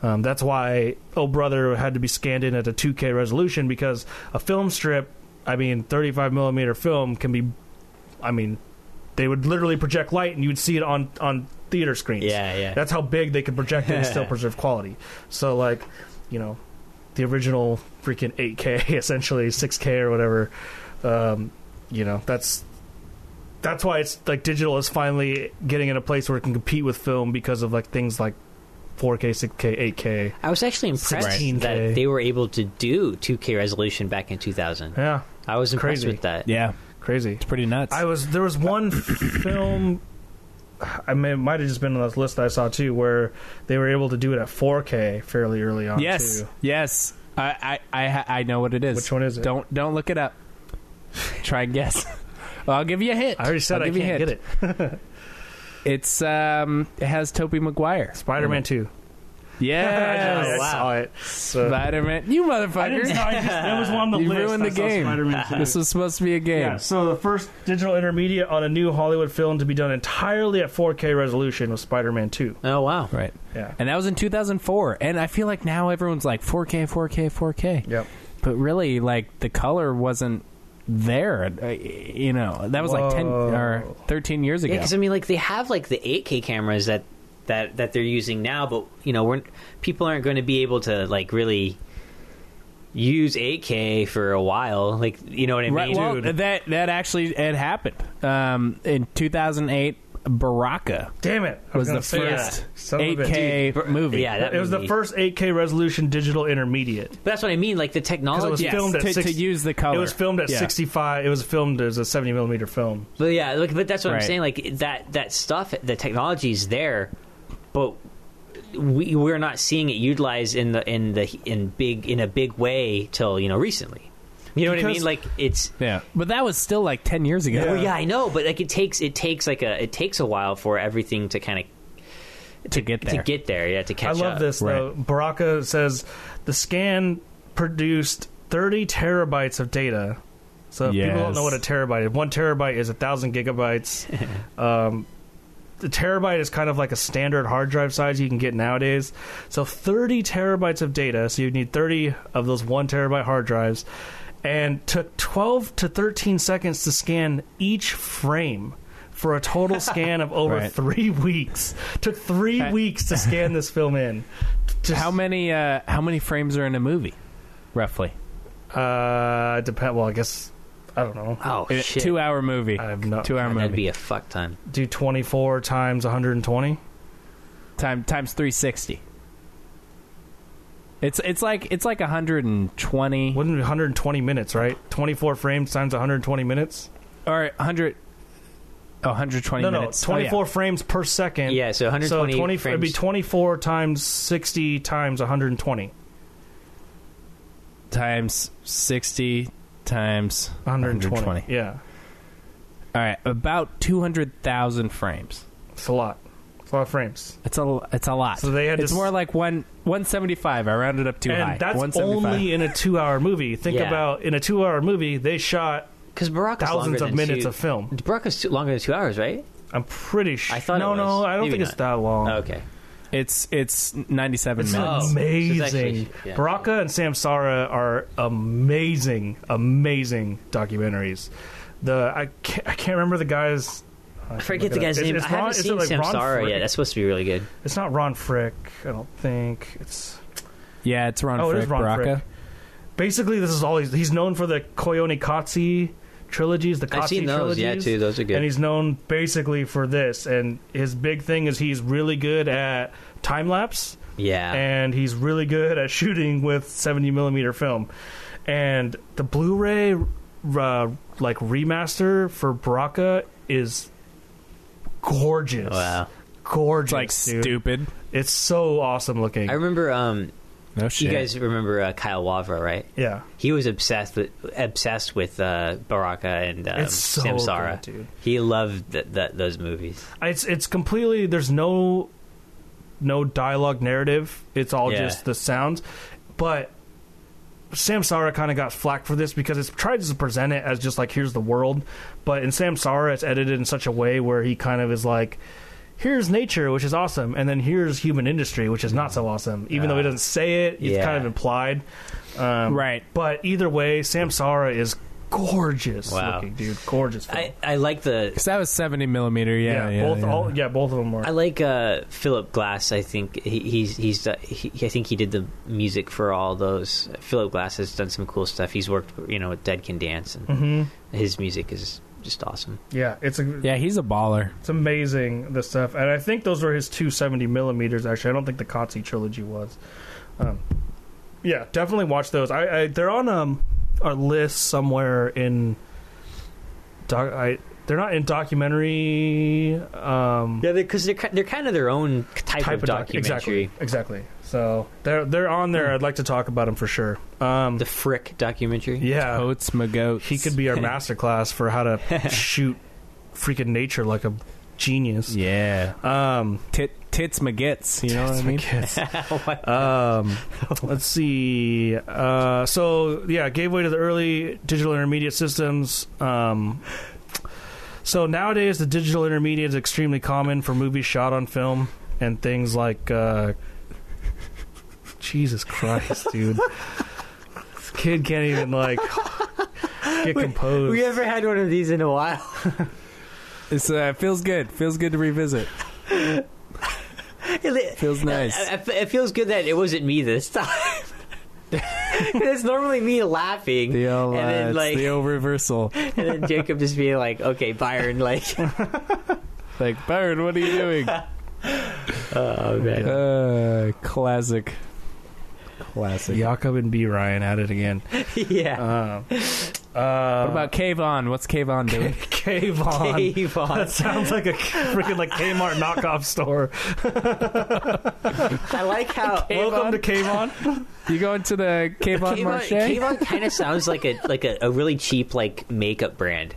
Um, that's why Oh Brother had to be scanned in at a 2K resolution because a film strip, I mean, 35 millimeter film can be, I mean, they would literally project light and you'd see it on on theater screens.
Yeah, yeah.
That's how big they could project it and
(laughs)
still preserve quality. So like, you know, the original freaking 8K, (laughs) essentially 6K or whatever. Um, you know, that's that's why it's like digital is finally getting in a place where it can compete with film because of like things like 4K, 6K, 8K.
I was actually impressed
16K.
that they were able to do 2K resolution back in 2000.
Yeah,
I was impressed
Crazy.
with that.
yeah
crazy.
it's pretty nuts
I was there was
(coughs)
one film. I mean, it might have just been on this list I saw too, where they were able to do it at 4K fairly early on.
yes
too.
yes I, I i i know what it is
Which one is it?
don't don't look it up try
(laughs)
and guess well, i'll give you a hint
I already said
I'll
I
give you a
can't
hint.
get it.
It's um, it has
(laughs)
Toby Maguire.
Spider-Man
(laughs)
2.
Yeah,
I, I
wow.
saw it. So.
Spider Man. You
I didn't know.
motherfucker.
I just, that was on the
(laughs) You
list.
ruined
I
the
saw
game. (laughs)
Spider-Man 2.
This was supposed to be a game.
Yeah, so the first digital intermediate on a new Hollywood film to be done entirely at 4K resolution was Spider-Man 2.
Oh wow.
Right.
Yeah.
And that was in 2004. And I feel like now everyone's like 4K, 4K, 4K.
Yep.
But really, like the color wasn't there. Uh, You know, that was like 10
Whoa.
or 13 years
Yeah,
ago.
because I mean, like they have like the 8K cameras that that that they're using now, but you know, we're people aren't going to be able to like really use 8K for a while. Like, you know what I mean?
Right, well, that that actually it happened um, in 2008. Baraka
Damn it. I
was
was,
the
gonna say that.
first
Son of a bitch.
8K movie.
Yeah, that
it was the
movie.
first 8K resolution digital intermediate.
But that's what I mean. Like the technology.
was
Oh, Yes,
filmed at
to,
six-
to use the color.
It was filmed at
Yeah.
65. It was filmed as a 70 millimeter film.
But yeah, like, but that's what
Right.
I'm saying. Like that that stuff, the technology's there, but we we're not seeing it utilized in the in the in big in a big way till you know recently. You know what I
Because-
mean? Like it's
Yeah, but that was still like ten years ago.
well, yeah, I know, but like it takes it takes like a it takes a while for everything to kind of
to get there.
to get there. Yeah, to catch
I
up.
love this though. Baraka says the scan produced 30 terabytes of data. So if people don't know
Yes.
(laughs)
what a terabyte is. One terabyte is a thousand gigabytes. um, the terabyte is kind of like a standard hard drive size you can get nowadays. So 30 terabytes of data. So you need 30 of those one terabyte hard drives, and took 12 to 13 seconds to scan each frame. For a total
(laughs)
scan of over
Right.
three weeks, took three weeks to scan this film in. Just-
How many uh, how many frames are in a movie, roughly?
Uh, depend. Well, I guess I don't know.
Oh
A
shit! Oh,
Two hour movie.
I have no.
two hour
That'd
movie.
be a fuck ton.
Do twenty four times one hundred and twenty.
Time times three sixty. It's it's like it's like hundred and twenty
Wouldn't it be one hundred and twenty minutes, right? Twenty four frames times one hundred and twenty minutes.
or hundred. Oh, 120
No,
minutes.
no,
Oh, yeah.
twenty four frames per second.
Yeah, so 120
So twenty. It'd be
frames.
twenty four times sixty times one hundred and twenty.
times 60 times
One hundred and twenty. Yeah,
All right, about 200,000 frames.
it's a lot. It's a lot of frames.
It's a it's a lot.
So they had to
it's
s-
more like one 175. I rounded up too
and
high.
that's
175.
only in a two hour movie. Think
Yeah.
about in a two hour movie, they shot
Because Baraka's
thousands
longer
of
than
minutes
two,
of film.
Baraka's too, longer than two hours, right?
I'm pretty sure.
I thought it
no, no,
was.
I don't
Maybe
think it's
not.
that long.
okay.
It's it's 97
It's
minutes.
Oh, so
amazing.
it's actually- yeah.
Baraka and Samsara are amazing, amazing documentaries. The I can't, I can't remember the guys. I
I
can
forget
look it
the
up.
guy's
It's-
name.
it's
I
Ron-
haven't
is it
seen
like Ron
Samsara
Frick?
yet. That's supposed to be really good.
It's not Ron Frick. I don't think it's.
Yeah, it's Ron
Oh, it
Frick.
is Ron
Baraka.
Frick. Basically, this is all he's he's known for the Koyone Katsi trilogies. The Katsi
I've seen those.
trilogies.
Yeah, too. Those are good.
And he's known basically for this. And his big thing is he's really good at time lapse.
yeah.
and he's really good at (laughs) shooting with 70 millimeter film. And the Blu-ray uh, like remaster for Baraka is gorgeous.
wow.
Gorgeous,
It's like
dude.
stupid.
It's so awesome looking.
I remember. Um,
No shit.
you guys remember uh, Kyle Wavra, right?
yeah,
He was obsessed with obsessed with uh, Baraka and um,
it's so
Samsara.
good, dude.
He loved th- th- those movies.
It's it's completely there's no no dialogue narrative. It's all
Yeah.
just the sounds. But Samsara kind of got flack for this because it's tried to present it as just like here's the world, but in Samsara it's edited in such a way where he kind of is like here's nature which is awesome and then here's human industry which is not so awesome even though he
Yeah.
doesn't say it it's
Yeah.
kind of implied um,
Right.
but either way samsara is gorgeous
Wow.
looking dude gorgeous film.
I, I like the
Cuz that was 70 millimeter. Yeah, yeah.
both
yeah.
all yeah both of them were
I like uh, Philip Glass. I think he, he's he's do- he, I think he did the music for all those. Philip Glass has done some cool stuff. He's worked you know with Dead Can Dance, and
Mhm.
his music is just awesome.
Yeah, it's a,
yeah, he's a baller.
it's amazing the stuff, and I think those were his two seventy millimeters. Actually, I don't think the Kotze trilogy was. Um, yeah, definitely watch those. I, I they're on um a list somewhere in. Doc, I they're not in documentary. Um,
Yeah, because they're, ki they're kind of their own type, of
doc-
documentary. Hmm.
exactly, exactly. So they're they're on there. I'd like to talk about them for sure. Um,
The Frick documentary.
yeah,
Oats McGoats.
Uh, he could be our master class for how
(laughs)
to shoot freaking nature like a genius.
Yeah.
Um,
Tit, tits McGits, you know what I mean?
um,
(laughs)
let's see. Uh, so yeah, gave way to the early digital intermediate systems. Um, so nowadays, the digital intermediate is extremely common for movies shot on film and things like. Uh, Jesus Christ, (laughs) dude! this kid can't even like get composed.
We haven't had one of these in a while.
(laughs)
It's uh, feels good. Feels good to revisit. Feels nice.
I- I- it feels good that it wasn't me this time. (laughs) it's normally me laughing,
The old,
and
uh,
then
it's
like,
the old reversal.
and then Jacob just being like, "Okay, Byron, like,
Like, Byron, what are you doing?
oh man, (laughs)
uh, classic. Classic.
Jakob and B Ryan at it again.
yeah."
Uh,
What
(laughs)
about Kayvon? What's Kayvon doing?
Cave on?
Cave on.
(laughs) That sounds like a freaking like Kmart knockoff store.
I like how
Welcome to Cave on.
you going to the Kayvon Marché?
Kayvon kind of sounds like a like a, a really cheap like makeup brand.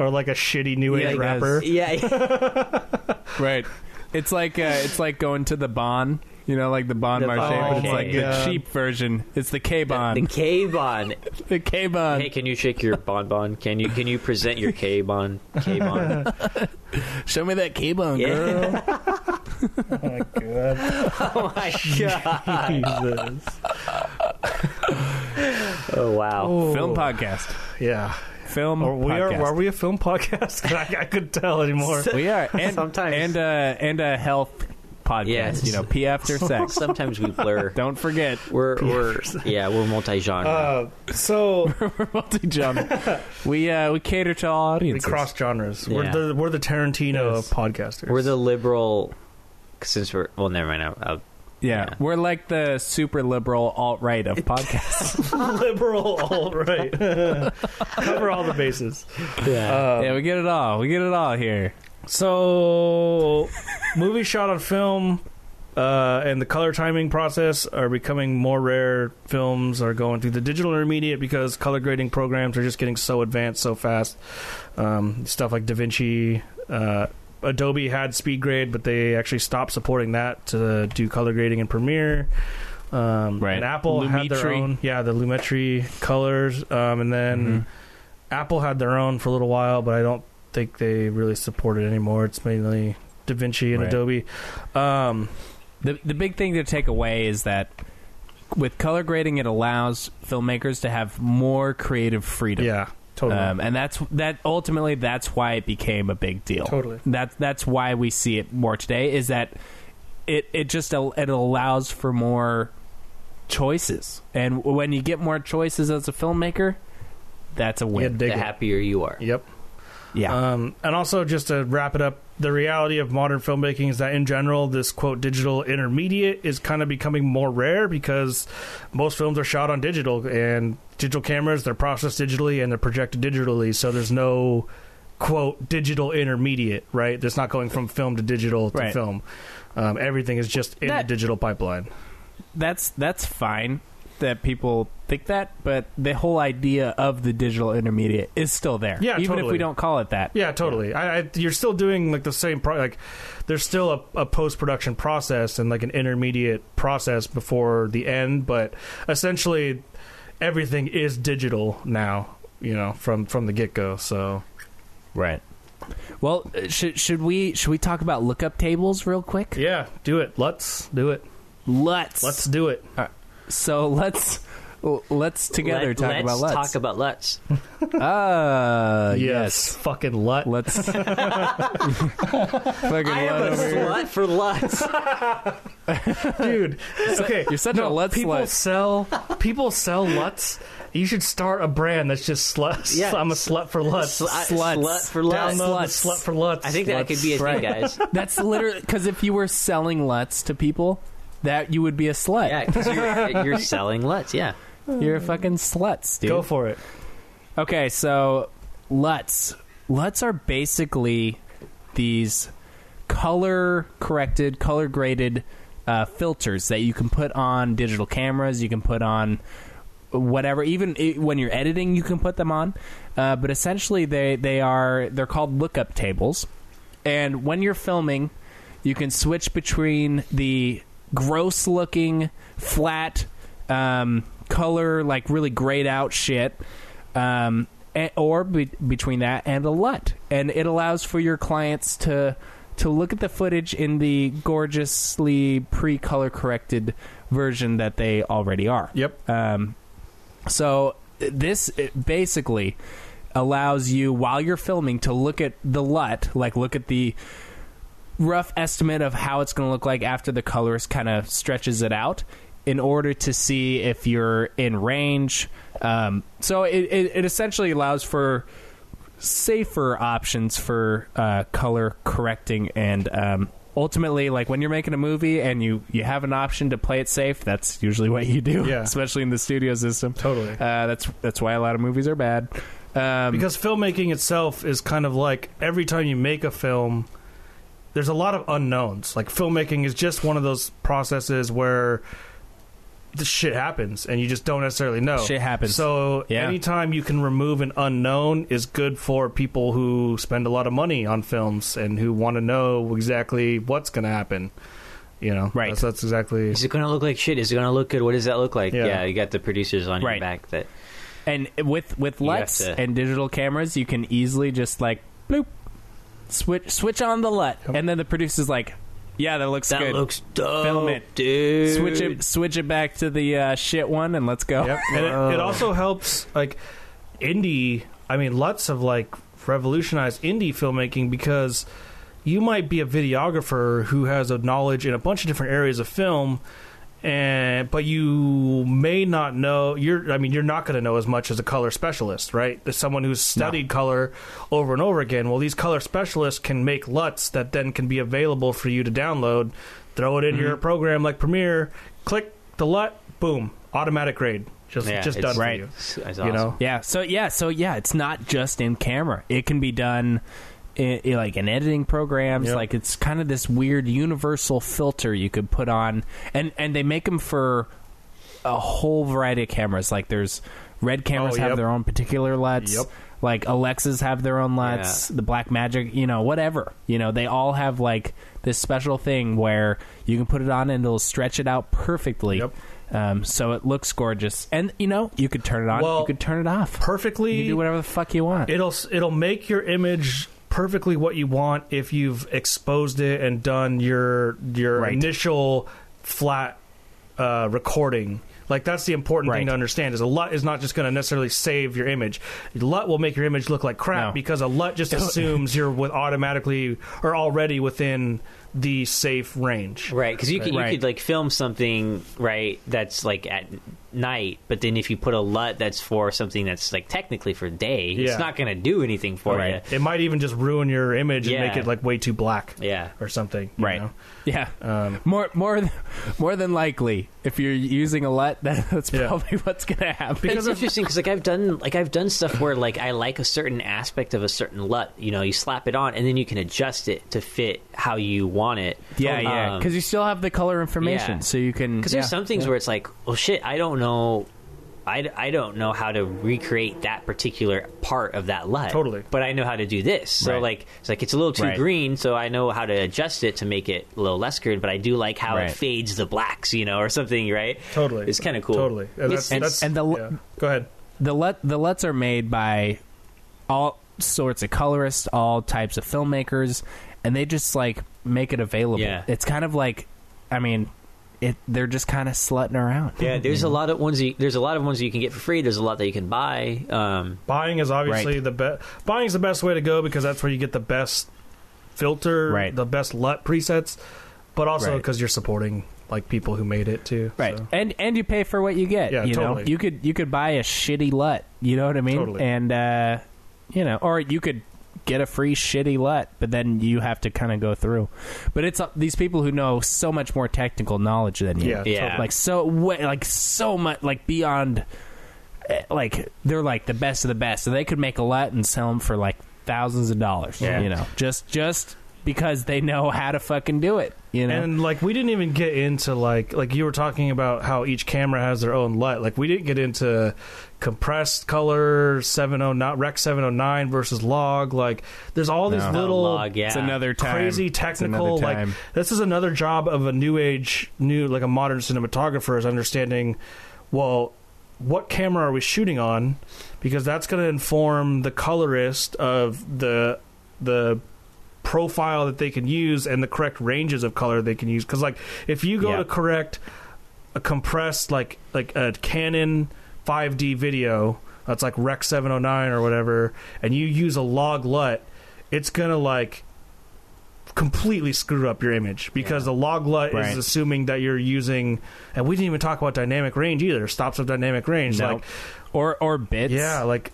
or like a shitty new
(laughs)
Yeah,
age
it
rapper.
Yeah,
Right. It's like uh, it's like going to the Bon, you know, like the Bon
The
Marché,
Bon
but it's like the
Marché.
cheap version. It's the K Bon,
The K bon.
the K Bon.
Hey, can you shake your bonbon? Can you can you present your K bon? K bon.
Show me that K Bon,
Yeah.
girl.
Oh, God.
Oh my god.
Jesus.
Oh wow.
Film podcast.
Yeah.
Film.
Are we
podcast.
are are we a film podcast? (laughs) I, I couldn't tell anymore.
We are and
Sometimes.
and uh, and a health podcast.
Yes.
You know,
(laughs)
pee after sex.
Sometimes we blur.
Don't forget,
We're we're yeah we're multi-genre.
Uh, so
we're multi jump. (laughs) we uh, we cater to all
we
audiences.
cross genres. We're
Yeah.
the we're the Tarantino
Yes.
of podcasters.
we're the liberal. Since we're well, never mind. I,
yeah.
yeah.
we're like the super liberal alt right of podcasts.
(laughs) liberal alt right. (laughs) Cover all the bases.
yeah.
Uh,
yeah, we get it all. We get it all here.
So, movie shot on film uh, and the color timing process are becoming more rare. Films are going through the digital intermediate because color grading programs are just getting so advanced so fast. Um, stuff like DaVinci. Uh, Adobe had speed grade, but they actually stopped supporting that to do color grading in Premiere. Um,
Right.
And Apple had their
Lumetri. Mm-hmm.
own, yeah, the Lumetri colors, um, and then Apple had their own for a little while, but I don't think they really support it anymore. It's mainly DaVinci and
Right.
Adobe. Um,
The the big thing to take away is that with color grading, it allows filmmakers to have more creative freedom.
yeah, totally.
Um, and that's that. Ultimately, that's why it became a big deal.
Totally.
That that's why we see it more today. Is that it? It just al- it allows for more choices, and when you get more choices as a filmmaker, that's a
yeah,
win.
dig
the
it.
happier you are.
Yep.
Yeah.
Um, and also, just to wrap it up, the reality of modern filmmaking is that in general, this quote digital intermediate is kind of becoming more rare because most films are shot on digital and digital cameras, they're processed digitally and they're projected digitally. So there's no quote digital intermediate, right? That's not going from film to digital to
Right.
film. Um, everything is just in
That-
the digital pipeline.
that's that's fine that people think that, but the whole idea of the digital intermediate is still there.
Yeah,
even if
totally.
we don't call it that.
Yeah, totally. I, I you're still doing like the same pro- like there's still a, a post production process and like an intermediate process before the end, but essentially everything is digital now. You know, from from the get go. So
Right. Well, uh, should should we should we talk about lookup tables real quick?
yeah, do it. Let's do it.
Let's
Let's do it.
So let's let's together
Let-
talk
let's
about let's.
talk about let's.
Ah,
yes.
yes.
fucking LUT.
(laughs) Let's. Fucking
I am a
love over here.
slut for let's.
dude. (laughs) Okay,
you're such a LUT
People
slut.
sell people sell LUTs. You should start a brand that's just slut.
Yeah.
(laughs) I'm a slut for LUTs.
Sl- I-
Sluts.
Slut for
Download
let's.
the
Sluts.
slut for LUTs.
I think that could be a
Right.
thing, guys.
That's literally because if you were selling LUTs to people, that you would be a slut.
Yeah, because you're, you're selling let's. Yeah.
You're a fucking sluts, dude.
go for it.
Okay, so LUTs. LUTs are basically these color corrected, color graded uh, filters that you can put on digital cameras, you can put on whatever even i when you're editing you can put them on uh, but essentially they they are they're called lookup tables and when you're filming you can switch between the gross looking flat um, color like really grayed out shit um, a or be- between that and a LUT and it allows for your clients to to look at the footage in the gorgeously pre-color corrected version that they already are
Yep.
um, so this it basically allows you while you're filming to look at the LUT, like look at the rough estimate of how it's going to look like after the colorist kind of stretches it out in order to see if you're in range. Um, so it, it, it essentially allows for safer options for uh, color correcting and um, ultimately like when you're making a movie and you you have an option to play it safe that's usually what you do
Yeah.
(laughs) especially in the studio system
Totally.
uh, that's that's why a lot of movies are bad um,
because filmmaking itself is kind of like every time you make a film there's a lot of unknowns like filmmaking is just one of those processes where the shit happens and you just don't necessarily know.
Shit happens.
So
Yeah.
anytime you can remove an unknown is good for people who spend a lot of money on films and who want to know exactly what's going to happen. You know,
Right.
That's, that's exactly.
Is it going to look like shit? Is it going to look good? What does that look like?
Yeah.
Yeah, you got the producers on
Right.
your back that
And with with
You have
LUTs
to-
and digital cameras, you can easily just like bloop, switch switch on the LUT, and then the producer's like, "Yeah, that looks
that
good.
looks dope,
Film it.
dude.
switch it switch it back to the uh, shit one, and let's go."
Yep. (laughs) And it, it also helps, like, indie. I mean, lots of, like, revolutionized indie filmmaking because you might be a videographer who has a knowledge in a bunch of different areas of film. And but you may not know you're I mean you're not going to know as much as a color specialist, right? As someone who's studied color over and over again. Well, these color specialists can make LUTs that then can be available for you to download, throw it in
Mm-hmm.
your program like Premiere, click the LUT, boom, automatic grade. Just
Yeah,
just
it's-
done
Right.
for you.
It's, it's
You know.
awesome.
Yeah. So yeah. So yeah. It's not just in camera. It can be done, in, in, like in editing programs.
Yep.
Like it's kind of this weird universal filter you could put on, and and they make them for a whole variety of cameras. Like there's red cameras
Oh,
have
yep.
their own particular LUTs.
Yep.
Like Alexas have their own LUTs. The Black Magic, you know, whatever. You know, they all have like this special thing where you can put it on and it'll stretch it out perfectly.
Yep.
Um, so it looks gorgeous, and you know you could turn it on,
Well,
you could turn it off
Perfectly
you can do whatever the fuck you want.
It'll it'll make your image perfectly what you want if you've exposed it and done your your
Right.
initial flat uh, recording. Like that's the important
Right.
thing to understand is a LUT is not just going to necessarily save your image. LUT will make your image look like crap
No.
because a LUT just assumes you're with automatically or already within the safe range.
Right, because you could, you
Right.
could like film something right that's like at night, but then if you put a LUT that's for something that's like technically for day,
Yeah.
it's not going to do anything for
Right.
It might even just ruin your image
Yeah.
and make it like way too black
you. Yeah,
or something. you know?
Yeah.
Um,
more more th- more than likely, if you're using a LUT, (laughs) that, that's
Yeah.
probably what's gonna happen.
Because
it's
of-
interesting because like I've done like I've done stuff where like I like a certain aspect of a certain LUT. You know, you slap it on and then you can adjust it to fit how you want it.
yeah, yeah.
Um,
Because you still have the color information,
yeah.
so you can.
Because
Mm-hmm. yeah.
there's some things where it's like, well, shit, I don't know. I, I don't know how to recreate that particular part of that LUT.
Totally.
But I know how to do this. So,
Right.
like, it's like it's a little too
Right.
green, so I know how to adjust it to make it a little less green, but I do like how
Right.
it fades the blacks, you know, or something, right?
Totally.
It's kind of cool.
Totally. And
It's-
that's, that's,
and the-
yeah. Go ahead.
the LUT the LUTs are made by all sorts of colorists, all types of filmmakers, and they just like make it available.
Yeah.
It's kind of like, I mean, it they're just kind of slutting around.
yeah, there's a lot of ones. You, there's a lot of ones you can get for free. There's a lot that you can buy. Um,
Buying is obviously
Right.
the best. Buying is the best way to go because that's where you get the best filter,
Right.
the best LUT presets, but also
Right.
because you're supporting like people who made it too.
Right.
so.
And and you pay for what you get.
Yeah,
you know,
totally.
you could you could buy a shitty LUT. You know what I mean?
Totally.
And uh, you know, or you could get a free shitty LUT, but then you have to kind of go through. But it's uh, these people who know so much more technical knowledge than you.
Yeah,
Yeah.
totally.
Like so, way, like so much, like beyond. eh, Like they're like the best of the best, so they could make a LUT and sell them for like thousands of dollars.
Yeah.
You know, just just because they know how to fucking do it. You know,
And like we didn't even get into like like you were talking about how each camera has their own LUT. Like we didn't get into compressed color 709 rec 709 versus log like there's all these
No.
little
log, yeah.
it's another time.
crazy
It's another
technical like
time.
this is another job of a new age new like a modern cinematographer is understanding well what camera are we shooting on because that's going to inform the colorist of the the profile that they can use and the correct ranges of color they can use cuz like if you go
Yeah.
to correct a compressed like like a Canon 5D video that's like Rec 709 or whatever, and you use a log LUT, it's gonna like completely screw up your image because the log LUT
Right.
is assuming that you're using, and we didn't even talk about dynamic range either. Stops of dynamic range,
No.
like
or or bits.
yeah, like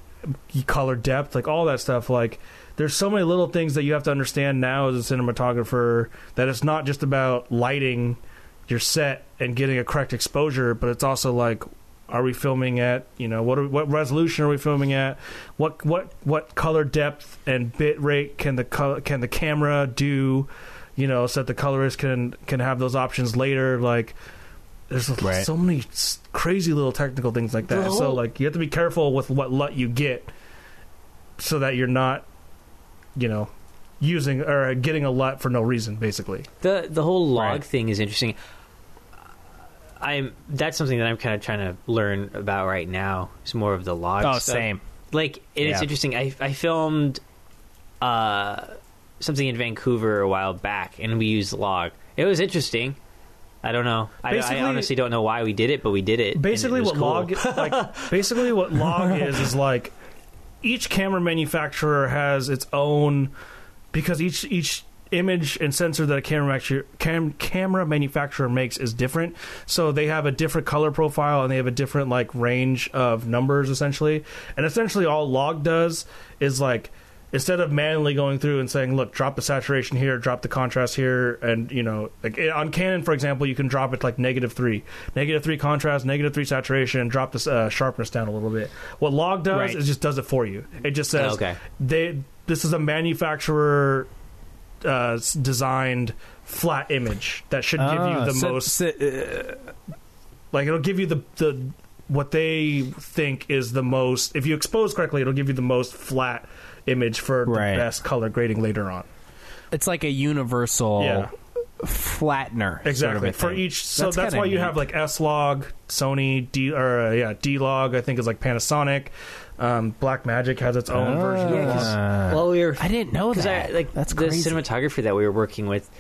color depth, like all that stuff. Like there's so many little things that you have to understand now as a cinematographer that it's not just about lighting your set and getting a correct exposure, but it's also like are we filming at you know what are, what resolution are we filming at what what what color depth and bit rate can the color, can the camera do you know so that the colorist can can have those options later like there's a-
Right.
so many s- crazy little technical things like that.
The
so
whole-
like you have to be careful with what LUT you get, so that you're not, you know, using or getting a LUT for no reason. Basically,
The the whole log
Right.
thing is interesting. I'm that's something that I'm kind of trying to learn about right now. It's more of the log.
Oh,
stuff.
same.
Like it is
Yeah.
interesting. I I filmed uh something in Vancouver a while back, and we used log. It was interesting. I don't know. I, I
Basically-
honestly don't know why we did it, but we did it. and
basically
it was
what
cool.
log (laughs) like basically what log is is like each camera manufacturer has its own because each each image and sensor that a camera actu- cam, camera manufacturer makes is different so they have a different color profile and they have a different like range of numbers essentially and essentially all log does is like instead of manually going through and saying look drop the saturation here drop the contrast here and you know like it- on canon for example you can drop it to, like negative three negative three contrast negative three saturation and drop the uh, sharpness down a little bit what log does
Right.
is just does it for you it just says
Okay.
they this is a manufacturer uh, s- designed flat image that should give
Ah,
you the most
uh,
like it'll give you the the what they think is the most if you expose correctly it'll give you the most flat image for
Right.
the best color grading later on
it's like a universal
Yeah.
flattener.
exactly for each so that's, why you have like s log sony d or uh, yeah d log i think is like panasonic um, black magic has its own version
Yeah,
of
'cause-
Log.
Well, we were.
Uh, I didn't know
Because I
that.
like
That's
the
crazy.
cinematographer that we were working with.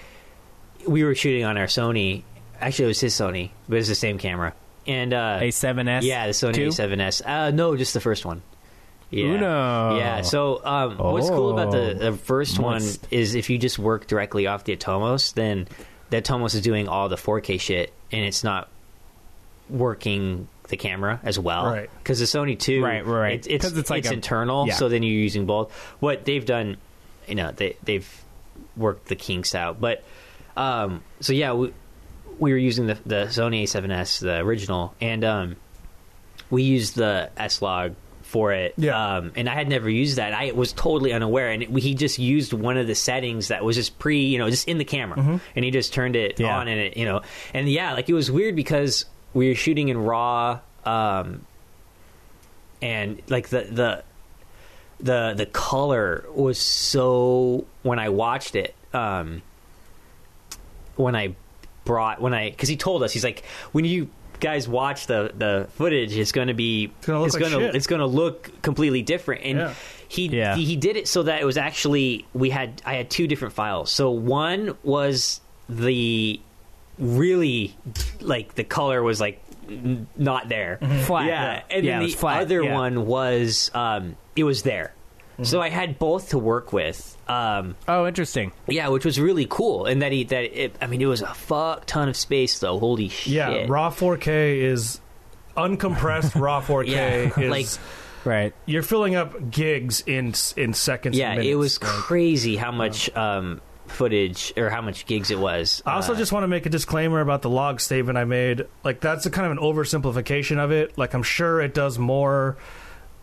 We were shooting on our Sony. Actually, it was his Sony, but it was the same camera. And uh,
A7S.
yeah, the Sony
two?
A7S. Uh, no, just the first one. Yeah.
Uno. Oh.
Yeah. So um, what's cool about the, the first
Moist.
one is if you just work directly off the Atomos, then the Atomos is doing all the 4K shit, and it's not working the camera as well.
Right.
Because the Sony Two,
Right, right, right.
It's it's,
'Cause it's like
it's
a-
internal,
yeah.
so then you're using both. What they've done, you know, they they've worked the kinks out, but um, so yeah, we we were using the the Sony A7S, the original, and um we used the S log for it.
Yeah.
Um, and I had never used that. I was totally unaware, and we, he just used one of the settings that was just pre, you know, just in the camera, and he just turned it
Yeah.
on, and it, you know, and yeah, like it was weird because we were shooting in raw, um, and like the the the the color was so when I watched it, um, when I brought when I because he told us he's like when you guys watch the the footage it's going to be it's
gonna look like
gonna-
shit.
it's going to look completely different and
Yeah.
he,
Yeah.
he he did it so that it was actually we had I had two different files so one was the really like the color was like n- not there
Flat.
yeah and
Yeah, it
then
was
the
flat,
other
yeah.
one was um it was there
Mm-hmm.
so I had both to work with um
Oh, interesting.
yeah, which was really cool, and that he that it, I mean, it was a fuck ton of space though. Holy shit!
yeah raw 4k is uncompressed
(laughs)
raw 4k
Yeah,
is
like-
Right.
you're filling up gigs in in seconds.
yeah.
and
It was
minutes. Like,
crazy how much um, footage or how much gigs it was.
I also
Uh,
just want to make a disclaimer about the log statement I made. Like that's a kind of an oversimplification of it. Like I'm sure it does more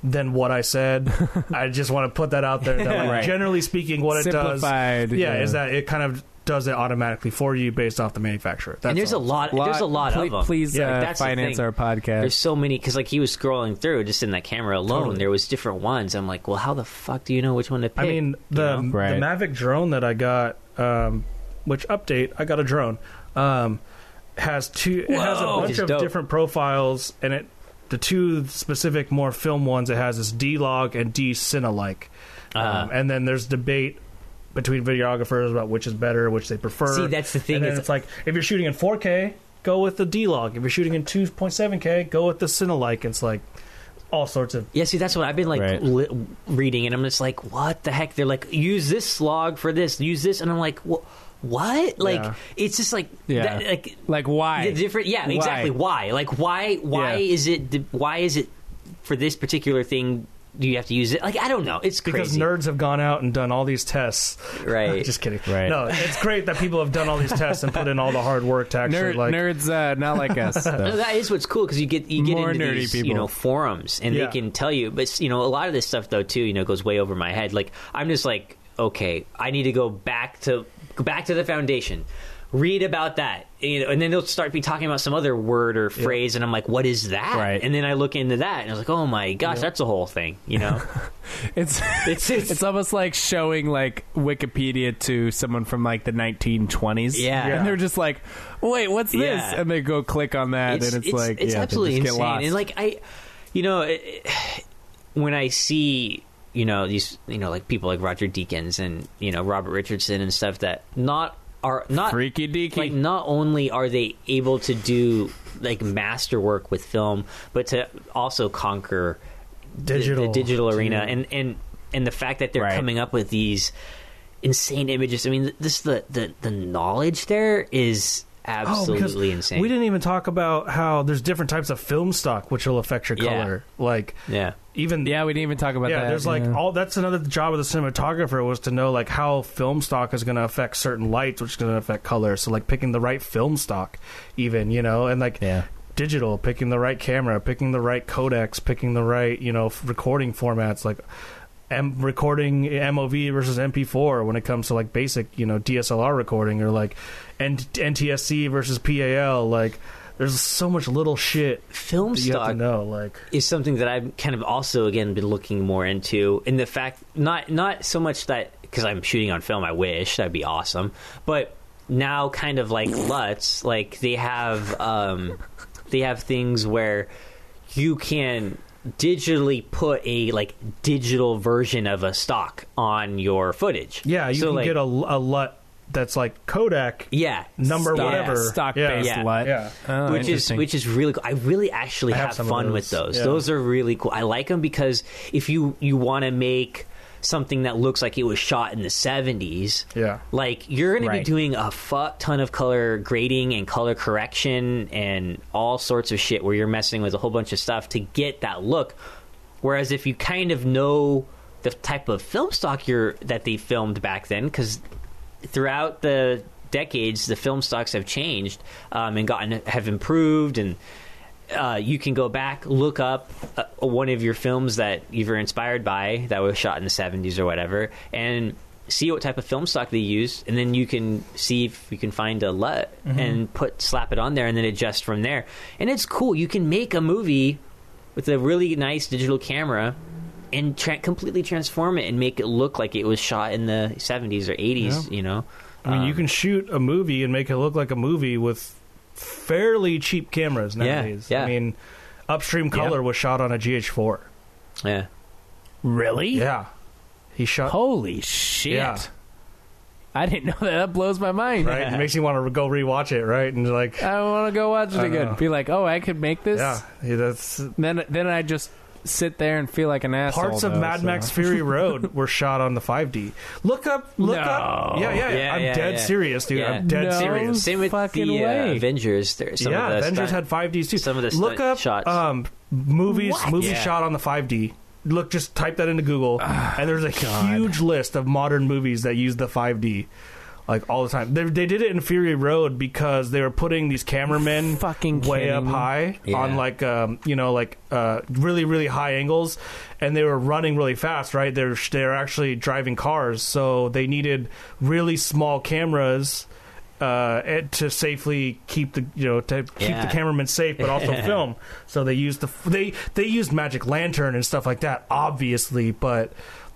than what I
(laughs)
said. I just want to put that out there. That like,
Right.
generally speaking, what it does,
Simplified,
yeah,
yeah.
is that it kind of does it automatically for you based off the manufacturer. That's
and there's
all.
a lot, There's a lot
please,
of them.
Please
Like,
uh,
that's the
finance
thing.
our podcast.
There's so many because like he was scrolling through just in that camera alone.
Totally.
There was different ones. I'm like, well, how the fuck do you know which one to pick?
I mean, the,
you know?
Right.
the Mavic drone that I got, um, which update I got a drone, um, has two. It has a
Whoa. Which
bunch
is
of
dope.
different profiles, and it the two specific more film ones it has is D log and D Cinelike,
Uh-huh.
um, and then there's debate. Between videographers about which is better, which they prefer.
See, that's the thing
And then
is-
it's like if you're shooting in 4K, go with the D log. If you're shooting in 2.7K, go with the Cinelike. It's like all sorts of
Yeah, see, that's what I've been like
Right.
li- reading, and I'm just like, what the heck? They're like, use this log for this, use this, and I'm like, wh- what? Like,
Yeah.
it's just like,
Yeah.
that, like
like why?
the different. Yeah,
Why?
exactly. Why? Like, why? Why
Yeah.
is it? th- Why is it for this particular thing? Do you have to use it? Like, I don't know. It's
because
crazy,
nerds have gone out and done all these tests.
right?
(laughs)
Just kidding.
Right.
No, it's great that people have done all these tests and put in all the hard work to actually
Nerd,
like.
nerds, uh, not
(laughs)
like us.
No,
though.
that is what's cool because you get you get
More
into
nerdy
these
people.
you know forums and
Yeah.
they can tell you, but you know a lot of this stuff though too you know goes way over my head. Like I'm just like okay, I need to go back to go back to the foundation. read about that you know and then they'll start be talking about some other word or phrase and i'm like what is that
Right.
and then i look into that and i was like oh my gosh that's a whole thing you
(laughs)
know
It's
It's-
it's,
it's-
it's almost like showing like Wikipedia to someone from like the 1920s.
Yeah.
and they're just like, "Wait, what's this?"
Yeah.
And they go click on that, and it's, like,
it's
yeah, they
absolutely
just get
insane.
lost.
And like I, you know, it, it- when I see you know these you know like people like Roger Deakins and you know Robert Richardson and stuff that not are not
freaky deaky.
like not only are they able to do like masterwork with film, but to also conquer the-
Digital.
the, digital arena and and and the fact that they're
Right.
coming up with these insane images. I mean, this the the, the knowledge there is
Oh,
because
absolutely insane.
We didn't even talk about how there's different types of film stock which will affect your
Yeah.
color. Like
yeah.
even
yeah, we didn't even talk about
yeah,
that.
there's like
yeah.
all that's another job of the cinematographer was to know like how film stock is going to affect certain lights, which is going to affect color. So like picking the right film stock, even you know, and like
Yeah.
digital, picking the right camera, picking the right codecs, picking the right you know f- recording formats, like M- recording MOV versus MP4 when it comes to like basic you know DSLR recording or like N- NTSC versus PAL, like. There's so much little shit
film
that you have to
stock
know, like
is something that I've kind of also again been looking more into. And the fact, not not so much that because I'm shooting on film, I wish that'd be awesome. But now, kind of like Lutz, like they have um, they have things where you can digitally put a like digital version of a stock on your footage.
Yeah, you
So,
can
like,
get a, a LUT that's like Kodak
yeah
number
stock-
whatever.
stock
yeah.
based
Yeah.
LUT,
Yeah.
Oh,
which is
interesting.
which is really cool. I really actually
I have
have,
some of
fun
those.
with those.
Yeah.
Those are really cool. I like them because if you you want to make something that looks like it was shot in the 70s,
Yeah.
like you're going to be
Right.
doing a fuck ton of color grading and color correction and all sorts of shit where you're messing with a whole bunch of stuff to get that look. Whereas if you kind of know the type of film stock you're that they filmed back then, because throughout the decades, the film stocks have changed um, and gotten have improved, and uh, you can go back, look up uh, one of your films that you were inspired by that was shot in the '70s or whatever, and see what type of film stock they used, and then you can see if you can find a LUT
Mm-hmm.
and put slap it on there, and then adjust from there. And it's cool. You can make a movie with a really nice digital camera. And tra- completely transform it and make it look like it was shot in the 70s or 80s
Yeah.
you know Uh,
I mean, you can shoot a movie and make it look like a movie with fairly cheap cameras nowadays.
yeah.
I mean, Upstream Color was shot on a GH4.
yeah
really
Yeah. He shot.
holy shit.
Yeah.
I didn't know that. That blows my mind.
Right? It makes you want to go rewatch it, right? And like,
I want to go watch it
I
again.
know.
Be like, oh, I could make this.
yeah, yeah, that's
Then, then I just sit there and feel like an asshole.
parts of
though,
Mad
so.
Max Fury Road were shot on the 5D. Look up, look
No.
up. Yeah, yeah,
Yeah,
I'm
yeah,
dead
yeah.
serious, dude.
Yeah.
I'm dead
No.
serious.
Same with
fucking
the uh,
way.
Avengers. There, some
yeah,
of the
Avengers
stunt-
had 5D too.
some of the stunt
look up
shots.
um movies
What?
movie
Yeah. Ah,
shot on the 5D. Look, just type that into Google, and there's a huge list of modern movies that use the 5D, like all the time. They, they did it in Fury Road because they were putting these cameramen
Fucking
way
kidding
up
me.
high
Yeah.
on like um you know like uh really really high angles, and they were running really fast. Right, they're they're actually driving cars, so they needed really small cameras uh, and to safely keep the you know to keep
Yeah.
the cameraman safe, but
(laughs)
also film. So they used the they they used Magic Lantern and stuff like that, obviously. But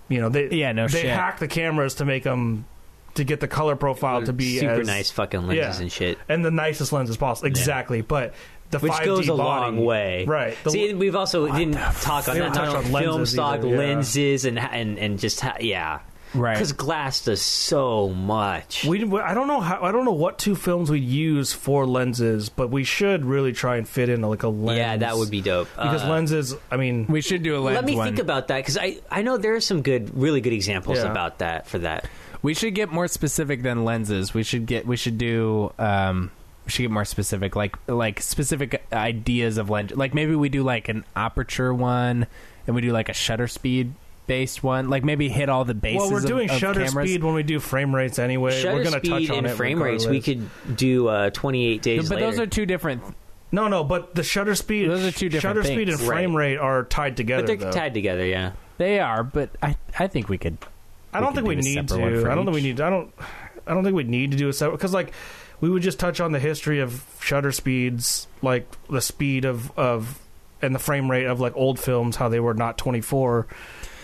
you know they
Yeah, no
they
shit.
hacked the cameras to make them to get the color profile to be
super
as,
nice fucking lenses
yeah.
and shit.
and the nicest lenses possible. Exactly, but the
Which
5D
goes a
body-
long way,
right? The-
See, we've also didn't talk on
We
that
didn't
not
touch
on
on
film
lenses
stock
either, yeah.
lenses and and and just ha- yeah,
Right.
Because glass does so much.
we, we- I don't know how I don't know what two films we'd use for lenses, but we should really try and fit in like a lens.
yeah, that would be dope.
because
Uh,
lenses. I mean,
We should do a lens
Let me
one.
think about that because I I know there are some good, really good examples
Yeah.
about that for that.
we should get more specific than lenses. We should get. We should do. Um, we should get more specific, like like specific ideas of lens. Like maybe we do like an aperture one, and we do like a shutter speed based one. Like maybe hit all the bases.
Well, we're
of-
doing
of
shutter
cameras.
speed when we do frame rates anyway.
Shutter
we're going to
speed
touch on
and
it
frame rates. We
regardless.
could do uh, 28 days.
But those
later.
are two different.
No, no, but the shutter speed,
Those are two different
Shutter speed and
things.
frame rate are tied together.
but they're
though.
tied together. Yeah.
They are, but I I think we could.
I don't
we
think
could
we
do a
need
separate one
to.
for
I don't think we
each.
need. I don't. I don't think we need to do a separate because like we would just touch on the history of shutter speeds, like the speed of of and the frame rate of like old films, how they were not 24,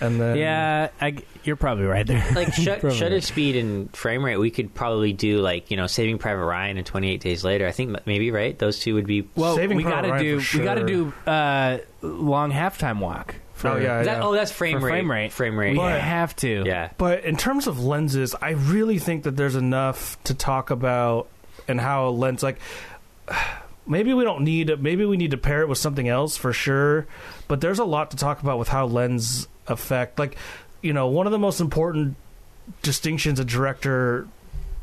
and then
yeah, I, you're probably right there.
(laughs) (laughs) like shut,
Probably.
shutter speed and frame rate we could probably do like you know saving private ryan and 28 days later i think m- maybe right those two would be
Well,
Saving
we
Private
gotta
Ryan
do
for
we gotta do
sure.
uh, long halftime walk. For,
Oh, yeah.
Is that- oh that's frame
for
rate
frame rate.
frame rate
We
But-
have to.
yeah
But in terms of lenses, I really think that there's enough to talk about and how a lens like (sighs) maybe we don't need maybe we need to pair it with something else for sure, but there's a lot to talk about with how lens affect like you know, one of the most important distinctions a director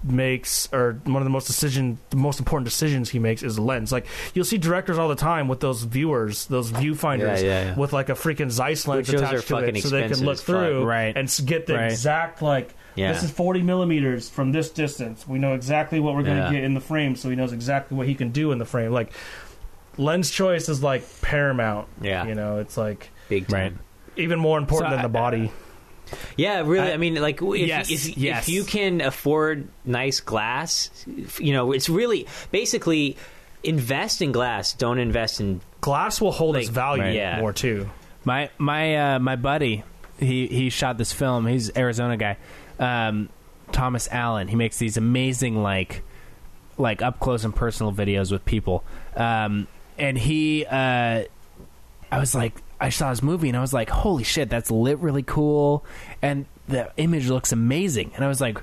makes or one of the most decision the most important decisions he makes is lens. Like you'll see directors all the time with those viewers, those viewfinders
Yeah, yeah, yeah.
with like a freaking Zeiss lens
Which those
attached
are
to it
fucking
so they can
expensive
look
as fuck.
through
Right.
and s- get the
Right.
exact like
Yeah.
this is 40 millimeters from this distance we know exactly what we're going to
Yeah.
get in the frame so he knows exactly what he can do in the frame like lens choice is like paramount
Yeah.
you know it's like
big time
Right.
even more important
So
than
I-
the body
Yeah, really.
I-
I, mean, like, if,
Yes,
if,
yes.
if you can afford nice glass, f- you know, it's really basically invest in glass. Don't invest in.
glass will hold its
Like,
value
right. Yeah.
more too
My my uh, my buddy, he he shot this film. He's an Arizona guy, um, Thomas Allen. He makes these amazing like like up close and personal videos with people. Um, and he, uh, I was like, I saw his movie and I was like, holy shit, that's lit really cool, and the image looks amazing. And I was like,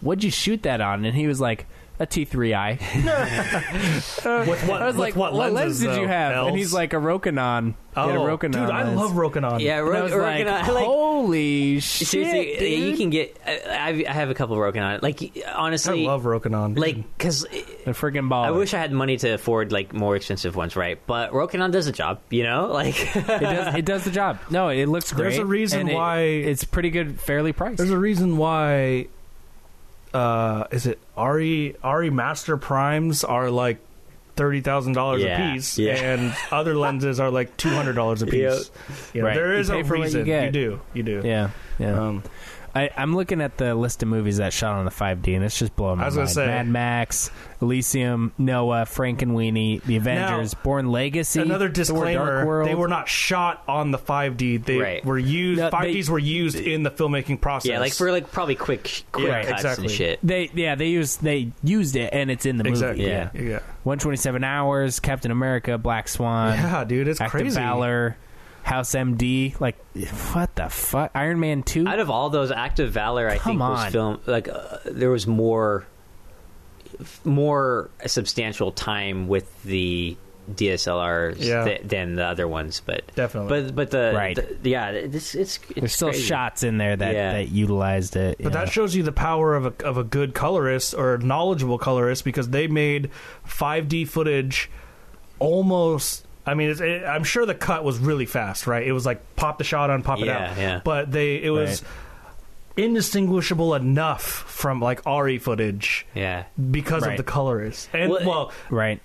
what'd you shoot that on? And he was like. A T3i.
with what,
(laughs) I was
with
like,
what, lenses,
lens did
though?
you have?
Elves?
And he's like, a Rokinon. He
oh
had a Rokinon
dude i
lens.
love Rokinon
Yeah,
And
ro-
I was
ro-
like,
gonna-
holy shit!
seriously,
dude.
you can get. I, I have a couple broken on it. Like,
i
honestly,
love Rokinon
like because
the freaking ball.
I wish I had money to afford like more expensive ones, right? But Rokinon does a job, you know. (laughs) Like,
it does. It does the job. No, it looks great.
There's a reason
and it-
why-
it's pretty good, fairly priced.
There's a reason why. Uh, is it Ari Ari Master Primes are like thirty thousand dollars a
Yeah,
piece,
yeah.
and other lenses are like two hundred
(laughs)
dollars a piece. You know,
Right.
There
You
is
pay
a
for what you
reason
get.
do. You do.
yeah, yeah.
Um,
I, I'm looking at the list of movies that shot on the 5D, and it's just blowing my
I was gonna
mind.
say-
Mad Max, Elysium, Noah, Frank and Weenie, The Avengers, Born Legacy,
another
Thor: Dark
disclaimer:
World.
they were not shot on the 5D. They
Right.
were used.
No, they-
5Ds were used in the filmmaking process.
yeah, like for like probably quick, quick
Yeah,
cuts
exactly.
and shit.
They yeah they used they used it, and it's in the movie.
exactly.
Yeah.
yeah,
127 hours, Captain America, Black Swan.
yeah, dude, it's
Act
crazy.
of Valor, House MD, like what the fuck? Iron Man Two.
out of all those active valor i
Come
think
on.
was film like uh, there was more f- more substantial time with the DSLRs
Yeah.
th- than the other ones but
Definitely.
but but the,
Right.
the- yeah this it's, it's
There's still
crazy.
shots in there that,
Yeah.
that utilized it.
But that shows you the power of a of a good colorist or knowledgeable colorist because they made 5D footage almost. I mean, it's, it, I'm sure the cut was really fast, right? It was like pop the shot on, pop it
Yeah,
out.
yeah.
But they it was indistinguishable enough from like Ari footage
yeah
because
Right.
of the colorist and
Well,
well
right,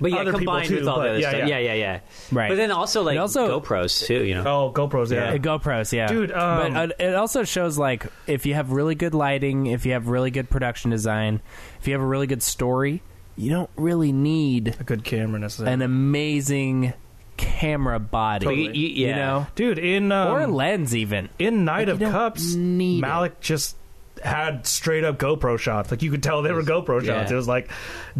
but yeah
Other people
combined
too,
with all
but
the other
yeah,
stuff
yeah.
yeah yeah yeah
Right.
but then also like
It also-
GoPros too you know
oh GoPros yeah,
Uh, GoPros, yeah,
Dude, um,
but uh, it also shows like if you have really good lighting, if you have really good production design, if you have a really good story, you don't really need
a good camera necessarily.
an amazing camera body.
But you- you-
you
yeah.
know,
Dude, in um,
or a lens even.
in Knight
you
of
don't
Cups,
need it.
Malik just had straight up GoPro shots. Like you could tell they were GoPro
Yeah.
shots. It was like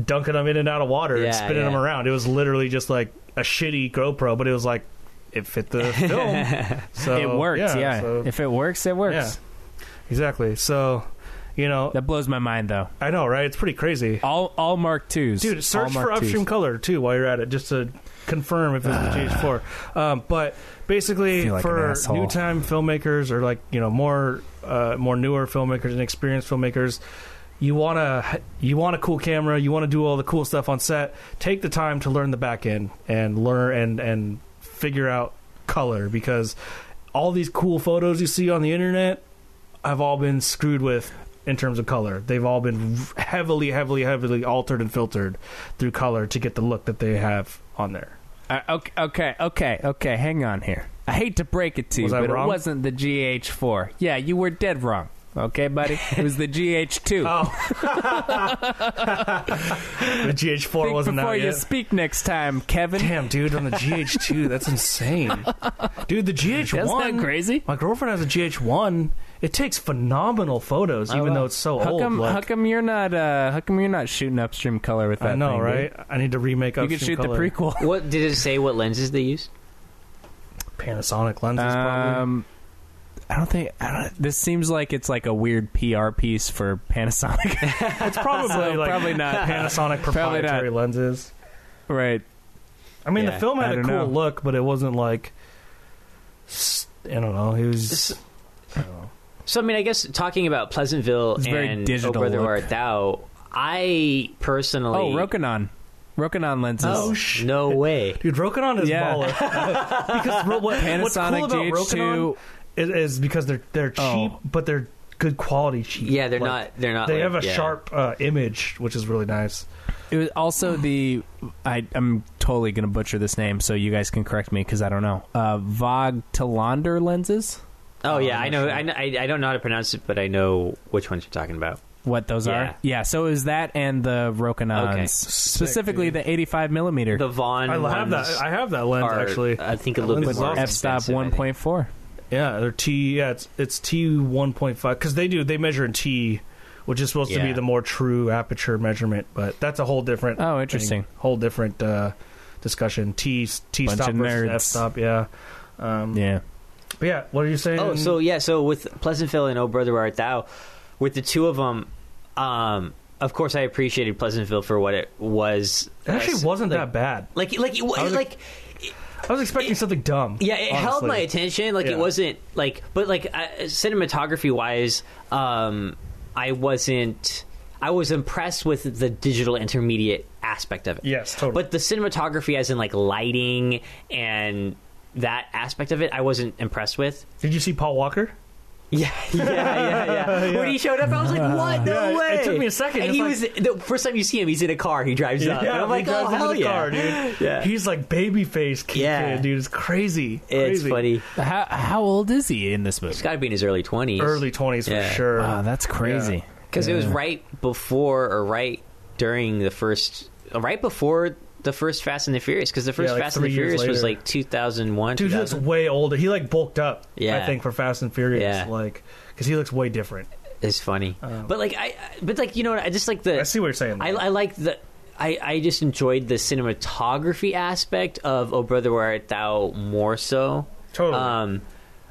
dunking them in and out of water
Yeah,
and spinning
yeah.
them around. It was literally just like a shitty GoPro, but it was like it fit the film.
(laughs)
So
it works, yeah.
so-
if it works, it works.
yeah, exactly. So you know,
That blows my mind though.
I know, right? It's pretty crazy.
All all Mark twos,
Dude,
All
search
Mark
for
IIs.
upstream color too while you're at it, just to confirm if it's
(sighs)
the GH4. Um, but
I
basically,
feel like an
for
asshole.
new time filmmakers or like you know more uh, more newer filmmakers and experienced filmmakers, you want to you want a cool camera, you want to do all the cool stuff on set. Take the time to learn the back end and learn and and figure out color because all these cool photos you see on the internet have all been screwed with in terms of color. They've all been heavily, heavily, heavily altered and filtered through color to get the look that they have on there.
Uh, okay, okay, okay, okay. Hang on here. I hate to break it to you,
Was I
but it
wrong?
wasn't the GH4. Yeah, you were dead wrong. Okay, buddy. It was
(laughs)
the GH2.
Oh, The GH4
Think
wasn't
before
out
you
yet.
speak next time, Kevin.
Damn, dude, on the GH2, that's insane. Dude, the GH1.
Isn't that crazy?
My girlfriend has a GH1. It takes phenomenal photos, even
wow.
though it's so
How
old.
come,
like,
how come you're not? Uh, how come you're not shooting upstream color with that?
I know,
thing, dude?
right? I need to remake
You
up.
could shoot the prequel.
(laughs) Oh.
What did it say? What lenses they use?
Panasonic lenses, probably.
Um, I don't think. I don't. This seems like it's like a weird PR piece for Panasonic. (laughs)
It's probably like
probably
(laughs)
not.
Panasonic
Probably not.
proprietary lenses.
right.
I mean,
Yeah,
the film
I
had a
don't
cool
know.
look, but it wasn't like s- I don't know. It was
S- So I mean, I guess talking about Pleasantville
It's very
and
digital
Oh Brother
look.
Where Art Thou, I personally
Oh, Rokinon. Rokinon lenses.
Oh, no way.
dude. Rokinon is (laughs)
Yeah.
baller because ro- what, what's cool
Panasonic
about Rokinon
GH2.
is, is because they're they're cheap,
Oh.
but they're good quality cheap.
Yeah, they're
Like,
not. They're not.
They
like-
have a
yeah.
sharp uh, image, which is really nice.
It was
(sighs)
also the. I, I'm totally gonna butcher this name, so you guys can correct me because I don't know. Uh, Vogtelander lenses.
Oh yeah,
I'm
I
not
know.
sure.
I know. I, I don't know how to pronounce it, but I know which ones you're talking about.
What those
Yeah.
are? Yeah. So it was that and the Rokinons,
Okay. Sick,
specifically
dude.
the 85 millimeter
The Vaughn.
I have that.
ones
I have that lens
are, uh,
actually.
I think a
That
little bit
lens is
more
awesome.
f-stop
expensive, I think.
1.4.
Yeah, they're T. Yeah, it's it's T one point five because they do they measure in T, which is supposed to be
Yeah.
the more true aperture measurement. But that's a whole different.
Oh, interesting.
thing, whole different uh, discussion. T T
Bunch
stop
of
versus
nerds.
F stop. Yeah. Um,
Yeah.
But yeah, what are you saying?
Oh, so yeah, so with Pleasantville and Oh Brother Where Art Thou, with the two of them, um, of course, I appreciated Pleasantville for what it was.
it actually
Us-
wasn't
like,
that bad.
Like, like, it,
I
was
was-
like,
I was expecting something dumb.
yeah, it held
honestly.
my attention. Like,
Yeah.
it wasn't like, but like, I, cinematography wise, um, I wasn't. I was impressed with the digital intermediate aspect of it.
Yes, totally.
But the cinematography, as in like lighting and that aspect of it, I wasn't impressed with.
Did you see Paul Walker?
Yeah, (laughs) yeah, yeah,
(laughs)
yeah. When he showed up, I was like, "What? No
Yeah, it-
way!"
it took me a second.
And
It's
he
like-
was the first time you see him. He's in a car. He drives up. And I'm
he
like,
drives
"Oh
into
hell
the
yeah,
car, dude.
(laughs) Yeah.
He's like babyface kid,
Yeah.
dude. It's crazy.
It's
Crazy.
funny.
How how old is he in this movie?
It's got to be in his early twenties.
Early twenties for
Yeah.
sure.
Wow, that's crazy.
Yeah.
because it was right before or right during the first, right before the first Fast and the Furious. Because the first
Yeah, like
Fast and the
three years
Furious was
later.
like 2001.
Dude, he looks
2000.
way older. He like bulked up. I
Yeah.
think for Fast and Furious,
Yeah.
like because he looks way different.
It's funny,
Oh.
but like I, I- but like you know, what, I just like the.
I see what you're saying.
Uh, I,
though.
I like the. I, I just enjoyed the cinematography aspect of Oh Brother Where Art Thou more so.
totally.
Um,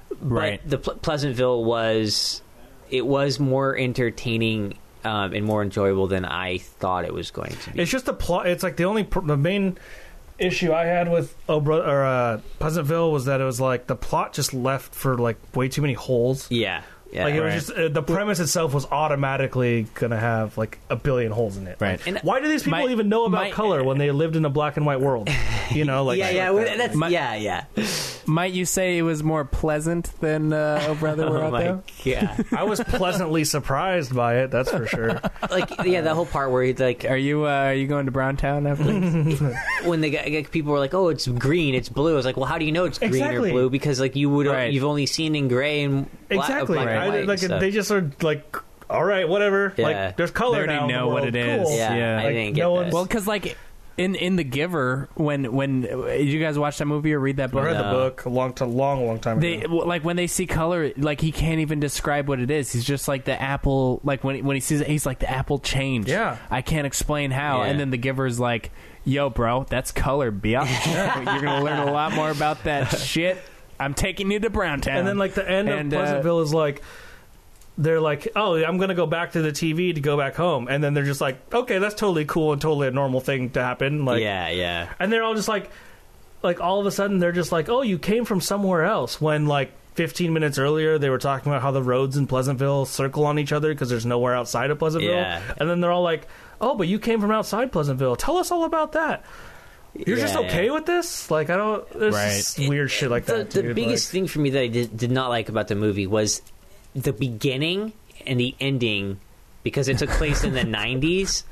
but
Right.
The Ple- Pleasantville was it was more entertaining um, and more enjoyable than I thought it was going to be.
it's just the plot. It's like the only pr- the main issue I had with Obra or uh, Pleasantville was that it was like the plot just left for like way too many holes.
yeah, yeah.
Like it
Right.
was just uh, the premise itself was automatically gonna have like a billion holes in it.
Right.
Like, why do these people
My-
even know about
my-
color when they lived in a black and white
(laughs)
world? You know, like
yeah,
shit
yeah,
like
well,
that.
that's
My-
yeah, yeah.
Might you say it was more pleasant than uh, Oh
(laughs)
Brother Where
Oh
Art
my
Thou?
god!
I was pleasantly surprised by it. That's for sure.
(laughs) like yeah, that whole part where he like
Are you uh, are you going to Browntown after
(laughs)
this?
when the guy, like, people were like, "Oh, it's green, it's blue." I was like, "Well, how do you know it's green
Exactly.
or blue?" Because like you would,
Right.
you've only seen in gray and black,
Exactly.
black and
I-
white and
like
stuff.
they just are like, all right, whatever.
Yeah.
Like there's
They
color
already
now. in the
know what
world.
it is.
Cool.
Yeah, I
Like,
didn't get
no
that.
one's-
well, because like in in The Giver, when when did you guys watch that movie or read that
I
book?
read the
No.
book a long, to long, long time
They
ago.
w- like when they see color, like he can't even describe what it is. He's just like the apple. Like when he- when he sees it, he's like the apple changed.
Yeah.
I can't explain how.
Yeah.
And then the giver's like, "Yo, bro, that's color, bitch. You're gonna learn a lot more about that
(laughs)
shit. I'm taking you to Browntown."
And then like the end
And,
of
uh,
Pleasantville is like. They're like, oh, I'm gonna go back to the TV to go back home, and then they're just like, okay, that's totally cool and totally a normal thing to happen. Like,
yeah, yeah.
and they're all just like, like all of a sudden they're just like, oh, you came from somewhere else. When like 15 minutes earlier they were talking about how the roads in Pleasantville circle on each other because there's nowhere outside of Pleasantville,
Yeah.
and then they're all like, oh, but you came from outside Pleasantville. Tell us all about that. You're just
Yeah,
okay
yeah.
with this? Like I don't. There's
Right.
just weird shit like
The,
that.
the
dude.
biggest thing for me that I did, did not like about the movie was
(laughs)
the beginning and the ending because it took place in the '90s.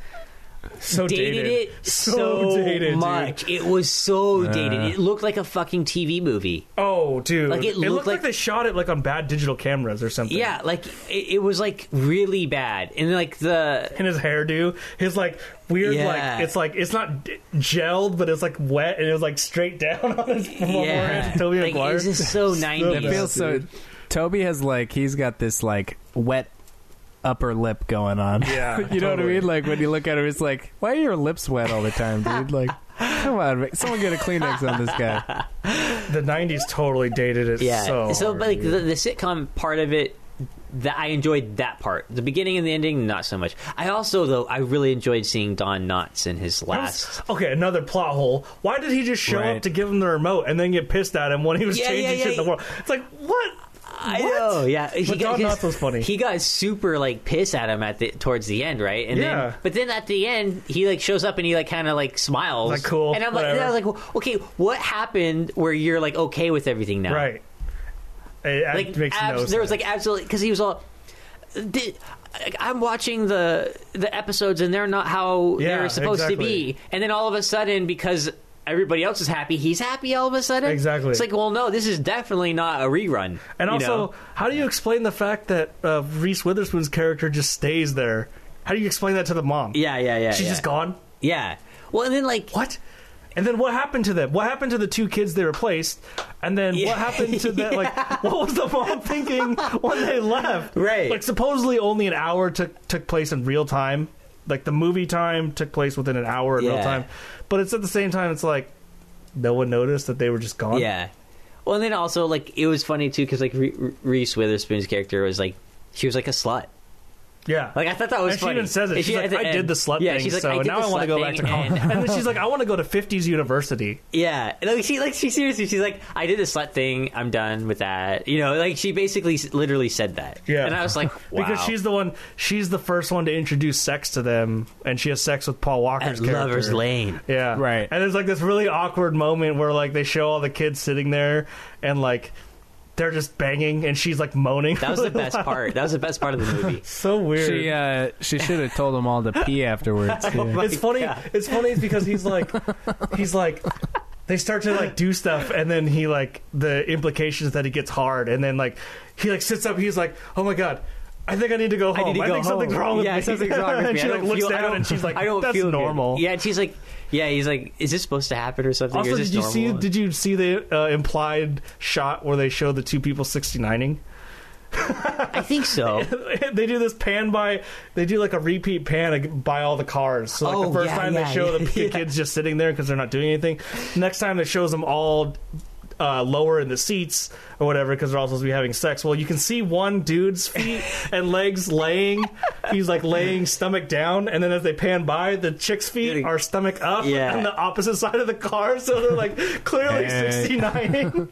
So
dated,
dated.
it so, much. It was so dated. It looked like a fucking TV movie.
Oh, dude.
Like, it
it,
looked
looked like,
like-
they shot it like on bad digital cameras or something.
Yeah, like it, it was like really bad. And like the
And his hairdo, his like weird,
Yeah.
like it's like it's not d- gelled, but it's like wet, and it was like straight (laughs) down on his
yeah,
forehead. Toby
like
Maguire.
it's just so
bad.
It
Yeah,
feels
nineties.
so. Toby has like he's got this like wet upper lip going on.
Yeah,
(laughs) you know what I
totally.
mean. Like when you look at him, it's like, why are your lips wet all the
(laughs)
time, dude? Like, come on, man. someone get a Kleenex on this
(laughs)
guy.
the '90s totally dated it.
Yeah,
So,
but like the, the sitcom part of it. That I enjoyed that part, the beginning and the ending, not so much. I also though I really enjoyed seeing Don Knotts in his
That
last.
was- okay, another plot hole. Why did he just show up
Right.
to give him the remote and then get pissed at him when he was
Yeah,
changing
yeah, yeah,
shit in the
yeah.
world? It's like what?
I
what?
know, yeah. He
But Don
his-
Knotts was funny.
He got super like piss at him at the towards the end, right? And
Yeah.
then but then at the end he like shows up and he like kind of like smiles.
Like, cool,
And I'm like, and I was like, well, okay, what happened where you're like okay with everything now?
Right. It, that
Like
makes no
abs-
sense.
there was like absolutely because he was all. Did, I- I'm watching the the episodes and they're not how
Yeah,
they're supposed
exactly.
to be, and then all of a sudden because. Everybody else is happy. He's happy all of a sudden.
Exactly.
It's like, well, no, this is definitely not a rerun.
and
you
also,
know?
how do you explain the fact that uh, Reese Witherspoon's character just stays there? How do you explain that to the mom?
yeah, yeah, yeah.
she's
yeah.
just gone.
Yeah. Well, and then like
What? And then what happened to them? What happened to the two kids they replaced? And then
Yeah.
what happened
(laughs)
to that? Like, what was the mom thinking when they left?
Right.
Like, supposedly only an hour took took place in real time. Like the movie time took place within an hour in real
Yeah.
time. But it's at the same time, it's like no one noticed that they were just gone.
yeah. Well, and then also like it was funny too because like Re- Re- Reese Witherspoon's character was like she was like a slut.
Yeah.
Like I thought that was
and
funny.
she even says it.
And
She's like,
at the
I did
end-
the slut
yeah,
thing,
she's like,
so
I did
now
the
I want to
slut
go back to
thing,
college.
(laughs)
(laughs)
and-
And then she's like, I want to go to 50s university.
yeah, And, like she like she seriously she's like I did the slut thing. I'm done with that. You know, like she basically s- literally said that.
Yeah.
and I was like,
(laughs)
wow.
Because she's the one, she's the first one to introduce sex to them, and she has sex with Paul
at
Walker's character.
lovers lane.
Yeah.
Right.
And there's like this really awkward moment where like they show all the kids sitting there and like they're just banging and she's like moaning. (laughs)
That was the best part. That was the best part of the movie.
so weird.
She uh, she should have told him all to
(laughs)
pee afterwards. too.
it's funny. It's funny because he's like he's like they start to like do stuff and then he like the implications that he gets hard and then like he like sits up he's like, "Oh my god, I think I need to go home.
I
I,
need to go
think
home.
something's wrong with
yeah,
me." (laughs)
something's wrong with
and
me.
she
I
like
don't
looks
feel, I
down
don't,
and she's like,
I don't
"That's
feel good."
normal."
Yeah, and she's like, yeah, he's like, is this supposed to happen or something?
Also,
or is
did
this
you
normal?
see? Did you see the uh, implied shot where they show the two people 69ing?
I
(laughs)
think so.
they do this pan by they do like a repeat pan ag- by all the cars so like
Oh,
the first
yeah,
time
yeah,
they show the, the
(laughs) yeah.
kids just sitting there because they're not doing anything next time they shows them all uh, lower in the seats or whatever because they're all supposed to be having sex well you can see one dude's
(laughs)
feet and legs laying he's like laying stomach down and then as they pan by the chick's feet are stomach up
Yeah.
on the opposite side of the car so they're like clearly
Hey.
69
Dude,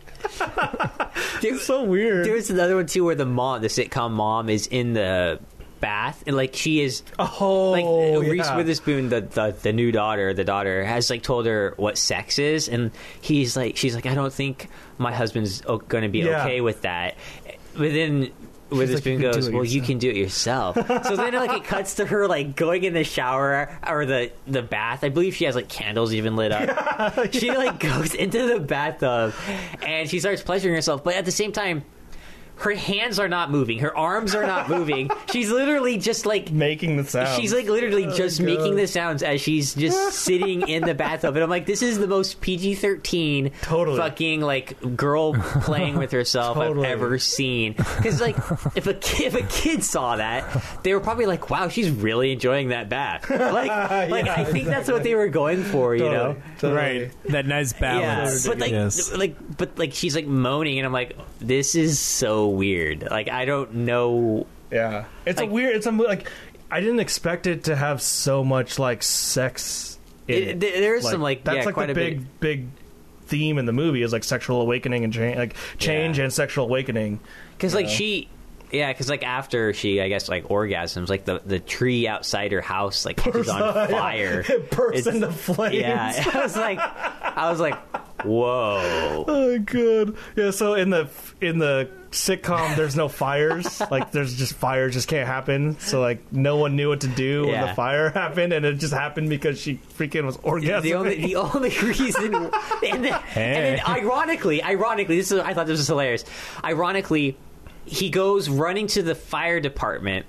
it's (laughs) so weird
there was another one too where the mom, the sitcom mom, is in the bath and like she is
oh
like uh, Reese
yeah.
Witherspoon, the, the the new daughter, the daughter has like told her what sex is, and he's like, she's like, I don't think my husband's going to be
Yeah.
okay with that. But then Witherspoon
"You can do
goes,
it
Well, you
yourself."
can do it yourself. so then like it cuts to her like going in the shower or the the bath. I believe she has like candles even lit
(laughs)
up. She like goes into the bathtub and she starts pleasuring herself, but at the same time. Her hands are not moving. Her arms are
(laughs)
not moving. She's literally just like
making the sound
She's like literally just
Um, oh, God.
making the sounds as
(laughs)
she's just sitting in the bathtub, and I'm like, this is the most PG-13
Totally.
fucking like girl playing with herself
Totally.
I've ever seen. Because like, if a kid, if a kid saw that, they were probably like, wow, she's really enjoying that
(laughs)
bath. Like, like I think that's what they were going for, you know?
right, that nice
Yeah,
balance.
but like,
Yes. (laughs)
like, but like, she's like moaning, and I'm like, "This is so weird. Like, I don't know
Yeah, it's
Like-
a weird. It's a mo- like I didn't expect it to have so much like sex. In
It-
it,
there- there is some, like,
that's
yeah,
like
quite
the
a
big big theme in the movie is like sexual awakening and change, like change
Yeah.
and sexual awakening.
Because like she, yeah, because like after she, I guess like orgasms, like the the tree outside her
(laughs)
house like catches on fire.
It bursts
It's- (laughs)
into flames. (laughs)
Yeah, I was like, I was like, Whoa.
Oh god. Yeah, so in the in the sitcom there's no
(laughs)
fires. like there's just fires just can't happen. So like no one knew what to do when
Yeah.
the fire (laughs) happened and it just happened because she freaking was (laughs) orgasming.
the only the only (laughs) reason and, then, and then ironically ironically this is I thought this was hilarious ironically he goes running to the fire department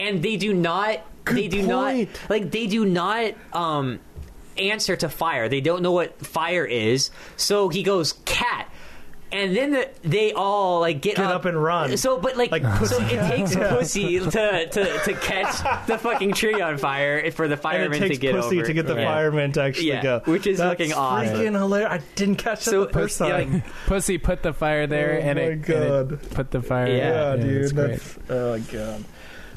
and they do not they do
point.
not like they do not um answer to fire they don't know what fire is so he goes cat and then the, they all like get,
Get up and run.
So, but like,
Like
so
pussy
it
cat.
takes
(laughs) Yeah.
pussy to, to, to catch the fucking tree on fire for the
and
firemen
it takes
to get
pussy
over.
to get the
Yeah.
fireman to actually
Yeah,
go.
which is
That's
fucking awesome.
Freaking hilarious. I didn't catch that
So-
the first
yeah,
time.
Pussy put the fire there,
Oh
and, it,
my
and it
God.
put the fire.
Yeah,
yeah, dude.
that's great.
That's, oh god.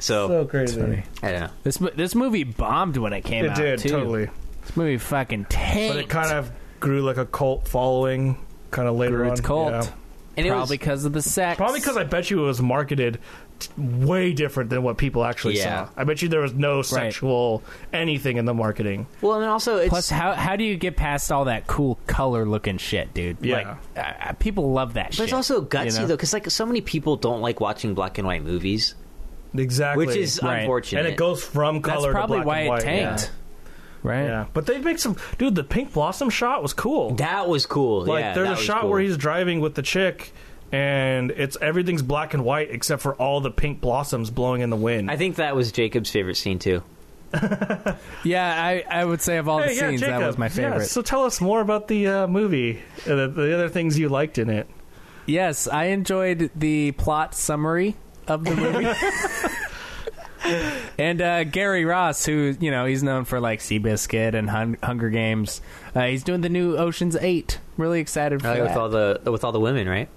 So,
so
That's
crazy.
funny.
I don't know.
This mo- this movie bombed when it came
It
out.
did,
too.
totally.
This movie fucking tanked.
But it kind of grew like a cult following kind of later
grew
on.
its cult.
Yeah.
And it
Probably
was,
because of the sex.
Probably because I bet you it was marketed t- way different than what people actually
Yeah.
saw. I bet you there was no sexual anything in the marketing.
well, and also it's
Plus, how how do you get past all that cool color looking shit, dude?
Yeah.
Like, uh, uh, people love that shit.
but it's also gutsy
you
though,
know?
'cause though, because like so many people don't like watching black and white movies,
Exactly.
which is
Right.
unfortunate.
and it goes from
That's
color
probably
to black
why
and
it
white.
tanked.
Yeah.
Right?
Yeah. but they make some dude. The pink blossom shot was cool.
that was cool.
like
yeah,
there's
that
a
was
shot
cool.
where he's driving with the chick, and it's everything's black and white except for all the pink blossoms blowing in the wind.
I think that was Jacob's favorite scene too.
Yeah, I, I would say of all the
Hey, yeah,
scenes, that
Jacob.
was my
Yeah,
favorite.
so tell us more about the uh, movie, uh, the, the other things you liked in it.
Yes, I enjoyed the plot summary of
(laughs)
the movie. and uh, Gary Ross, who, you know, he's known for like Seabiscuit and Hun- Hunger Games, uh, he's doing the new Ocean's 8. Really excited for
Like,
that.
with all the with all the
(laughs)
women, right?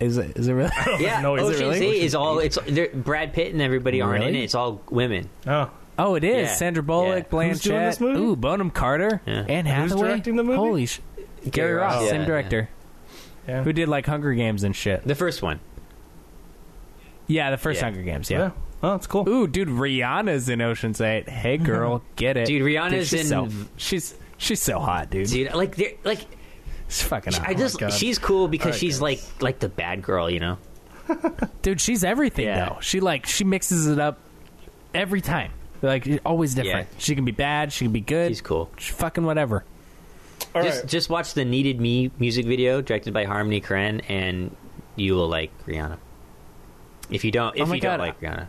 is, it, is it really? (laughs)
Yeah,
know, is it
Ocean's
really?
Eight is all it's they're- Brad Pitt and everybody aren't in
Really?
it. It's all women.
Oh,
Oh, it is
Yeah.
Sandra Bullock,
Yeah.
Blanchett.
Who's doing this movie?
Ooh, Bonham Carter,
Yeah.
Anne
Who's
Hathaway.
directing the movie?
Holy sh- Gary Ross,
Ross.
same
Yeah,
director,
yeah.
who did like Hunger Games and shit.
The first one.
Yeah, the first
Yeah.
Hunger Games.
yeah.
Yeah.
Oh, that's cool.
Ooh, dude, Rihanna's in Ocean's Eight. Hey,
(laughs)
girl, get it,
Dude, Rihanna's
she's
in-
So, she's she's so hot, dude.
Dude, like they're like
She's fucking. Hot.
I just
Oh my God.
she's cool because
Alright,
she's
guys.
like like the bad girl, you know.
dude, she's everything
Yeah.
though. She like she mixes it up every time. Like always different.
Yeah.
She can be bad. She can be good.
She's cool.
She's fucking whatever.
All right.
just just watch the Needed Me music video directed by Harmony Korine, and you will like Rihanna. If you don't,
Oh
if
my
you
God.
don't like Rihanna,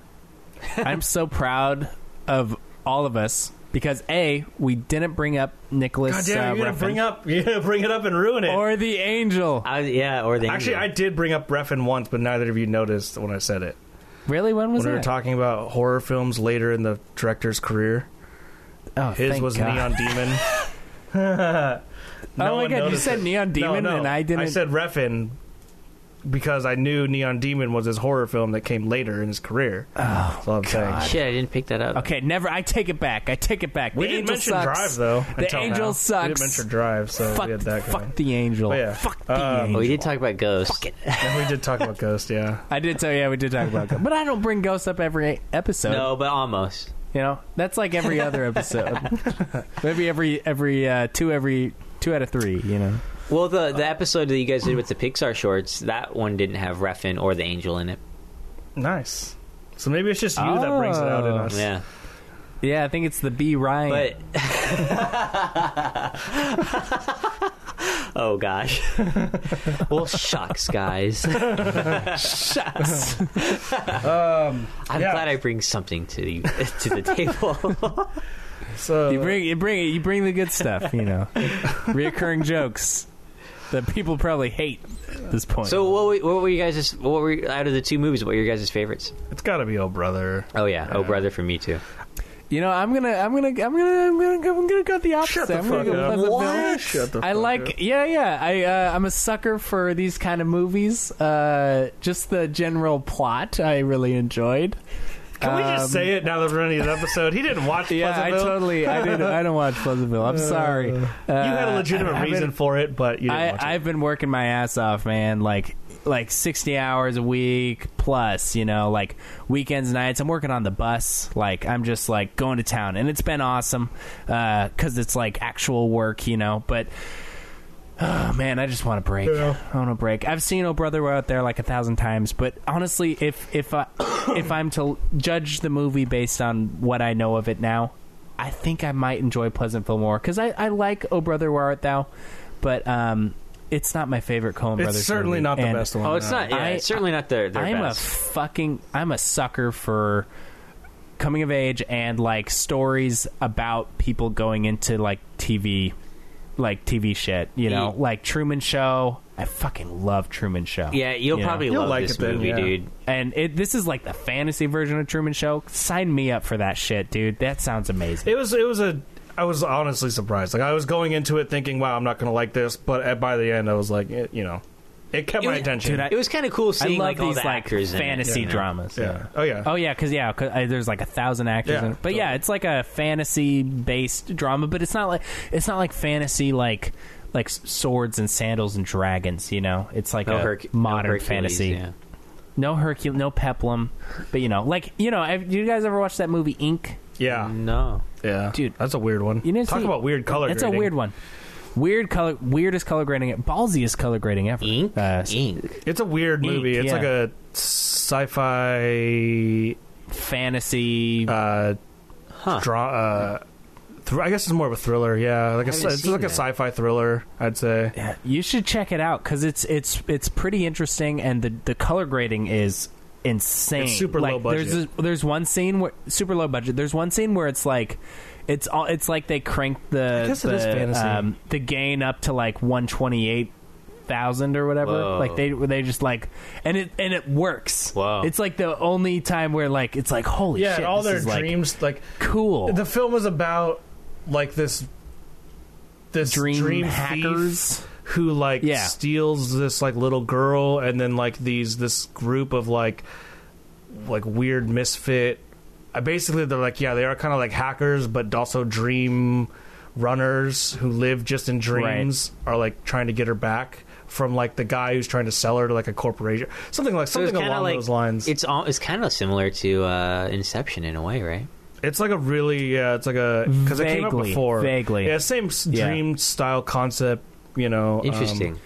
I'm so proud of all of us because a we didn't bring up Nicholas.
God damn,
uh,
you're gonna
Refn
bring up, (laughs) you're gonna bring it up and ruin it.
or the angel.
I, yeah, or the
Actually, I
Angel.
did bring up Refn once, but neither of you noticed when I said it.
Really, when was
When we were
that?
talking about horror films later in the director's career,
oh,
his
thank
was
God.
Neon
(laughs)
Demon.
Oh my
one
God, you
noticed
said
it.
Neon
No,
Demon
no,
and I
I
didn't-
said Refn because I knew Neon Demon was his horror film that came later in his career.
Oh,
That's all I'm saying.
shit, I didn't pick that up.
Okay, never. I take it back. I take it back.
We
the
didn't mention
angel sucks.
Drive though.
The
until
angel
now. We
sucks.
didn't mention Drive, so
fuck,
we had that going.
fuck the angel.
But yeah.
Fuck the
Um,
angel.
Well, Oh, we did talk about Ghost.
And we did talk about Ghost, yeah.
I did tell you, yeah, we did talk about Ghost. But I don't bring Ghost up every episode.
No, but almost.
You know, that's like
(laughs)
every other episode. Maybe every every uh, two every two out of three. You know.
Well, the the episode that you guys did with the Pixar shorts, that one didn't have Refin or the Angel in it.
Nice. So maybe it's just you that brings it out in
Oh.
us.
Yeah,
Yeah, I think it's the B Ryan.
but (laughs) oh
(laughs)
gosh. well, shucks, guys. (laughs)
shucks.
Um,
I'm
Yeah.
glad I bring something to you to the (laughs) table.
So
You bring you bring it. You bring the good stuff. You
(laughs)
know, reoccurring jokes that people probably hate at this point.
So what were, what were you guys? What were out of the two movies? What were your guys' favorites?
it's got to be Oh Brother.
Oh yeah, oh brother for me too.
you know, I'm gonna I'm gonna I'm gonna I'm gonna go, I'm gonna go the opposite.
Shut the
I'm
fuck
gonna go
up.
Pleasant Valley.
What?
Shut the
I
fuck
like
up.
yeah yeah I uh, I'm a sucker for these kind of movies. Uh, just the general plot I really enjoyed. Um,
Can we just say it now that we're running an episode? He didn't (laughs) watch
Yeah, I
Pleasantville.
totally I did I don't watch Pleasantville.
(laughs)
I'm sorry. Uh,
you had a legitimate
I've been-
reason for it, but you didn't watch
I,
it.
I've been working my ass off, man. Like like 60 hours a week plus, you know, like weekends, nights. I'm working on the bus. Like, I'm just like going to town. And it's been awesome because it's like actual work, you know. But, oh, man, I just want a break. I want a break. I've seen Oh Brother We're Out There like a thousand times. But honestly, if, if, I, (coughs) if I'm to judge the movie based on what I know of it now, I think I might enjoy Pleasantville more because I, I like Oh Brother Where Art Thou, but um, it's not my favorite Coen Brothers.
It's certainly
movie.
not the
And
best one.
Oh, it's
no.
not. Yeah,
I-
it's certainly not their, their
I'm a
best.
fucking I'm a sucker for coming of age and like stories about people going into like TV, like TV shit. You know,
Ye-
like Truman Show. I fucking love Truman Show.
yeah, you'll
you know?
probably
You'll
love
like
this
it then,
movie,
yeah.
dude.
And it, this is like the fantasy version of Truman Show. Sign me up for that shit, dude. That sounds amazing.
It was. It was a. I was honestly surprised. Like I was going into it thinking, "Wow, I'm not going to like this," but at, by the end, I was like, it, you know, it kept
It
my
was-
attention.
Dude, I-
It was kind of cool seeing
I love
like all
these
the
like
actors in it.
fantasy
Yeah.
dramas.
yeah. Oh yeah.
Oh yeah, because yeah, 'cause, uh, there's like a thousand actors,
Yeah,
in it. but yeah,
totally.
it's like a fantasy based drama, but it's not like it's not like fantasy like like s- swords and sandals and dragons. You know, it's like
No
a
Herc- no
modern
Hercules,
fantasy.
yeah.
No Hercules, no Peplum, but you know, like you know, have you guys ever watched that movie Ink?
Yeah.
No.
Yeah.
Dude,
that's a weird one.
You didn't
Talk
see-
about weird color.
That's
grading.
a weird one. Weird color, weirdest color grading, e-, ballsiest color grading ever.
Ink?
Uh,
Ink.
It's a weird
Ink,
movie. It's
yeah.
like a sci-fi
fantasy.
uh,
Huh.
draw. Uh, thr- I guess it's more of a thriller. Yeah, like a,
haven't
sci- it's
seen
like a
that.
sci-fi thriller. I'd say.
Yeah, you should check it out because it's it's it's pretty interesting, and the the color grading is insane.
It's super
like,
low budget.
There's a- there's one scene where super low budget. There's one scene where it's like. It's all. It's like they cranked the
I guess it
the,
is fantasy.
Um, the gain up to like one twenty eight thousand or whatever.
Whoa.
Like they they just like and it and it works.
Wow.
It's like the only time where like it's like holy
Yeah,
shit.
all
this
their
is, like,
dreams, like
cool.
the film was about like this this
Dream
dream, thief
hackers?
who like
Yeah.
steals this like little girl and then like these this group of like like weird misfit I basically they're like yeah they are kind of like hackers but also dream runners who live just in dreams are like trying to get her back from like the guy who's trying to sell her to like a corporation something like
So it's
something
kind
along
of like
those lines
It's all. It's kind of similar to uh, Inception in a way, right?
It's like a really yeah. It's like a because it came out
Vaguely,
before
vaguely.
Yeah, same s
Yeah.
dream style concept. You know, um,
Interesting.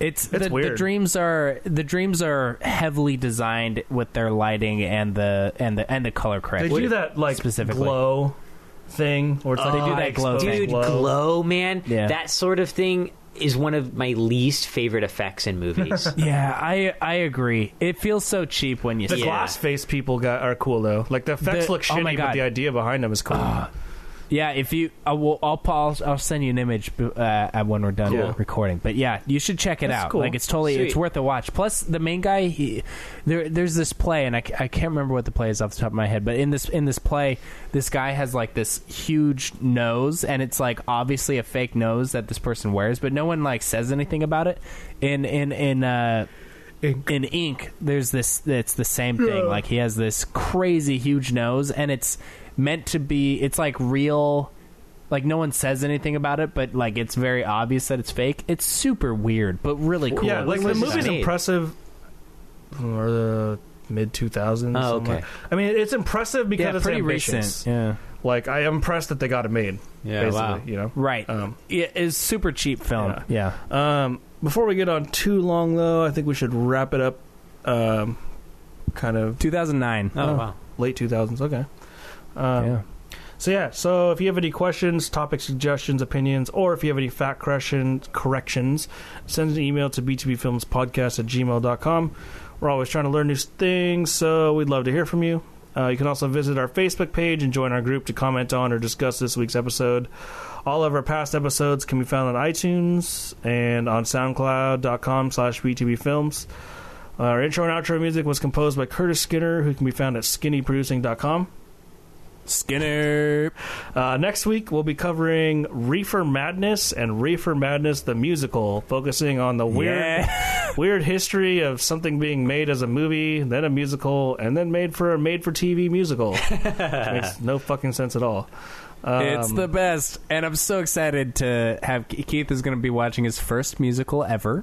It's, the, the
weird.
dreams are the dreams are heavily designed with their lighting and the and the and the color
they
correction.
do that like
specifically.
glow thing, or it's like
They do
eye
that glow
exposed
thing.
Dude, glow, man.
Yeah.
That sort of thing is one of my least favorite effects in (laughs) movies.
Yeah, I I agree. It feels so cheap when you
The
see it.
glass face people got are cool though. Like the effects
The-
look
oh my
shitty, but
God. Ah.
the idea behind them is cool.
Yeah, if you I will, I'll pause. I'll send you an image uh, at- when we're done
Cool.
recording. But yeah, you should check it
That's
out.
cool.
Like it's totally it's
Sweet.
worth a watch. Plus the main guy, he, there there's this play, and I, ca- I can't remember what the play is off the top of my head. But in this in this play, this guy has like this huge nose, and it's like obviously a fake nose that this person wears, but no one like says anything about it. In in in. Uh, in ink there's this it's the same thing like he has this crazy huge nose and it's meant to be it's like real like no one says anything about it but like it's very obvious that it's fake it's super weird but really cool
Yeah, like the
This is
movie's
made.
impressive. Or the mid 2000s.
Oh, okay.
somewhere. I mean, it's impressive because
yeah
it's
pretty
ambitious.
recent yeah
Like I am impressed that they got it made.
Yeah,
basically,
wow.
You know,
right
Um,
it is super cheap film
Yeah.
yeah,
Um, before we get on too long, though, I think we should wrap it up. Um, kind of
2009
oh,
Oh.
wow.
late 2000s. Okay. Um,
yeah
So yeah. So if you have any questions, topic suggestions, opinions, or if you have any fact correction, corrections, send an email to b2bfilmspodcast at gmail.com. We're always trying to learn new things, so we'd love to hear from you. Uh, you can also visit our Facebook page and join our group to comment on or discuss this week's episode. All of our past episodes can be found on iTunes and on soundcloud.com slash b2bfilms. Our intro and outro music was composed by Curtis Skinner, who can be found at skinnyproducing.com.
skinner
Uh, next week, we'll be covering Reefer Madness and Reefer Madness the Musical, focusing on the weird, weird history of something being made as a movie, then a
(laughs)
musical, and then made for a made for TV musical. Which makes no fucking sense at all.
(laughs)
Um,
it's the best, and I'm so excited to have Keith is going to be watching his first musical ever.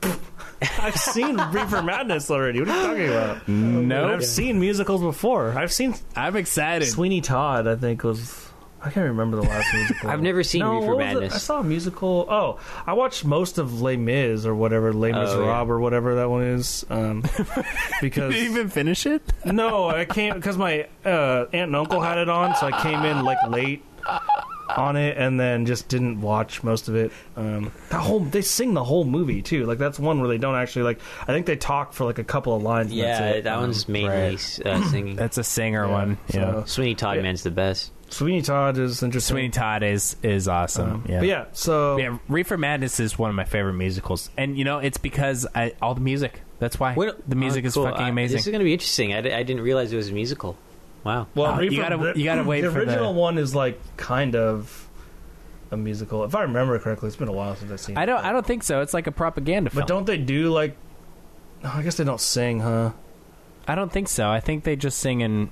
I've seen Reaper Madness already. What are you talking about?
No.
And I've seen musicals before. I've seen
I'm excited.
Sweeney Todd. I think was I can't remember the
(laughs)
last musical.
I've never seen Reefer
what was it?
Madness.
I saw a musical. Oh, I watched most of Les Mis or whatever Les Mis
Oh, yeah.
Rob or whatever that one is.
(laughs)
Um, because
Did you even finish it?
no, I can't because my uh, aunt and uncle had it on, so I came in like late on it, and then just didn't watch most of it. Um, the whole they sing the whole movie too. Like that's one where they don't actually like. I think they talk for like a couple of lines. and that's
Yeah,
it.
that
Um,
one's mainly uh, singing.
That's a singer
Yeah,
one.
so-
Yeah.
Sweeney Todd
Yeah.
man's the best.
Sweeney Todd is interesting.
Sweeney Todd is is awesome.
Um,
yeah.
But yeah, so
Yeah, Reefer Madness is one of my favorite musicals, and you know it's because I, all the music. That's why
What-
the music
uh,
oh,
is
cool.
fucking
I-
amazing.
this is going to be interesting. I, di- I didn't realize it was a musical. Wow.
Well,
Oh, you gotta- you gotta wait
The
for the-
original one is like kind of a musical, if I remember correctly. It's been a while since I've seen.
I don't.
it,
I don't think so. It's like a propaganda film.
But don't they do like? Oh, I guess they don't sing, huh?
I don't think so. I think they just sing in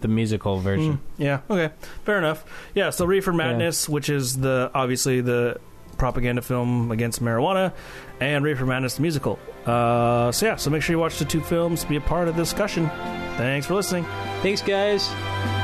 the musical version.
Yeah. Okay. Fair enough. Yeah. So Reefer Madness, which is the obviously the propaganda film against marijuana, and Reefer Madness the musical. Uh, so yeah. So make sure you watch the two films. Be a part of the discussion. Thanks for listening.
Thanks, guys.